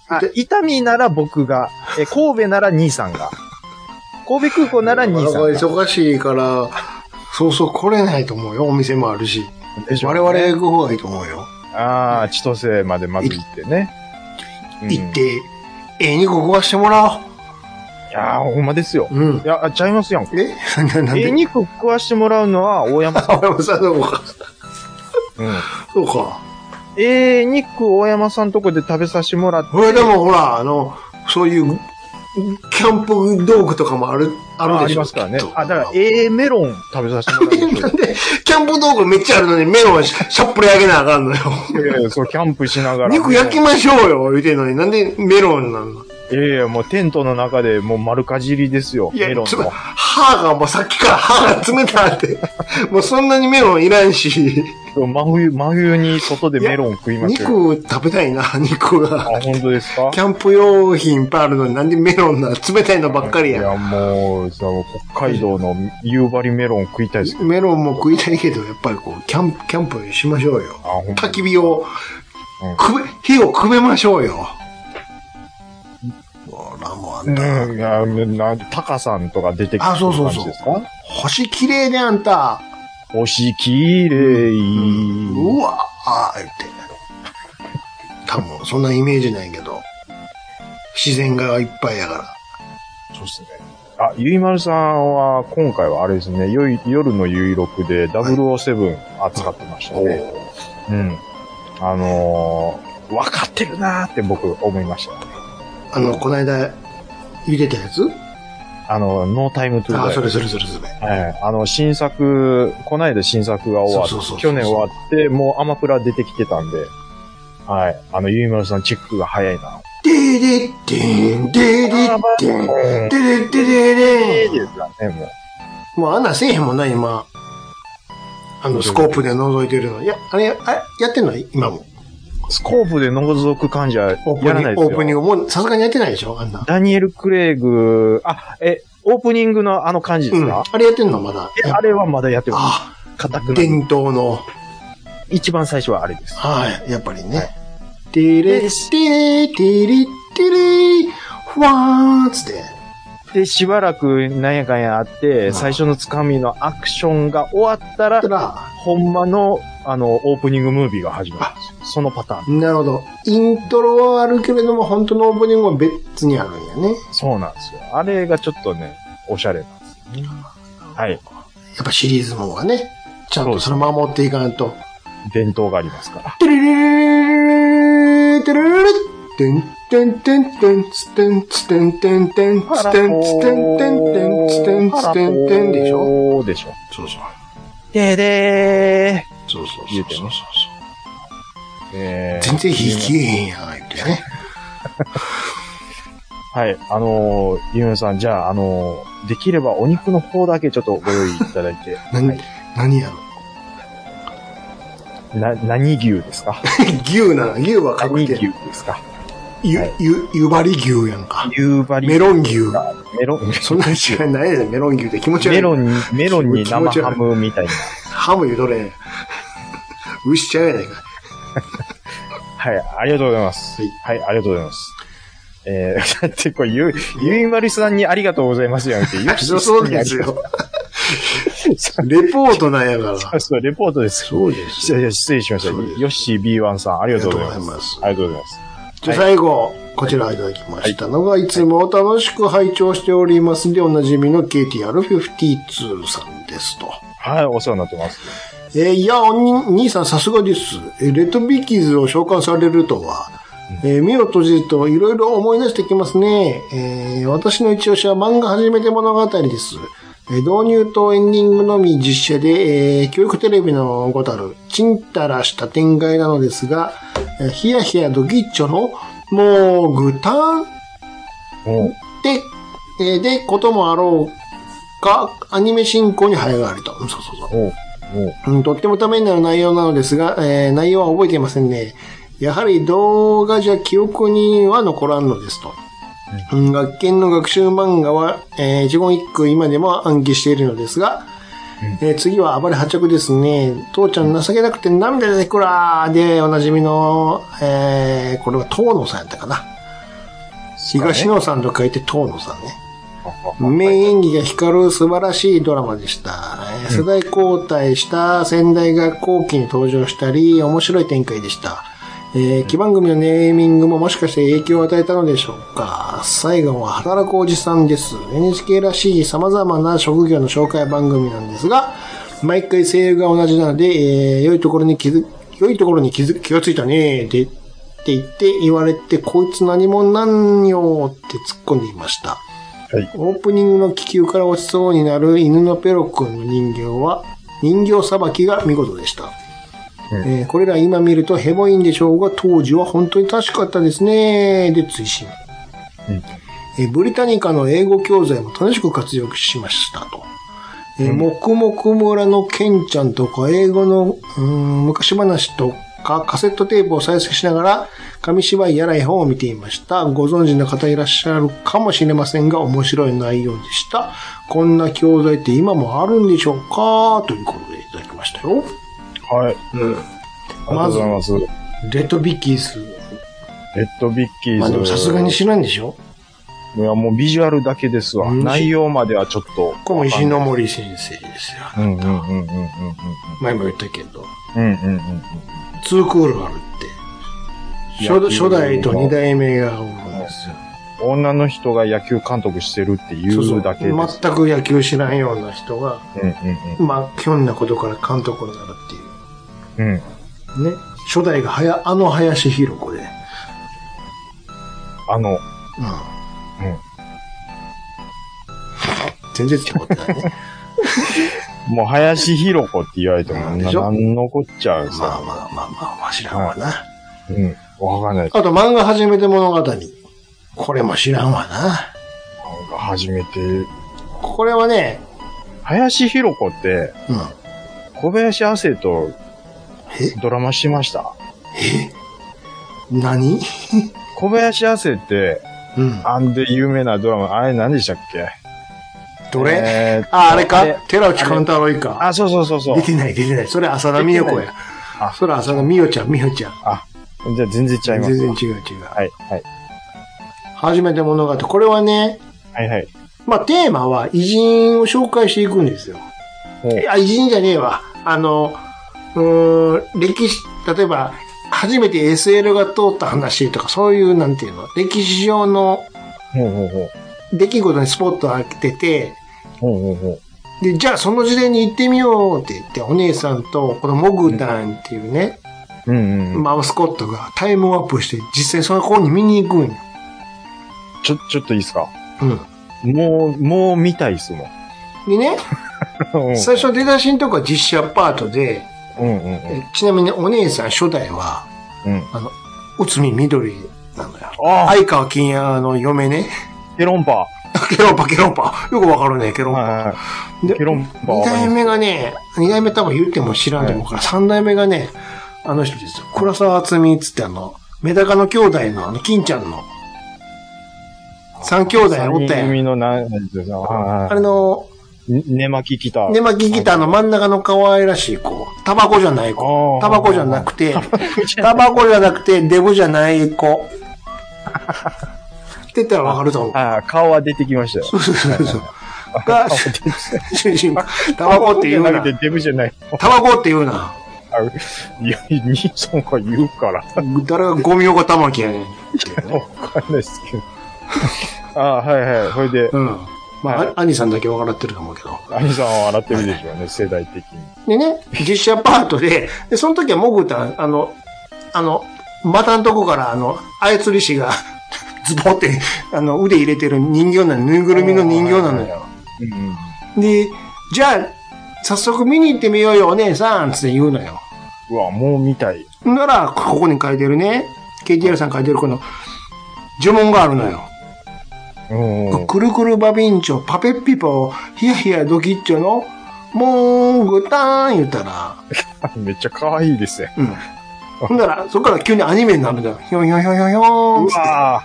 あで、伊丹なら僕 <laughs> が、え、神戸なら兄さんが。神戸空港なら兄さんが。忙しいから、そうそう来れないと思うよ。お店もあるし。でしょ我々が行く方がいいと思うよ。ああ、千歳までまず行ってね。うん行っ。て、ええ肉食わしてもらいやーほんまですよお。う。うんい。や、あちゃいますやん。え <laughs> ななんええで肉食わしてもらうのは大山さあ、俺もさ、そうか。 <laughs> ん。うん。そうか。ええ肉大山さんとこで食べさせてもらって。これでもほら、あの、そういう、キャンプ道具とかもある、あるああでしょりますからねきっ。とあ、だから、ええメロン食べさせてもらうんで <laughs> なんすで、キャンプ道具めっちゃあるのに、メロンししゃっぽりあげなあ <laughs> かんのよ。よ。いやいや、そう、キャンプしながら。肉焼きましょうよ、言うてんのに、なんでメロンなんのいやいや、もうテントの中でもう丸かじりですよ。いやメロ、ンつの。歯がもうさっきから歯が冷たって。もうそんなにメロンいらんし、真冬、真冬に外でメロン食いますよ。肉食べたいな、肉あ、が。本当ですかキャンプ用品いっぱいあるのになんでメロンな <laughs> 冷たいのばっかりいや。や、もう、さ、北海道の夕張メロン食いたいですけど。メロンも食いたいけど、やっぱりこう、キャンプ、キャンプしましょうよ。あ、ほんと焚き火を、くべ、火をくべましょうよ。ほら、もうあんた、うん、いや、な、タカさんとか出てきてあそうそうそうですか星綺麗ね、あんた。星きれい。うわーって。多分、そんなイメージないけど。自然がいっぱいやから。そうっすね。あ、ゆいまるさんは、今回はあれですね、よい夜のゆいろくで007扱ってましたね。うん。あのー、分かってるなーって僕思いました。あの、こないだ、茹でたやつあの、ノータイムトゥーあ、ダイそれそれそれそれ。はい。あの、新作、こないだ新作が終わってそうそうそうそう、去年終わって、もうアマプラ出てきてたんで、はい。あの、ゆいまるさんチェックが早いな。でででん、でででん、えででででえでん。ですよね、もう。もうあんなんせえへんもんな、今。あの、スコープで覗いてるの。いや、あれ、あやってんの今も。スコープで覗く感じはやオープらニなンいグ、でオすープニンよ。グ、もうさすがにやってないでしょあんな。ダニエル・クレイグ、あ、え、オープニングのあの感じでうすん。あか、れやってんのまだ。えあれはまだやってまあ、す。固くない。伝統の。一番最初はあれです。はい、やっぱりね。ティレッティレティリッティリふわーっつって。で、しばらくなんやかんやあって、うん最初のつかみのアクションが終わったらた、ら、ほんまの、あの、オープニングムービーが始まるんですよ。そのパターン。なるほど。イントロはあるけれども、本当のオープニングは別にあるんやね。やそうなんですよ。あれがちょっとね、おしゃれなんですよね。はい。っぱシリーズもんはね、ちゃんとそれ守っていかないと。伝統がありますから。テレレレレレレレレレテンテンテンテンツテンツテンテンテンツテンツテンテンテンツテンツテンテンでしょょでしょ。そうそう。ででーそうそう言うてねえー全然引きえへんやん、言ってね。はい。あのー、ゆめさん、じゃあ、あのー、できればお肉の方だけちょっとご用意いただいて。 <laughs> は何い、何やろな、何牛です <laughs> か牛な、牛は確何定牛。ですかゆはい、ゆ、ゆばり牛やんか。夕張。メロン牛。メロン、そんな違いないねメロン牛って気持ち悪い。メロンに、メロンに気持生ちハ悪いムみたいな。ハム言うとれん。牛ちゃうやないか。はい、ありがとうございます。はい、ありがとうございます。えー、だってこれ、ゆ、ゆいまるさんにありがとうございますじゃなくて、ゆそうそうです <laughs> よ。レポートなんやから。そう、レポートです。そうですいよ。やいや失礼しました。そヨうですッシー B1 さん、ありがとうございありがとうございまますす。ありがとうございます。じゃあ最後、こちらいただきましたのが、いつも楽しく拝聴しておりますで、おなじみの KTR52 さんですと。はい、お世話になってます。えーいや、おに兄さんさすがです。えーレッドビーキーズを召喚されるとは、えー目を閉じるといろいろ思い出してきますね。えー私の一押しは漫画初めて物語です。えー導入とエンディングのみ実写で、えー教育テレビのごたる、ちんたらした展開なのですが、えーヒヤヒヤドギッチョの、もう、ぐたんおうで、えーで、こともあろうか、アニメ進行に早変わりと。うんそうそうそう。おうおううん、とってもためになる内容なのですが、えー内容は覚えていませんね。やはり動画じゃ記憶には残らんのですと。うん、学研の学習漫画は、えー一言一句今でも暗記しているのですが、えー次は暴れ破着ですね。父ちゃん情けなくて涙出てくらーで、おなじみの、えーこれは東野さんやったかな。東野さんと書いて東野さんね。名演技が光る素晴らしいドラマでした。世代交代した仙台学校期に登場したり、面白い展開でした。えー、基番組のネーミングももしかして影響を与えたのでしょうか。最後は働くおじさんです。NHK らしい様々な職業の紹介番組なんですが、毎回声優が同じなので、えー、良いところに気づ、良いところに気づ、気がついたね、で、って言って言われて、こいつ何者なんよって突っ込んでいました。オープニングの気球から落ちそうになる犬のペロ君の人形は、人形さばきが見事でした。えーこれら今見るとヘボいんでしょうが、当時は本当に確かったですね。で、追伸。えーブリタニカの英語教材も楽しく活用しましたと。えー黙々村のケンちゃんとか、英語のうーん昔話とか、カセットテープを再生しながら、紙芝居やら絵本を見ていました。ご存知の方いらっしゃるかもしれませんが、面白い内容でした。こんな教材って今もあるんでしょうかということでいただきましたはよ。い。ありがとうございます。レッドビッキーズ。レッドビッキーズ。まあでもさすがに知らんでしょいや、もうビジュアルだけですわ。うん内容まではちょっと。これも石ノ森先生ですよ。うんうんうんうんうんうんうん。前も言ったけど。うんうんうんツークールあるって。初初代と二代目がおるんですよ。うん。女の人が野球監督してるっていそうそううだけです。全く野球知らんような人が、うんまあ、ひょんなことから監督になるってういんうん。うん。う。ね。初代がはや、あの林博子で。うん。あの、全然違う <laughs> ったね。もう林博子って言われても、うんなでしょなんのこっちゃうまあさ。まあまあまあまあ、知らんわな。うん。わかんない。あと、漫画初めて物語。これも知らんわな。なんか初めて。これはね、林博子って、うん。小林亜生とえドラマしてました。何小林亜生って、うん。あんで有名なドラマ、あれ何でしたっけどれ、えーっとあ、あれか寺内勘太郎か。あ、そうそうそうそう出。てない、出てない。それ浅田美代子出てや。あそれ浅田美代ちゃん、美代ちゃん。じゃあ全然ちゃいます全わ。然違う違う。はい、はい。初めて物語。これはね、はい、はい。まあテーマは偉人を紹介していくんですよ。おいや、偉人じゃねえわ。あの、うーん、歴史、例えば、初めて SL が通った話とか、そういう、なんていうの、歴史上のほうほうほう。出来事にスポットを当てて、ほうほうほう。で、じゃあその時代に行ってみようって言って、お姉さんと、このモグダンっていうね、うんうん。マウスコットがタイムワープして、実際その子に見に行くんよ。ちょ、ちょっといいですかうん。もう、もう見たいっすもん。でね、うん最初出だしんとこは実写パートで、うんうんうん。えちなみにお姉さん初代は、うん。あの、内海緑なのよ。ああ、相川金也の嫁ね。 <laughs> ケロンパ。ケロンパ、ケロンパ。よくわかるね、ケロンパ。はいでケロンパ。二代目がね、二代目多分言っても知らんと思うから、三代目がね、あの人ですよ。黒沢厚美っつってあの、メダカの兄弟の、あの、金ちゃんの、三兄弟おったやん。海のな、なんていうのはいあれの、ね寝巻きギター。寝巻きギターの真ん中の可愛らしい子。タバコじゃない子。あータバコじゃなくて、タバコじゃなくて、デブじゃない子。って言ったらわかると思う。ああ、顔は出てきましたよ。そうそうそうそう。が、タバコって言うじゃななく。てデブじゃない。タバコって言うあな。いや、兄さんが言うから。誰がゴミ横玉木やねん。わかんないですけど。ああ、はいはい。それで、うん。まあ、あ兄さんだけ分からってると思うけど。兄さんは笑ってるでしょうね、世代的に。でね、実写パートで、で、その時はモグタン、あの、あの、股のとこから、あの、操り師が、 <laughs> ズボって、あの、腕入れてる人形なの、ぬいぐるみの人形なのよ。うんうん。で、じゃあ、早速見に行ってみようよ、お姉さんつって言うのよ。うわ、もう見たい。なら、ここに書いてるね、KTR さん書いてるこの、呪文があるのよ。うんうん。くるくるバビンチョ、パペッピポ、ヒヤヒヤドキッチョの、モーグターン言ったら、めっちゃ可愛いですね。うん。ほんだら、そこから急にアニメになるんだよ。ひょんひょんひょんひょんひょんうつっわ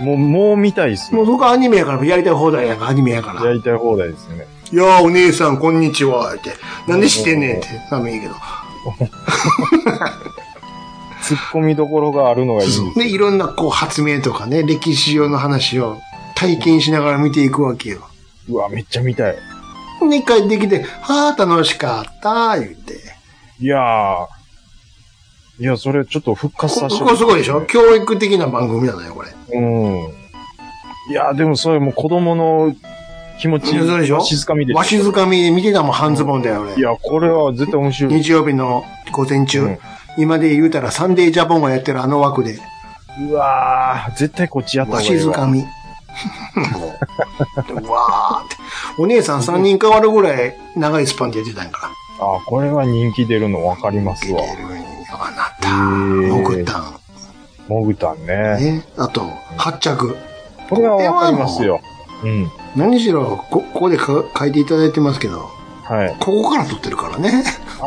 ーもう、もう見たいっすて。もうね。そこはアニメやから、やりたい放題やから、アニメやから。やいりたい放題ですね。やー、お姉さん、こんにちは、って。なんで知ってんねんって。多分いいけど。突っ込みどころがあるのがいい。で、いろんな、こう、発明とかね、歴史上の話を体験しながら見ていくわけよ。うわ、めっちゃ見たい。で、帰ってきて、はあ、楽しかった、言って。いやー。いや、それちょっと復活こさせてここすごいでしょ教育的な番組なのよ、これ。うん。いや、でもそれもう子供の気持ち、いやそうでしょわしづかみでわしづかみで見てたもん、半ズボンだよ、い俺。や、これは絶対面白い。日曜日の午前中、うん今で言うたらサンデージャポンがやってるあの枠で、うわー、絶対こっちやった方わがいいしづかみ。 <laughs> もう、でわーって。お姉さん3人変わるぐらい長いスパンでやってたんやから。あ、これは人気出るの分かりますわ。出るんよあなえた。モグタン。モグタンね。ね。あと、発着。これは分かりますよ。うん。何しろ、こ、ここでか書いていただいてますけど、はい。ここから撮ってるからね。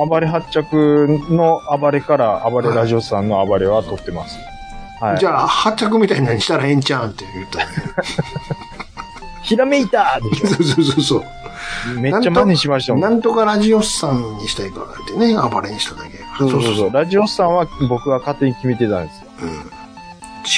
暴れ発着の暴れから、暴れラジオさんの暴れは撮ってます。はい。じじゃゃあ、発着みたいなのにしたらええんちゃうんって言ったのよ。ひらめいたでしそうそうそうそう。 <laughs> ょめっちゃ真似しましたもん。なんとかラジオスさんにしたいからってね、暴れにしただけ。そうそうそう。ラジオさんは僕が勝手に決めてたんですよ。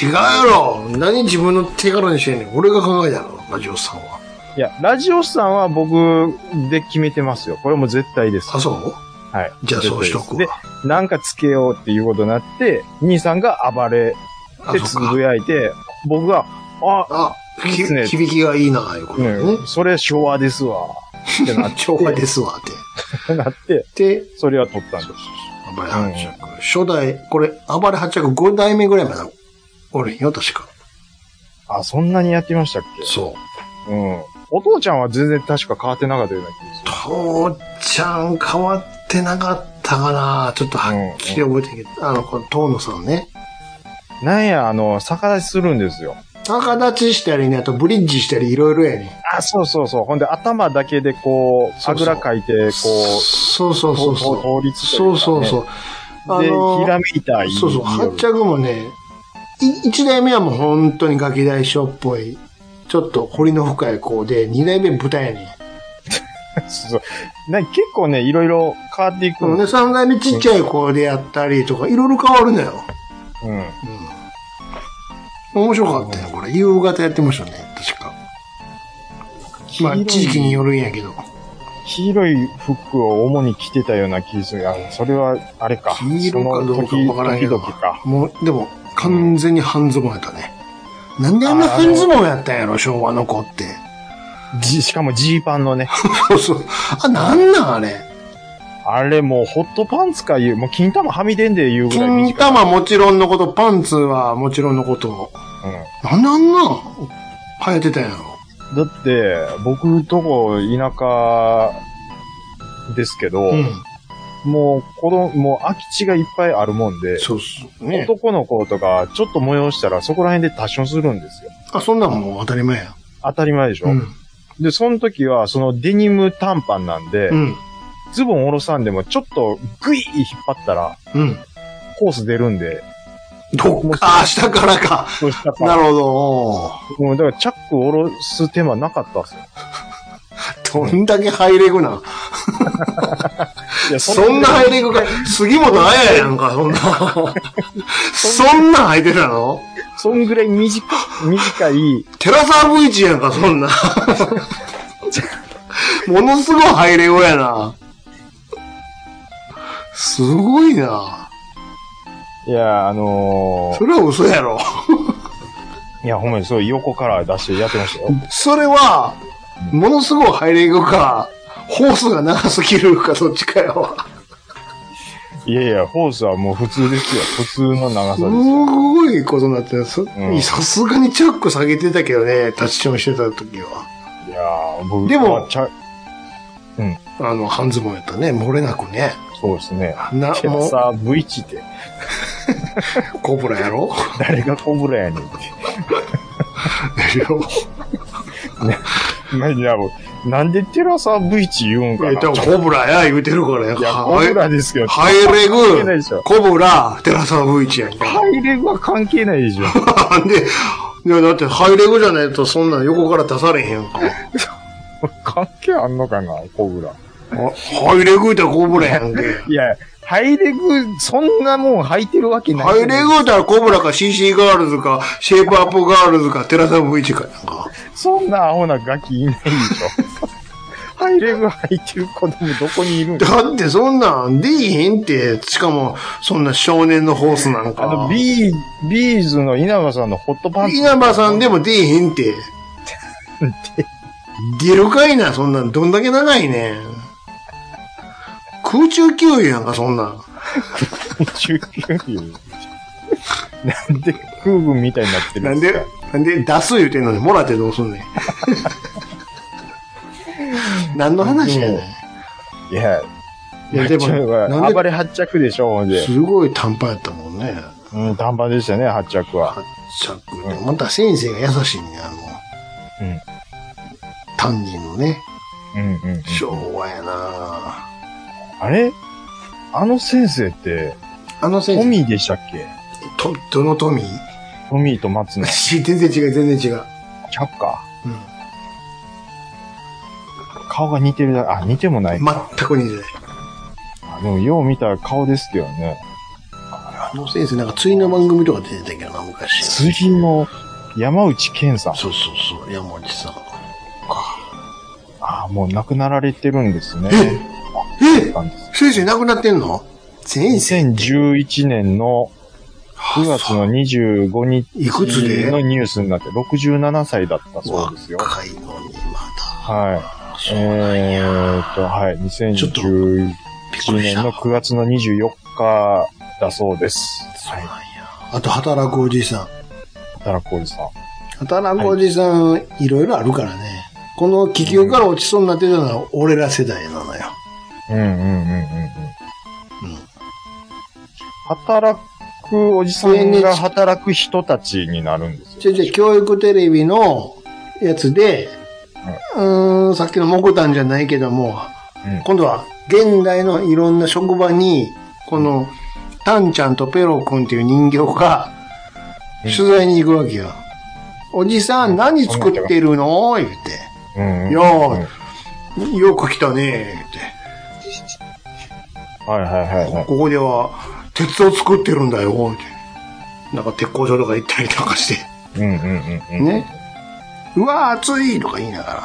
違うやろ何自分の手柄にしてんねん。俺が考えたやろ、ラジオスさんは。いや、ラジオさんは僕で決めてますよ。これも絶対です。あ、はそうい。じゃあそうしとくでわ。、なんかつけようっていうことになって、兄さんが暴れあって、つそうぶか。やいて、僕が、あ、あ、いいきっすね響きがいいな、いうことでね。うん、それ昭和ですわ。ってなっ昭和ですわ、って、 <laughs> て。なって、で、それは取ったんです。暴れ八着。初代、これ、暴れ八着5代目ぐらいまでおるんよ、確か。あ、そんなにやってましたっそう。けうん。お父ちゃんは全然確か変わってなかったような気がする。父ちゃん変わってなかったかなちょっとはっきり覚えてるけど、あの、この遠野さんね。なんや、あの、逆立ちするんですよ。逆立ちしたりね、あとブリッジしたりいろいろやね。あ、そうそうそう。ほんで、頭だけでこう、そあうそぐうらかいて、こう、そうそうそうそととう。倒立といそうかねそうそう。あで、のひらめいたい。そうそう、八着もね、い一代目はもう本当にガキ大将っぽい、ちょっと彫りの深い子で、二代目豚やね。そうそうなんか結構ね、いろいろ変わっていくうんん、で、です。三代目ちっちゃい子でやったりとか、いろいろ変わるのよ。うん。うん。面白かったよ、これ。夕方やってましたね、確か。まあ、地域によるんやけど。黄色い服を主に着てたような気がする。あそれは、あれか。黄色かどうかその時わからんけど時々か。もう、でも、完全に半ズボンやったね。なんであんな半ズボンやったんやろ、昭和の子って。 <laughs> じしかもジーパンのね。そうそう。あ、なんなんあれ。あれもうホットパンツかいう、もう金玉はみ出んで言うぐらい金短い。玉もちろんのこと、パンツはもちろんのこと。なんであんな、流行ってたんやろ。うん、だって、僕とこ田舎ですけど、うん。もう子供、もう空き地がいっぱいあるもんで、そうっす。ね。男の子とかちょっと催したらそこら辺で多少するんですよ。あ、そんなんもう当たり前や。当たり前でしょ、うん。で、その時は、そのデニム短パンなんで、うん。ズボン下ろさんでも、ちょっとグイ引っ張ったら、うん。コース出るんで、どっか、あ下からか。そうしたかなら、るほど。うんだからチャック下ろす手間なかったっすよ。どんだけハイレグな。いやそんなハイレグか。杉本彩やんか、そんな。そんなん履いてたのそんぐらい短 <laughs> い、短い、テラサーブイチやんか、そんな。ものすごいハイレグやな。すごいな。いや、あのそれは嘘やろ。ー、いや、ほんまにそう、横から出してやってましたよ。それは、ものすごいハイレグか、ホースが長すぎるか、どっちかよ。いやいや、ホースはもう普通ですよ。普通の長すさです。ごいことになってる。そんさすがにチャック下げてたけどね、タッチションしてた時は。いやー僕でもまあちゃあの、半ズボンやったね、漏れなくね。そうですね。な、テラもう、サー V 値って、コブラやろ誰がコブラやねんって。 <laughs> いやなにやろなんでテラサ V チ言うんかえっなと、ちょコブラや言うてるからやんいや、か。コブラですけど、ハイハイレ係ないでしグょ、コブラ、テラサブイチやんか。 <laughs> ハイレグは関係ないでしょ。で、いや、だってハイレグじゃないとそんなん横から出されへんやんか。関係あんのかなコブラ。ハイレグってコブラやん <laughs> け。いや、ハイレグ、そんなもん履いてるわけない。ハイレグったらコブラか CC ガールズか、シェイプアップガールズか、テラサブイチかやんか。そんなアホなガキい <laughs> ないでしょ。ハイレグ履いてる子供どこにいるん <laughs> だだってそんなんでいへんって、しかも、そんな少年のホースなんあかの、。ビー、ビーズの稲葉さんのホットパンツ。稲葉さんでも出えへん <laughs> って。出るかいな、そんなん。どんだけ長いねん。空中給油やんか、そんなん。 19なんで空軍みたいになってなるんんですでか、なんで出す言うてんのに、もらってどうす <laughs> んねん。何の話やねん。いや、いやでもちょっとなんで暴れ発着でしょ、ほんで。すごい短パンやったもんね。うん、短パンでしたね、発着は。発着で。また先生が優しいね、あの、うん担任のね。うんうんうん。昭和やなあれあの先生って、あの先ト生、ミーでしたっけと、どのトミートミーと松野。し全然違う、全然違う。ちゃうか。うん顔が似てるだあ、似てもないか。全く似てない。でも、よう見たら顔ですけどね。あの先生、なんか、ついの番組とか出てたけどな、昔。次の山内健さん。そうそうそう、山内さん。ああ、もう亡くなられてるんですね。えなんです先生亡くなってんの先生2011年の9月の25日いくつでのニュースになって67歳だったそうですよ。若いのに、まはい。えーっと、はい。ちょっと2011だ。びっくりし年た。の9月の24日だそうです。そうはなんいや。。あと、働くおじさん。。たらこうじさん。働くおじさん、いろいろあるからね。この気球から落ちそうになってたのは、俺ら世代なのよ。うんうんうんうんうん。うん。働くおじさんが働く人たちになるんですよ。じゃじゃ教育テレビのやつで、うーん、さっきの木炭じゃないけども、うん今度は現代のいろんな職場に、この、タンちゃんとペロ君っていう人形が、うん取材に行くわけよ。おじさん、何作ってるの言って。うんうんようーんよく来たねって。はいはいはいはい。ここでは、鉄を作ってるんだよって。なんか鉄工所とか行ったりとかして。うんうんうんうん。ね。うわー、暑いとか言いながら。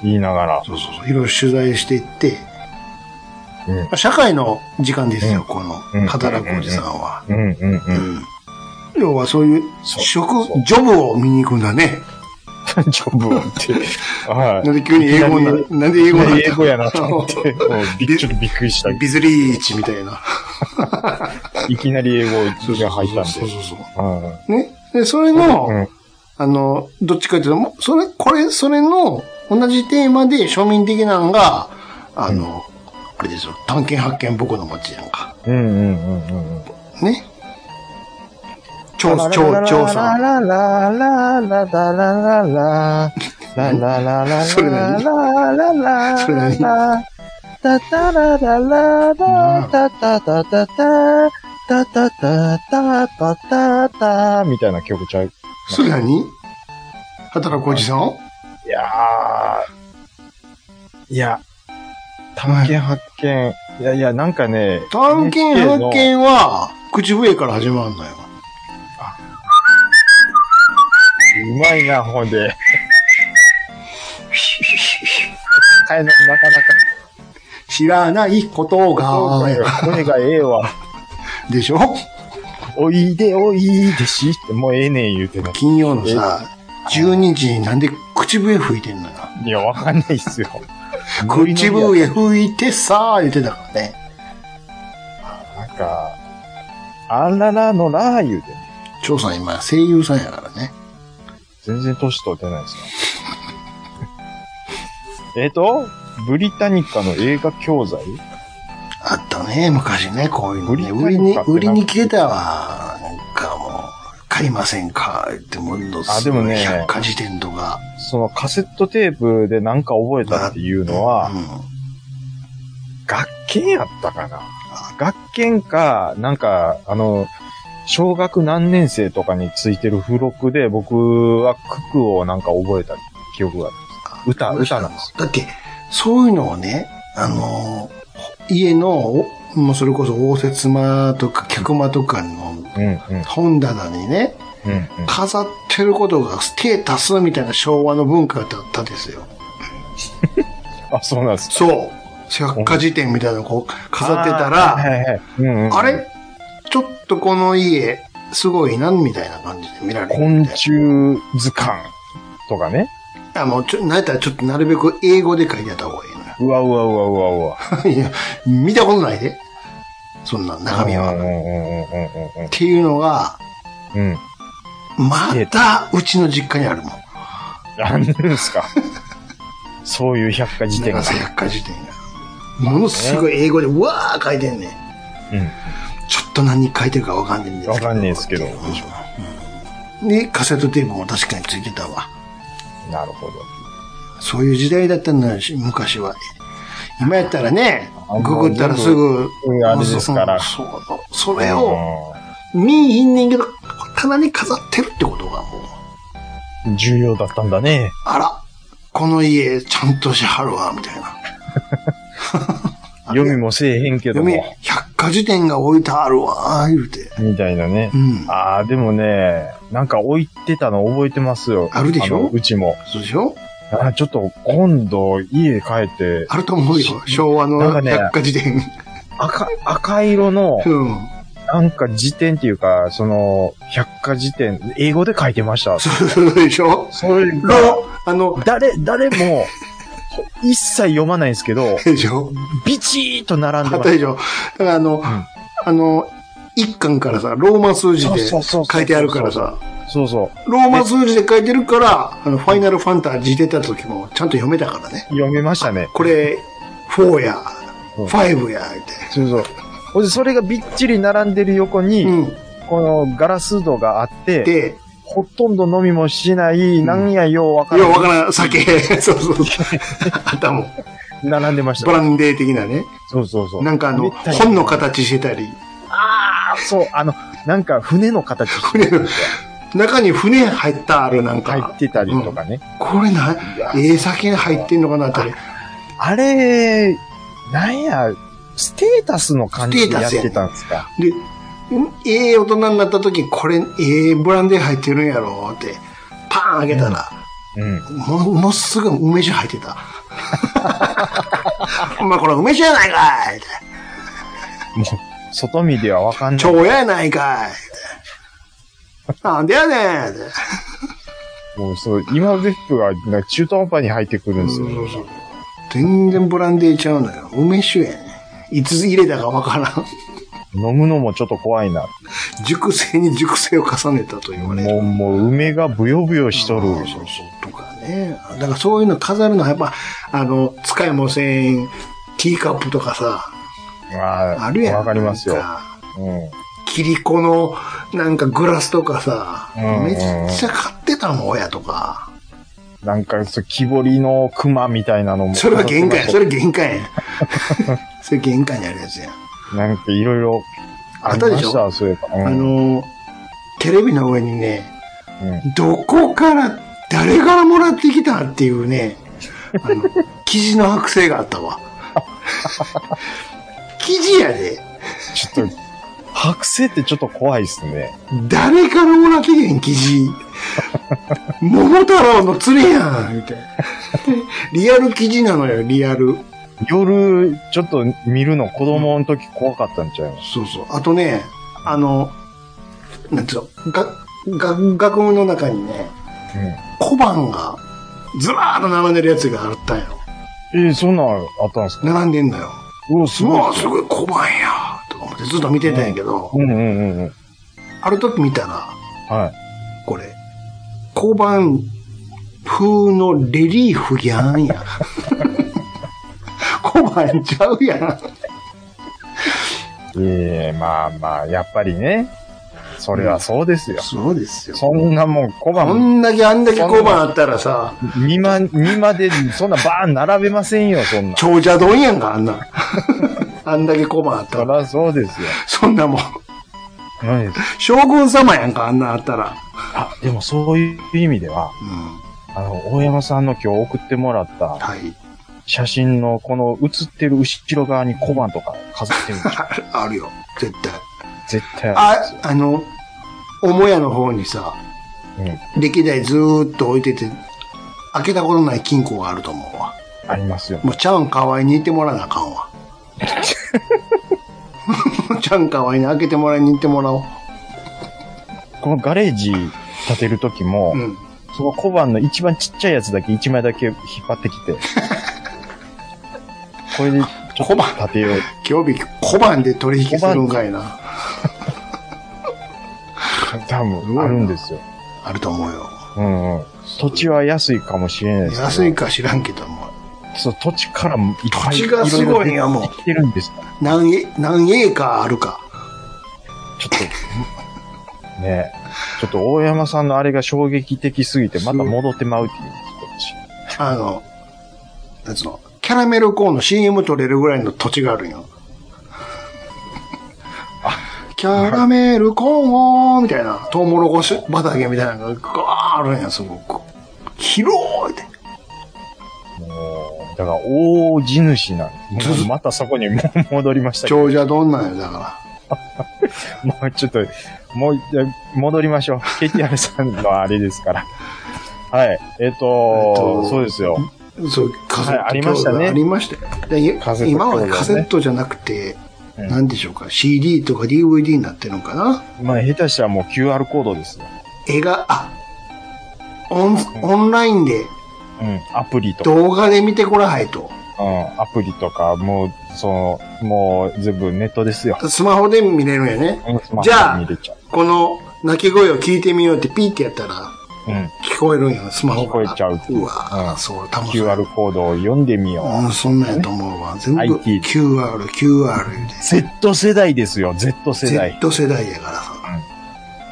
言いながら。そうそうそう。いろいろ取材していって、うん社会の時間ですよ、うんこのうん働くおじさんは。うんうんうん。うん要はそういうそう職そう、ジョブを見に行くんだね。ジョ <laughs> ブをって。はなんで急に英語にな、なんで英い。語になっ英語やなと思って、もうびっちょっとびっくりしたた。ビズリーチみたいな。いきなり英語が入ったんそうで。そうそう。うんね。で、それの、うんあの、どっちかというともう、それ、これ、それの、同じテーマで庶民的なのが、あの、あれですよ、探検発見僕の街やんか。うんうんうんうんうん。ね。調査、調調査。ラララララララララララララそれ何ラララそれ何タタララララタタタタタタタタタタタタみたいな曲ちゃうそれ何働くおじさんいやー。いや、探検発見。いやいや、なんかね。探検 NHK 発の見は、口笛から始まるのよ。うまいな、ほん <laughs> で。使えない、なかなか。知らないことが、声がええわ。でしょおいでおいでしって、もうええねん言うてな。金曜のさ、12時になんで口笛吹いてんのよ。いや、わかんないっ <laughs> すよ。口笛吹いてさ、言ってたからね。なんか、あららのら言うてね。張さん今声優さんやからね。全然年取ってないですよ。 <laughs> えっと、ブリタニカの映画教材あったね、昔ね、こういうのね。売売りりたにいのか、売りに来てたわ。なんかもう、買いませんかって、もう、あでもね百科事典とか。そのカセットテープでなんか覚えたっていうのはう、ん。学研やったかな学研か、なんか、あの、小学何年生とかについてる付録で、僕は九九をなんか覚えた記憶があるんです。歌、歌なんですよ。だって、そういうのをね、あのー、家の、おもうそれこそ応接間とか客間とかのうん、うん。本棚にね、うんうん。飾ってることが手足すみたいな昭和の文化だったんですよ。あ、そうなんです。そう。百科事典みたいなのをこう飾ってたあーら、はいはい。うんうんあれちょっとこの家、すごいな、みたいな感じで見られる昆みたいな。虫図鑑とかね。あ、もうちょ、なんやったらちょっとなるべく英語で書いてあった方がいいな。うわうわうわうわうわ。いや、見たことないで。そんな中身は。うんうんっうんうんうんていうのが、うん。うん。またうちの実家にあるもん。なんでです <laughs> かそういう百科事典長が。瀬百科事典が。ものすごい英語で、うわー書いてんねん。ちょっと何書いてるかわかんないんですけど。わかんないですけどうんで、カセットテープも確かについてたわ。うん。なるほど。そういう時代だったんだし、昔は。今やったらねあ、ググったらすぐうん。あれですからそうそう。それを、見いひんねんけど、棚に飾ってるってことがもう。うん重要だったんだね。あら、この家ちゃんとしはるわ、みたい <laughs> な。 <laughs> 読みもせえへんけど読もみ。、百科事典が置いてあるわ、言うて。みたいなねう。ん。ああ、でもね、なんか置いてたの覚えてますよ。あるでしょのうちも。そうでしょあーちょっと今度家帰って、あると思うよ。昭和のなんかね百科事典。赤、赤色の、うん。なんか辞典っていうか、その、百科辞典、英語で書いてました。そうでしょそれのが、、あの、誰、誰も、一切読まないんですけど、でしょビチーと並んでまあったす。でしょだからあの、あの、一巻からさ、ローマ数字そでうそうそうそう書いてあるからさ、そうそう。ローマ数字で書いてるから、あの、ファイナルファンタジー出た時もちゃんと読めたからね。読めましたね。これ、4や、うん5や、って。そうそう。ほんでそれがびっちり並んでる横に、うん。このガラス戸があって、で、ほとんど飲みもしない、なんやようわかようらわからん、酒。 <laughs> そうそう <laughs> そう。あったもん。ん。並んでましブた。ランデー的なね。そうそうそう。なんかあめの、ったに本の形してたり。あそう、あの、なんか船の形して船の中に船入ったあるなん入かっ。てたりとかね。これな、ええ酒入ってんのかなって。あれ、なんや、ステータスの感じでやってたんですか。で、んええ大人になった時、これ、ええブランデー入ってるんやろって、パーン開けたら、うん。も、もうすぐ梅酒入って <laughs> た。お前これ梅酒やないかいって外見ではわかんない。蝶やないかいってなんでやねんってもうそう、今別府がなんか中途半端に入ってくるんですよ。そうそうそう全然ブランデーちゃうのよ。梅酒やねいつ入れたかわからん。 <laughs> 飲むのもちょっと怖いな。熟成に熟成を重ねたと言われる。もう、もう梅がブヨブヨしとる。そうそうそう。とかね。だからそういうの飾るのはやっぱ、あの、使いもせん、ティーカップとかさ、ああるやん。わかりますよなん。かうん。キリコの、なんかグラスとかさ、うんめっちゃ買ってたもん、親とか。なんか、そう、木彫りの熊みたいなのも。それは限界や。それ限界や。 <laughs> それ限界にあるやつや。 <laughs> なんかいろいろ。あったでしょありまたそういえば。うんあの、テレビの上にね、うんどこから、誰からもらってきたっていうね、あ <laughs> の、記事の剥製があったわ。記事やで、ちょっと、剥製ってちょっと怖いですね。誰からもらってきへん記 <laughs> 事。桃太郎の釣りやんみたいな。リアル記事なのよ、リアル。夜、ちょっと見るの子供の時怖かったんちゃいますそうそう。あとね、あの、なんつうの、が、が、学部の中にね、小判が、ずらーっと並んでるやつがあったんよ。えー、そんなんあったんですか並んでんのよ。うわ、すうごわい。すごい小判やとか思ってずっと見てたんやけど、うんうんうんうん。ある時見たら、はい。これ、小判風のレリーフや <laughs> んや。小判ちゃうやん。ええまあまあ、やっぱりね。それはそうですよ。そうですよ。そんなもん、小あ判、んだけあんだけ小判あったらさ、見ま、見まで、そんなバーン並べませんよ、そんな。長者丼やんか、あんなん。 <laughs> あんだけ小判あったそら。らそうですよ。そんなもん。ないです将軍様やんか、あんなんあったら。あ、でもそういう意味では、うん。あの、大山さんの今日送ってもらったはい。写真のこの写ってる後ろ側に小 <laughs> 判とか飾ってるんですよ。あるあるよ。絶対。絶対あるんですよあ、あの、母屋の方にさ、歴代ずーっと置いてて、開けたことない金庫があると思うわ。ありますよ。もう、ちゃんかわいに行ってもらわなあかん <laughs> わ。ちゃんかわいに開けてもらいに行ってもらおう。このガレージ建てる時も、うん。その小判の一番ちっちゃいやつだけ一枚だけ引っ張って <laughs> きて、これでちょっと小判建てよう。今日日小判で取引するんかいな。多分あるんですよ。あると思うよ。うんうん。土地は安いかもしれないですけど。安いか知らんけども。そう、土地からもいっぱい土地がすごいんやもうろろ出てきてるんですよ何エ、何エーカーあるか。ちょっと、ねちょっと大山さんのあれが衝撃的すぎて、また戻ってまうっていう。あの、なんつうの、キャラメルコーンの CM 取れるぐらいの土地があるんよ。キャラメルコーンみたいな、トウモロコシ畑みたいなのがガーあるんや、すごく。広いって。もう、だから、大地主なんです。もうまたそこにもう戻りましたけど、長者どんなんよ、だかもうちょっと、もう、じゃあ戻りま <laughs> しょう。KTR さんのあれですから。はい。えっ、とえっとそうですよ。ら。そう、カセッはト、いありましたねありましたよでいカセット今は兄弟ねカセットじゃなくて、うんなんでしょうか、CD とか DVD になってるのかなまあ、下手したらもう QR コードですよ。絵が、あ、オン、オンラインでうん。アプリとか、動画で見てこらはいと。うん。アプリとか、もう、その、もう、全部ネットですよ。スマホで見れるんやね。うんスマホじゃあに入れちゃう。この鳴き声を聞いてみようってピーってやったらうん。聞こえるんや、スマホから。聞こえちゃうっていううわぁ、うんそう、多分そう QR コードを読んでみよう。うん、そんなんやと思うわ。全部 IT QR、QR 言うて。 Z 世代ですよ、Z 世代。 Z 世代やからさ。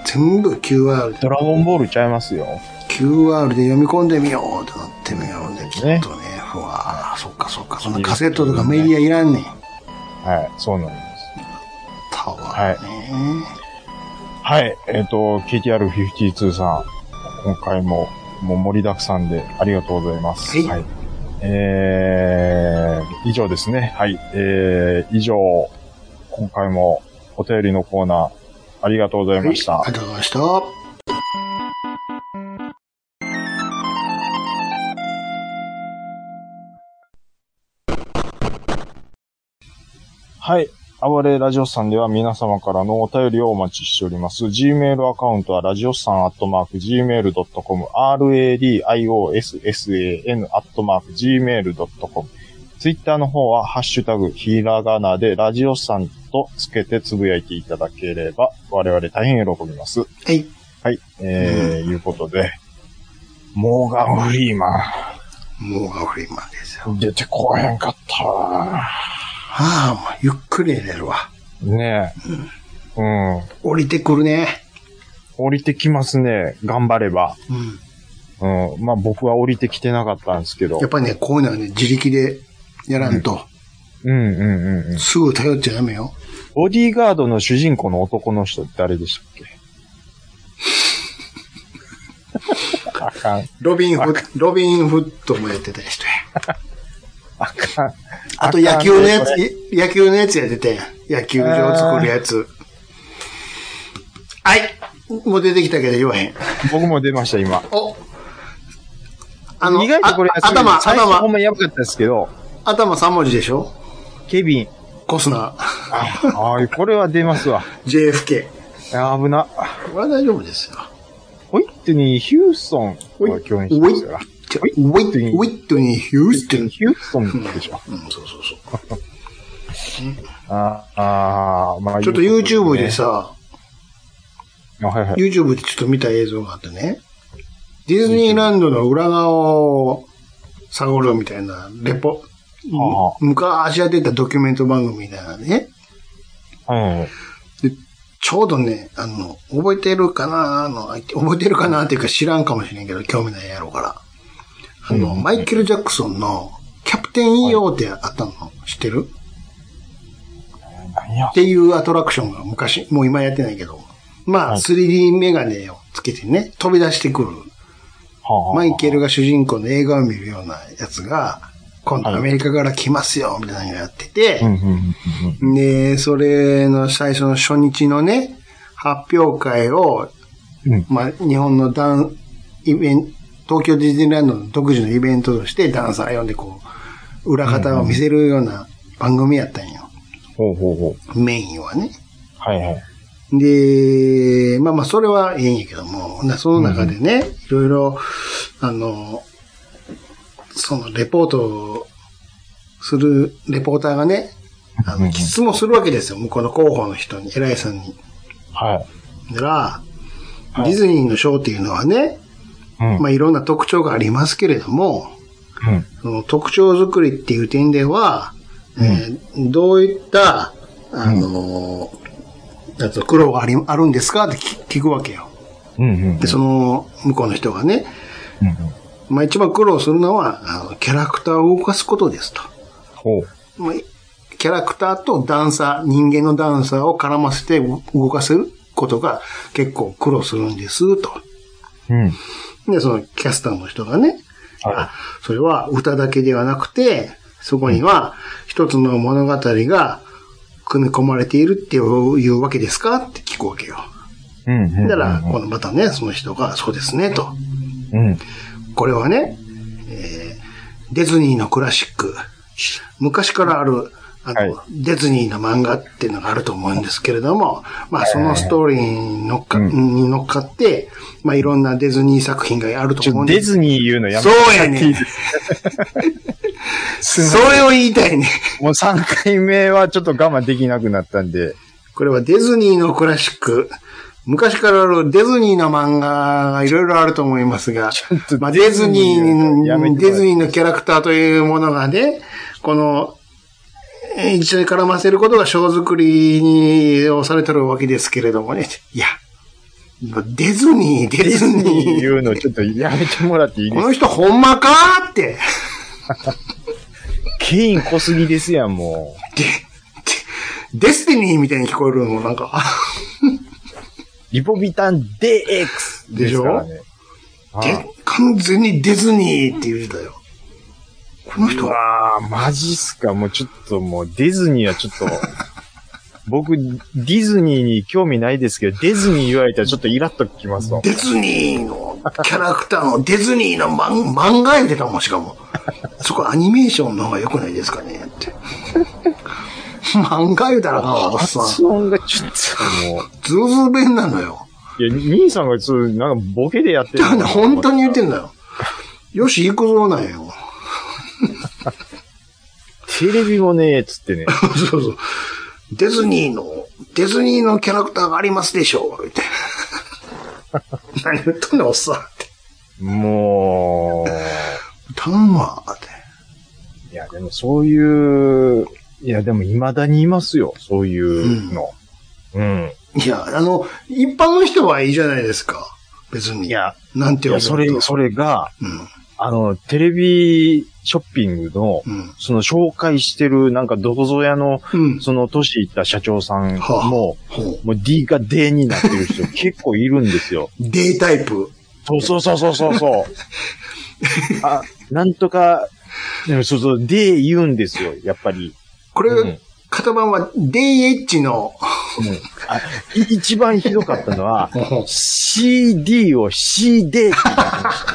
全部 QR で、ドラゴンボールちゃいますよ。 QR で読み込んでみようってなってみようね、きっとねね。うわぁ、そっかそっか。そんなカセットとかメディアいらんねん。はい、そうなんです。タワーね。はい、えっ、と、KTR52 さん、今回も、もう盛りだくさんでありがとうございます。はいえー、以上ですね。はい、えー、以上、今回もお便りのコーナー、ありがとうございました。ありがとうございました。はい。暴れラジオスさんでは皆様からのお便りをお待ちしております。Gmail アカウントは、ラジオスさんアットマーク Gmail.com、radiossan アットマーク Gmail.com。Twitter の方は、ハッシュタグ、ひらがなで、ラジオスさんとつけてつぶやいていただければ、我々大変喜びます。はい。はい。えー、いうことで、モーガン・フリーマもうガフリーマンですよ。ン、出てこへんかったわああ、もうゆっくり寝れるわ。ねえ。うん。降りてくるね。降りてきますね。頑張れば。うん。うん。まあ僕は降りてきてなかったんですけどやっ。ぱりね、こういうのはね、自力でやらんと、うんうんうんうん。すぐ頼っちゃダメよ。ボディーガードの主人公の男の人って誰でしたっ <laughs> けあかん。ロビンフット、ロビンフットもやってた人や。 <laughs> あかん。あと野球のやつあかんね、い野球のやつやってたやん。野球場を作るやつ。はい。もう出てきたけど言わへん。僕も出ました、今。おあの、意外とこれあ頭、最初ほん頭、まやばかったですけど、頭3文字でしょケビン。コスナ <laughs> あ、あーこれは出ますわ。ー、JFK。あー危な。これは大丈夫ですよ。ホイットニー・ヒューソンウがィ共演してますから。ウィットニー、ウィットニー、ヒューストン。ヒューソンでしょ。うん、そうそうそう。あーあー、まあちょっというこ YouTube ねでさ、あはいはい。 YouTube でちょっと見た映像があってね、ディズニーランドの裏側を探るみたいな、レポ、あ昔やってたドキュメント番組みたいなね、うん。ちょうどね、あの、覚えてるかなあの、覚えてるかなっていうか知らんかもしれんけど、興味ないやろうから。あの、うんマイケル・ジャクソンのキャプテン EO ってあったの、知ってる何やっ。ていうアトラクションが昔、もう今やってないけど、まあ、はい 3D メガネをつけてね、飛び出してくる。はあマイケルが主人公の映画を見るようなやつが、今度アメリカから来ますよ、みたいなのやっててうん、うんうんうん。で、それの最初の初日のね、発表会を、うんまあ、日本のダン、イベント、東京ディズニーランドの独自のイベントとしてダンサー呼んでこう、裏方を見せるような番組やったんよ。ほうほうほう。メインはね。はいはい。で、まあまあ、それはいいんやけども、なその中でね、いろいろ、あの、そのレポートをするレポーターがね、あうんうの、ん質問するわけですよ。向こうの広報の人に、偉いさんに。はい。なら、はいディズニーのショーっていうのはね、うん。まあいろんな特徴がありますけれども、うん。その特徴作りっていう点では、えーどういった、あのー、あと苦労がありあるんですかって聞聞くわけよ。うんうん。で、その向こうの人がね、うんうん。まあ一番苦労するのは、あのキャラクターを動かすことですと。ほう。まあキャラクターとダンサー、人間のダンサーを絡ませて動かせることが結構苦労するんですと。うん。で、そのキャスターの人がね、はあそれは歌だけではなくて、そこには一つの物語が組み込まれているっていうわけですかって聞くわけよ。い。うんうん。だから、このまたね、その人が、そうですね、と。うん。これはね、えーディズニーのクラシック、昔からある、あの、はいディズニーの漫画っていうのがあると思うんですけれども、まあそのストーリーに乗っか,、うんに乗っかって、まあいろんなディズニー作品があるとち思ょ、うんディですズニー言うのやめそてうやねん。 <laughs> それを言いたいね。もう3回目はちょっと我慢できなくなったんで。これはディズニーのクラシック。昔からあるディズニーの漫画がいろいろあると思いますがっ、とまあ、ディズニやめてもらってー、ディズニーのキャラクターというものがね、この、えー一緒に絡ませることがショー作りにをされてるわけですけれどもね。いや、ディズニー、デディィズズニーニー。言うのちょっとやめてもらっていいでこすかの人ほんまかって。ケイン濃すぎですやん、もう。ででデスティニーみたいに聞こえるのもなんか、リポビタン DX ですからね。で完全にディズニーって言う人だよ。この人あは、あ、マジっすか。もうちょっともうディズニーはちょっと、僕、ディズニーに興味ないですけど、ディズニー言われたらちょっとイラっときますわ。ディズニーのキャラクターのディズニーの漫漫画やってたもん、しかも。そこアニメーションの方が良くないですかねって。 <laughs> 漫画言うたらあかんわおっさん。発音がちょっともズルズル弁なのよ。う、いや、兄さんがそう、なんかボケでやってるだからのね、かな。本当に言ってんだよ。よし、行くぞなんよ。 <laughs> テレビもねえ、つってね。そうそう。ディズニーの、ディズニーのキャラクターがありますでしょうって。 <laughs> 何言っとんねん、おっさんって。も頼むわ、って。う、いや、でもそういう、いや、でも未だにいますよ、そういうの。うん。いや、あの、一般の人はいいじゃないですか。別に。いや、なんてい言や、それ、それれ。が、うん。あの、テレビショッピングの、うん。その紹介してる、なんか、どこぞやの、うん。その年行った社長さんはあも、ほう。もう D が D になってる人結構いるんですよ。データイプ。そうそうそうそうそう <laughs> そう。あ、なんとか、でもそうそう、D 言うんですよ、やっぱり。これ、うん型番は DH の、うんあい一番ひどかったのは、ほ CD を CD って言ってました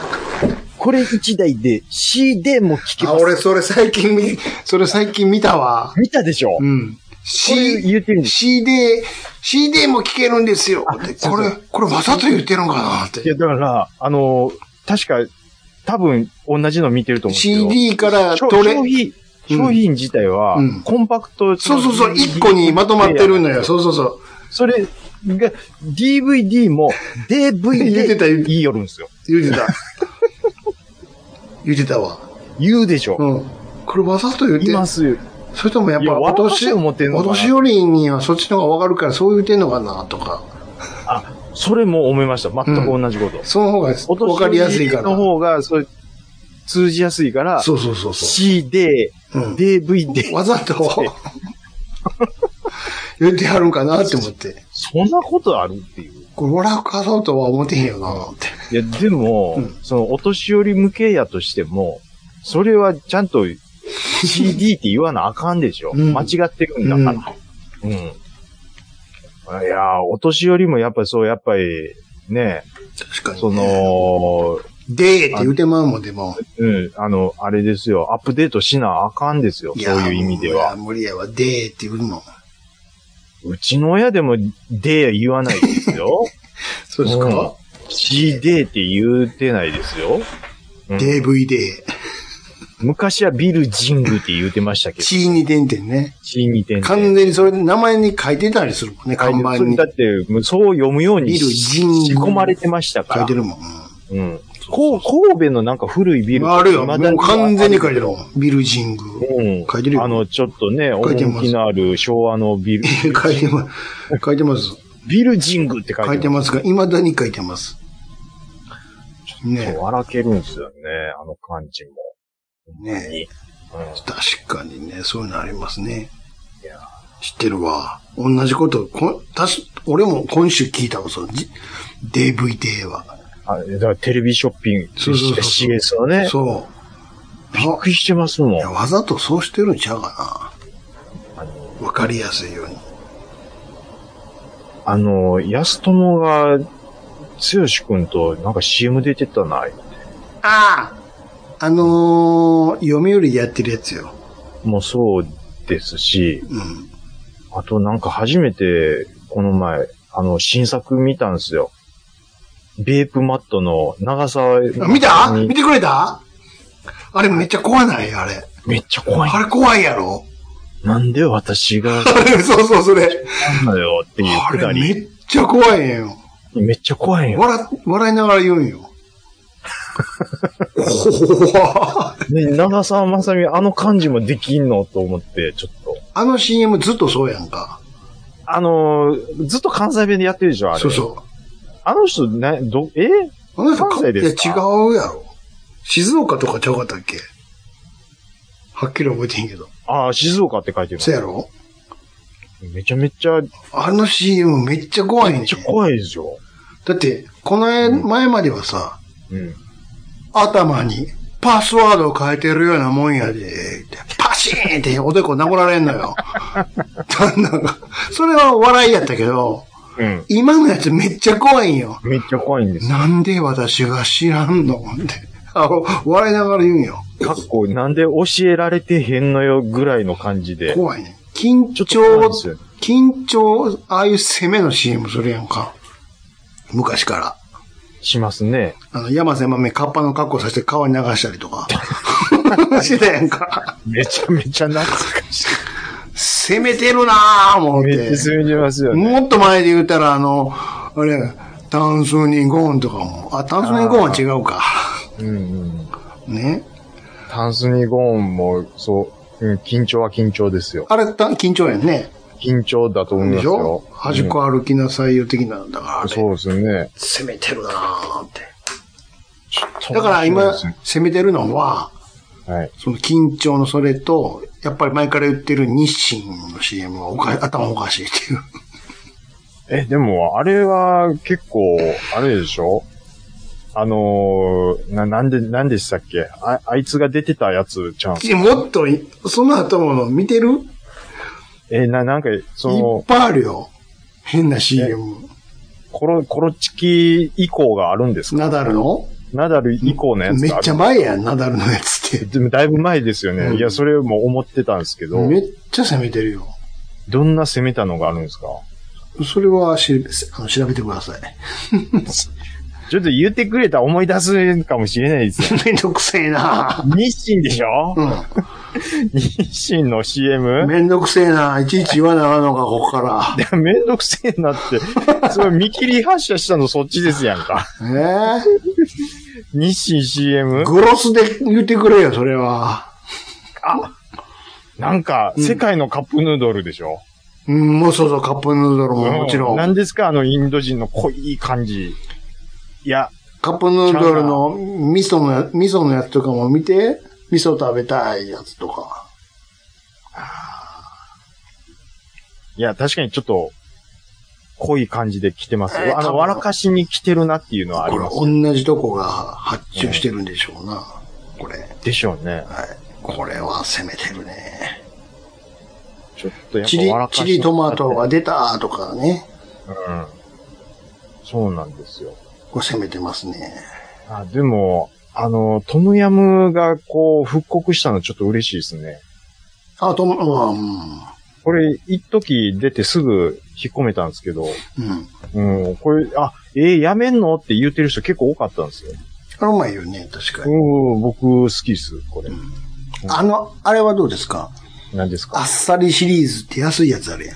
これ一台で CD も聞けうあ、ま俺す。それ最近見、それ最近見たわ。見たでしょうこん。れ C、言ってるんです。 CD、CD も聴けるんですよ。ってそうこれ、これわざと言ってるのかなっいて。や、だから、あの、確か、多分、同じの見てると思うんです CD からよ。取れ、商品、うん商品自体はうん、コンパクト、そうそうそう、一個にまとまってるのよ。そそうそうそう。れが、DVD も DVD 言ってた言って言いよるんですよ。言うてた。言うてたわ。言うでしょ。うん。これわざと言っいてますよ。それともやっいやぱ、お笑わせ年、よう思ってんのおかな年寄りにはそっちの方がわかるから、そう言ってんのかな、とか。あ、それも思いました。全く同じこと。その方がお年わかりやすいか寄りのら。方が、それ、通じやすいから、そうそうそうそ CD、う。うん、 DVD。わざと、言ってやるんかなって思って。そんなことあるっていう。これ、笑かそうとは思ってへんよな、って。いや、でも、うんその、お年寄り向けやとしても、それはちゃんと CD って言わなあかんでしょ。うん間違ってるんだから。うん。いやー、お年寄りもやっぱりそう、やっぱり、ね、確かに。そ、の、でーって言うてまうもん、でも。うん、あの、あれですよ、アップデートしなあかんですよ、そういう意味でいやは。無理やわ、でーって言うもん。うちの親でも、で言わないです <laughs> よ。そうですか、 C でって言うてないですよ。うん ?DVD。昔はビルジングって言うてましたけど、チーニ点々ね。 C に点完全にそれで名前に書いてたりするもんね、看板にだ。って、もうそう読むようにビル仕ジング込まれてましたか書いらて。るもん。うん。こう神戸のなんか古いビうんルあるよ、も未だう完全に書いてるあもん。ビルジング。うん。書いてるよあの、ちょっとね、書いてます趣のある昭和の <laughs> ビル、書いてます。書いてます。ビルジングって書いて書いてまますが、未だに書いてます。す。ねそう笑けるんですよね、あの感じも。ねうん確かにね、そういうのありますね。知ってるわ。同じこと、こたし俺も今週聞いたわ、その、じ DVD は。あだからテレビショッピング、そうそうそうそう CS はね、そう。びっくりしてますもんいや。わざとそうしてるんちゃうかあな。わかりやすいように。あの、安友が、剛くんとなんか CM 出てたな、あああのー、読売でやってるやつよ。もうそうですし、うん。あとなんか初めて、この前、あの、新作見たんですよ。ベープマットの長澤あ見たに見てくれたあれめっちゃ怖ないあれ。めっちゃ怖い。あれ怖いやろ <laughs> なんで私が、あれ、そうそう、それ。なんだよっていうあくだれめり。っちゃ怖いんよ。めっちゃ怖いよ。笑、笑いながら言うんよ。怖いね、長澤まさみ、あの感じもできんのと思って、ちょっと。あの CM ずっとそうやんか。あのーずっと関西弁でやってるでしょ、あれ。そうそう。あの人、ね、ど、えあの人関西ですかいや、違うやろ。静岡とかちゃうかったっけはっきり覚えてへんけど。ああ、静岡って書いてる。そうやろめちゃめちゃ、めあの CM めっちゃ怖いねんっちゃ怖いですよ。だって、この前うん前まではさ、うん。頭にパスワードを変えてるようなもんやで、ってパシーンっておでこ殴られん <laughs> のよ。なんかそれは笑いやったけど、うん。今のやつめっちゃ怖いんよ。めっちゃ怖いんですよ。なんで私が知らんのって。あの笑いながら言うんよ。かっこ、なんで教えられてへんのよぐらいの感じで。怖いね。緊ちょっと怖い張ですよね。緊張、ああいう攻めの CM するやんか。昔から。しますね。あの、山瀬豆、カッパの格好させて川に流したり <laughs> とか。 <laughs> してたやんか。めちゃめちゃ懐かしい。攻めてるなぁ、思っめってちゃ。攻めてますよね。もっと前で言うたら、あの、あれ、タンスニゴーンとかも。あ、タンスニゴーンは違うか。うんうん。ね。タンスニゴーンも、そう、うん、緊張は緊張ですよ。あれ、た緊張やんね。緊張だと思いまですしょよ。端っこ歩きなさいよ的なんだから、うあんれそうですね。攻めてるなぁって。ちょっとだから今面白いで、攻めてるのは、すねはい。その緊張のそれと、やっぱり前から言ってる日清の CM はおか頭おかしいっていう。 <laughs> え、でも、あれは結構、あれでしょあのー、な、なんで、なんでしたっけあ、あいつが出てたやつちゃん。いやもっとい、その後もの見てるいっえ、な、なんか、その、ぱいあるよ。変な CM。コロ、コロチキ以降があるんですかナダルのナダル以降のやつめがあっるちゃ前やん、ナダルのやつって。でもだいぶ前ですよね。うんいや、それも思ってたんですけど、めっちゃ攻めてるよ。どんな攻めたのがあるんですかそれはしあの調べてください。 <laughs> ちょっと言ってくれたら思い出すかもしれないですよ。めんどくせえな日清でしょう日清の CM? ん。めんどくせえないちいち言わなあかんのか、ここから。いやめんどくせえなって。それ見切り発車したのそっちですやんか。え日清 CM? ー、グロスで言ってくれよ、それは。あなんか、世界のカップヌードルでしょ、うん、もうそうそう、カップヌードルうももちろん。何ですかあのインド人の濃い感じ。いや、カップヌードルの味噌のや、味噌のやつとかも見て、味噌食べたいやつとか。いや、確かにちょっと、濃い感じで来てますえーよ。あ多の、分わらかしに来てるなっていうのはあこりれます。同じとこが発注してるんでしょうな。これ。でしょうね。はい。これは攻めてるね。ちょっとやチっぱリわら、かし。チリトマトが出たとかね。うん。そうなんですよ。こう攻めてますね。あ、でも、あの、トムヤムがこう、復刻したのちょっと嬉しいですね。あと、うん。これ、一時出てすぐ引っ込めたんですけど、うん。うん、これ、あ、えーやめんのって言ってる人結構多かったんですよ。あれうまいよね、確かに。うん、僕好きです、これ。あの、あれはどうですか何ですかあっさりシリーズって安いやつあるやん。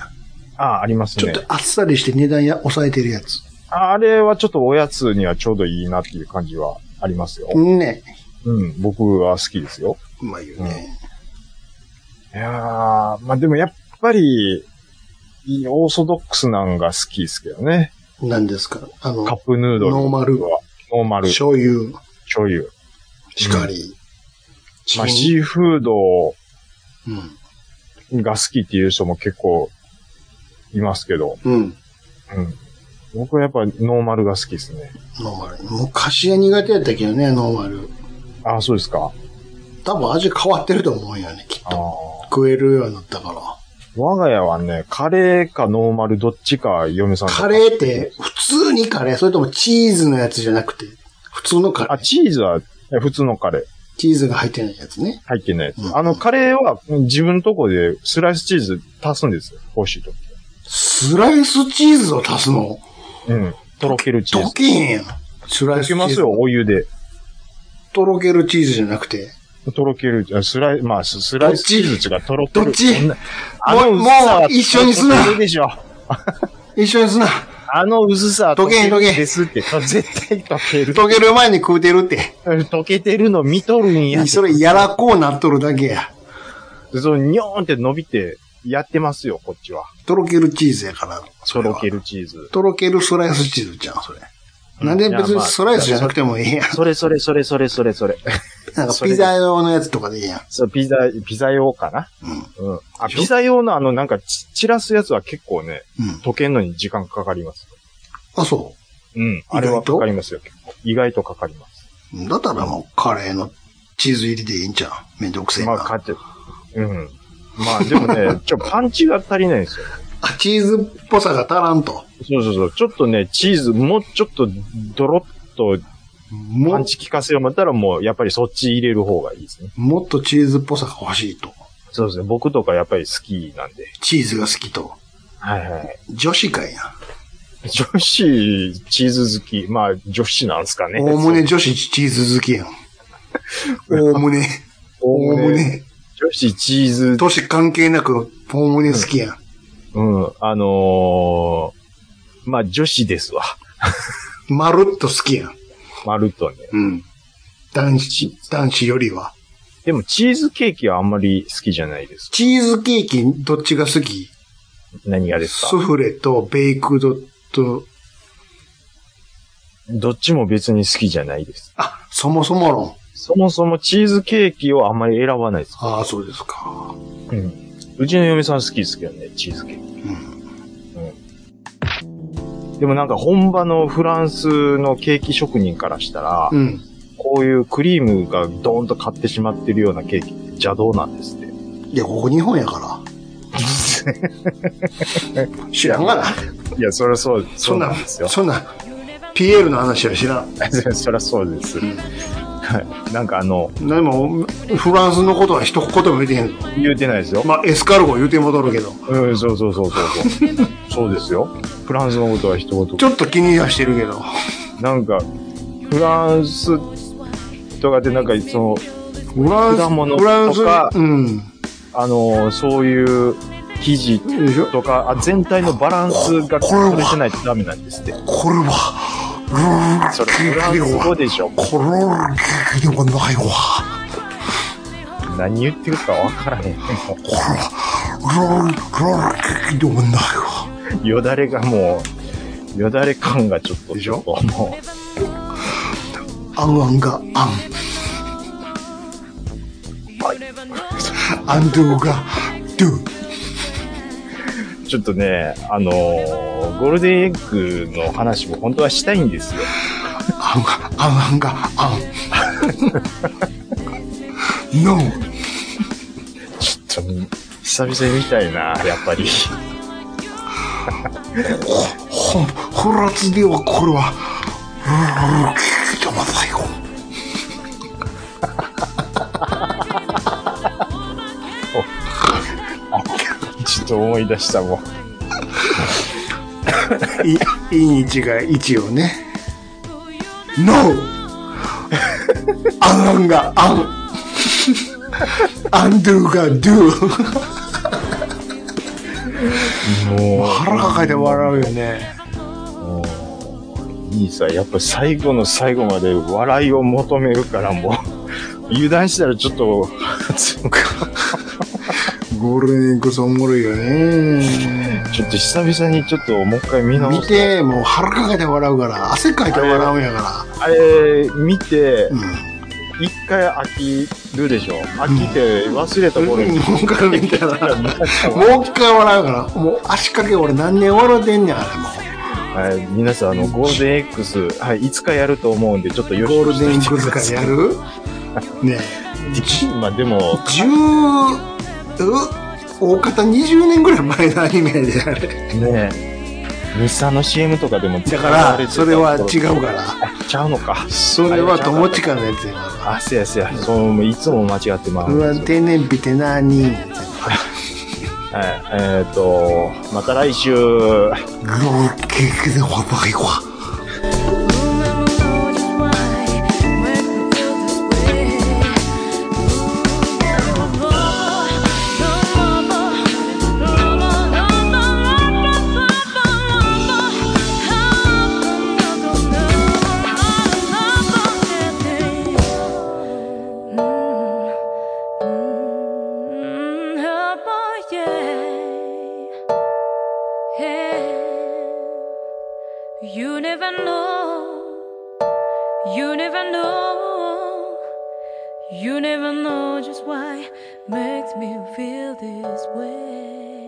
あ、ありますちょねっ。とあっさりして値段や抑えてるやつ。ああれはちょっとおやつにはちょうどいいなっていう感じはありますよ。ね。うん、僕は好きですよ。うまいよね。いやー、まあでもやっぱり、いいオーソドックスなんが好きですけどね。何ですかあのカ、ップヌードル。ノーマルは。ノーマル。醤油、醤油。しかり、チまあキンシーフードうん。が好きっていう人も結構いますけど。うん。うん。僕はやっぱノーマルが好きですね。ノーマル。昔は苦手やったけどね、ノーマル。ああ、そうですか。多分味変わってると思うんよね、きっあと。ー食えるようになったから。我が家はね、カレーかノーマルどっちか嫁さんとカレーって、普通にカレーそれともチーズのやつじゃなくて、普通のカレあ、ー。チーズはえ普通のカレー。チーズが入ってないやつね。入ってないやつうんあの、カレーは自分のとこでスライスチーズ足すんですよ。欲しいとき。スライスチーズを足すのうん。とろけるチー溶ズ。けへんやん。スライ溶スチけーまズ。すよ、お湯で。とろけるチーズじゃなくて。とろける、あスライ、まあ、ススライスチーズがとろける。どっちそんなあのもう薄さはもう一緒にすなとろけるでしょ。一緒にすな。あの薄さは溶けんる溶けんですって。絶対溶ける。溶ける前に食うてるって。溶けてるの見とるんや。それやらこうなっとるだけや。そのにょーんって伸びてやってますよ、こっちは。とろけるチーズやから。とそれろはけ。るチーズ。とろけるスライスチーズじゃん、それ。うんなんでい別やにまあスライスじゃなくてもいいやん。それそれそれそれそれそれ。なんかそれピザ用のやつとかでいいやん。そう、ピザ、ピザ用かなうん。うん。あ、でしょピザ用のあの、なんかち、散らすやつは結構ね、うん。溶けんのに時間かかります。あ、そうん。あれはかかりますよ、結構。意外とかかります。う。だったらもうカレーのチーズ入りでいいんじゃん。めんどくせえな。まあ、かって、うん。まあ、でも <laughs> ね、ちょ、パンチが足りないんですよ。あ、チーズっぽさが足らんと。そうそうそう。ちょっとね、チーズ、もうちょっと、ドロッと、パもンチ効かせよう思ったら、もう、やっぱりそっち入れる方がいいですね。もっとチーズっぽさが欲しいと。そうですね。僕とかやっぱり好きなんで。チーズが好きと。はいはい。女子かいな。女子、チーズ好き。まあ、女子なんですかね。おおむね女子チーズ好き <laughs> やん。おおむね、おおおおむむね。ね、女子チーズ年関係なく、おおむね好きやん。うん、あのー、まあ、女子ですわ。 <laughs> まるっと好きやん。まるっとね。うん。男子、男子よりは。でも、チーズケーキはあんまり好きじゃないです。チーズケーキ、どっちが好き何がですスかフレとベイクドと、どっちも別に好きじゃないです。あ、そもそも論。そもそもチーズケーキをあんまり選ばないです。ああ、そうですか。うん。うちの嫁さん好きですけどね、チーズケーうん。キ。でもなんか本場のフランスのケーキ職人からしたら、うん。こういうクリームがドーンと買ってしまってるようなケーキって邪道なんですって。いや、ここ日本やから。知らんがな。いや、そりゃそう、そそうんななんですよ、。そんな、ピエールの話は知らん。 <laughs> そりゃそうです。はい。なんかあの、でも、フランスのことは一言も言ってへん。言うてないですよ。まあ、エスカルゴ言うて戻るけど、うん、そうそうそうそうそう。そうですよ。フランスのことは一言。ちょっと気にはしてるけど、なんか、フランスとかでなんか、その、フランス、果物フランとかス、うん。あのーそういう生地でしょとか、あ全体のバランスが取れてないとダメなんですって。これは、それ、フランス語でしょ。これは、聞でもないわ。何言ってるかわからへん。もこれは、ロール、ロール、聞でもないわ。うよだれがもう、よだれ感がちょっと、でしちょょっともあんあんが、あん。アンドゥが、ドゥ。う、ちょっとね、あのーゴールデンエッグの話も本当はしたいんですよ。あんが、あんあんが、あ <laughs> ん。ノー。ちょっと、 <laughs> 久々に見たいな、やっぱり。ほほ、ほらつではこれは、うん、うん、聞いてまだよ。ちょっと思い出したもん。い、いい位が一をね。NO! <laughs> アンがア <laughs> ン。アンドゥがドゥ。も腹抱えて笑うよね。う、もう、兄さん、やっぱ最後の最後まで笑いを求めるからもう、油断したらちょっと、ゴールデンウィークそおもろいよね。ちょっと久々にちょっともう一回見直見す。て、もう腹抱えて笑うから、汗かいて笑うんやかあれ、見てら。、うん。一回飽きるでしょ飽きて忘れた頃 <laughs> に。もう一回見たら、もう一回笑うから、もう足掛け俺何年笑うてんねん、あれもう。はい、皆さん、あの、ゴールデン X、はい、いつかやると思うんで、ちょっとよろしゴくールデンウィーク使いやるねまあ、でも、え、十、う大方20年ぐらい前のアニメであれ。ね日産の CM とかでもだから、それは違うから。ちゃうのか。それは友近のやつやかあ、せやせや。そう、もういつも間違ってまら。す。うはわ、い。定年日って何えっ、と、また来週。ローケーキでおばいわ。 You never know. You never know. You never know just why makes me feel this way.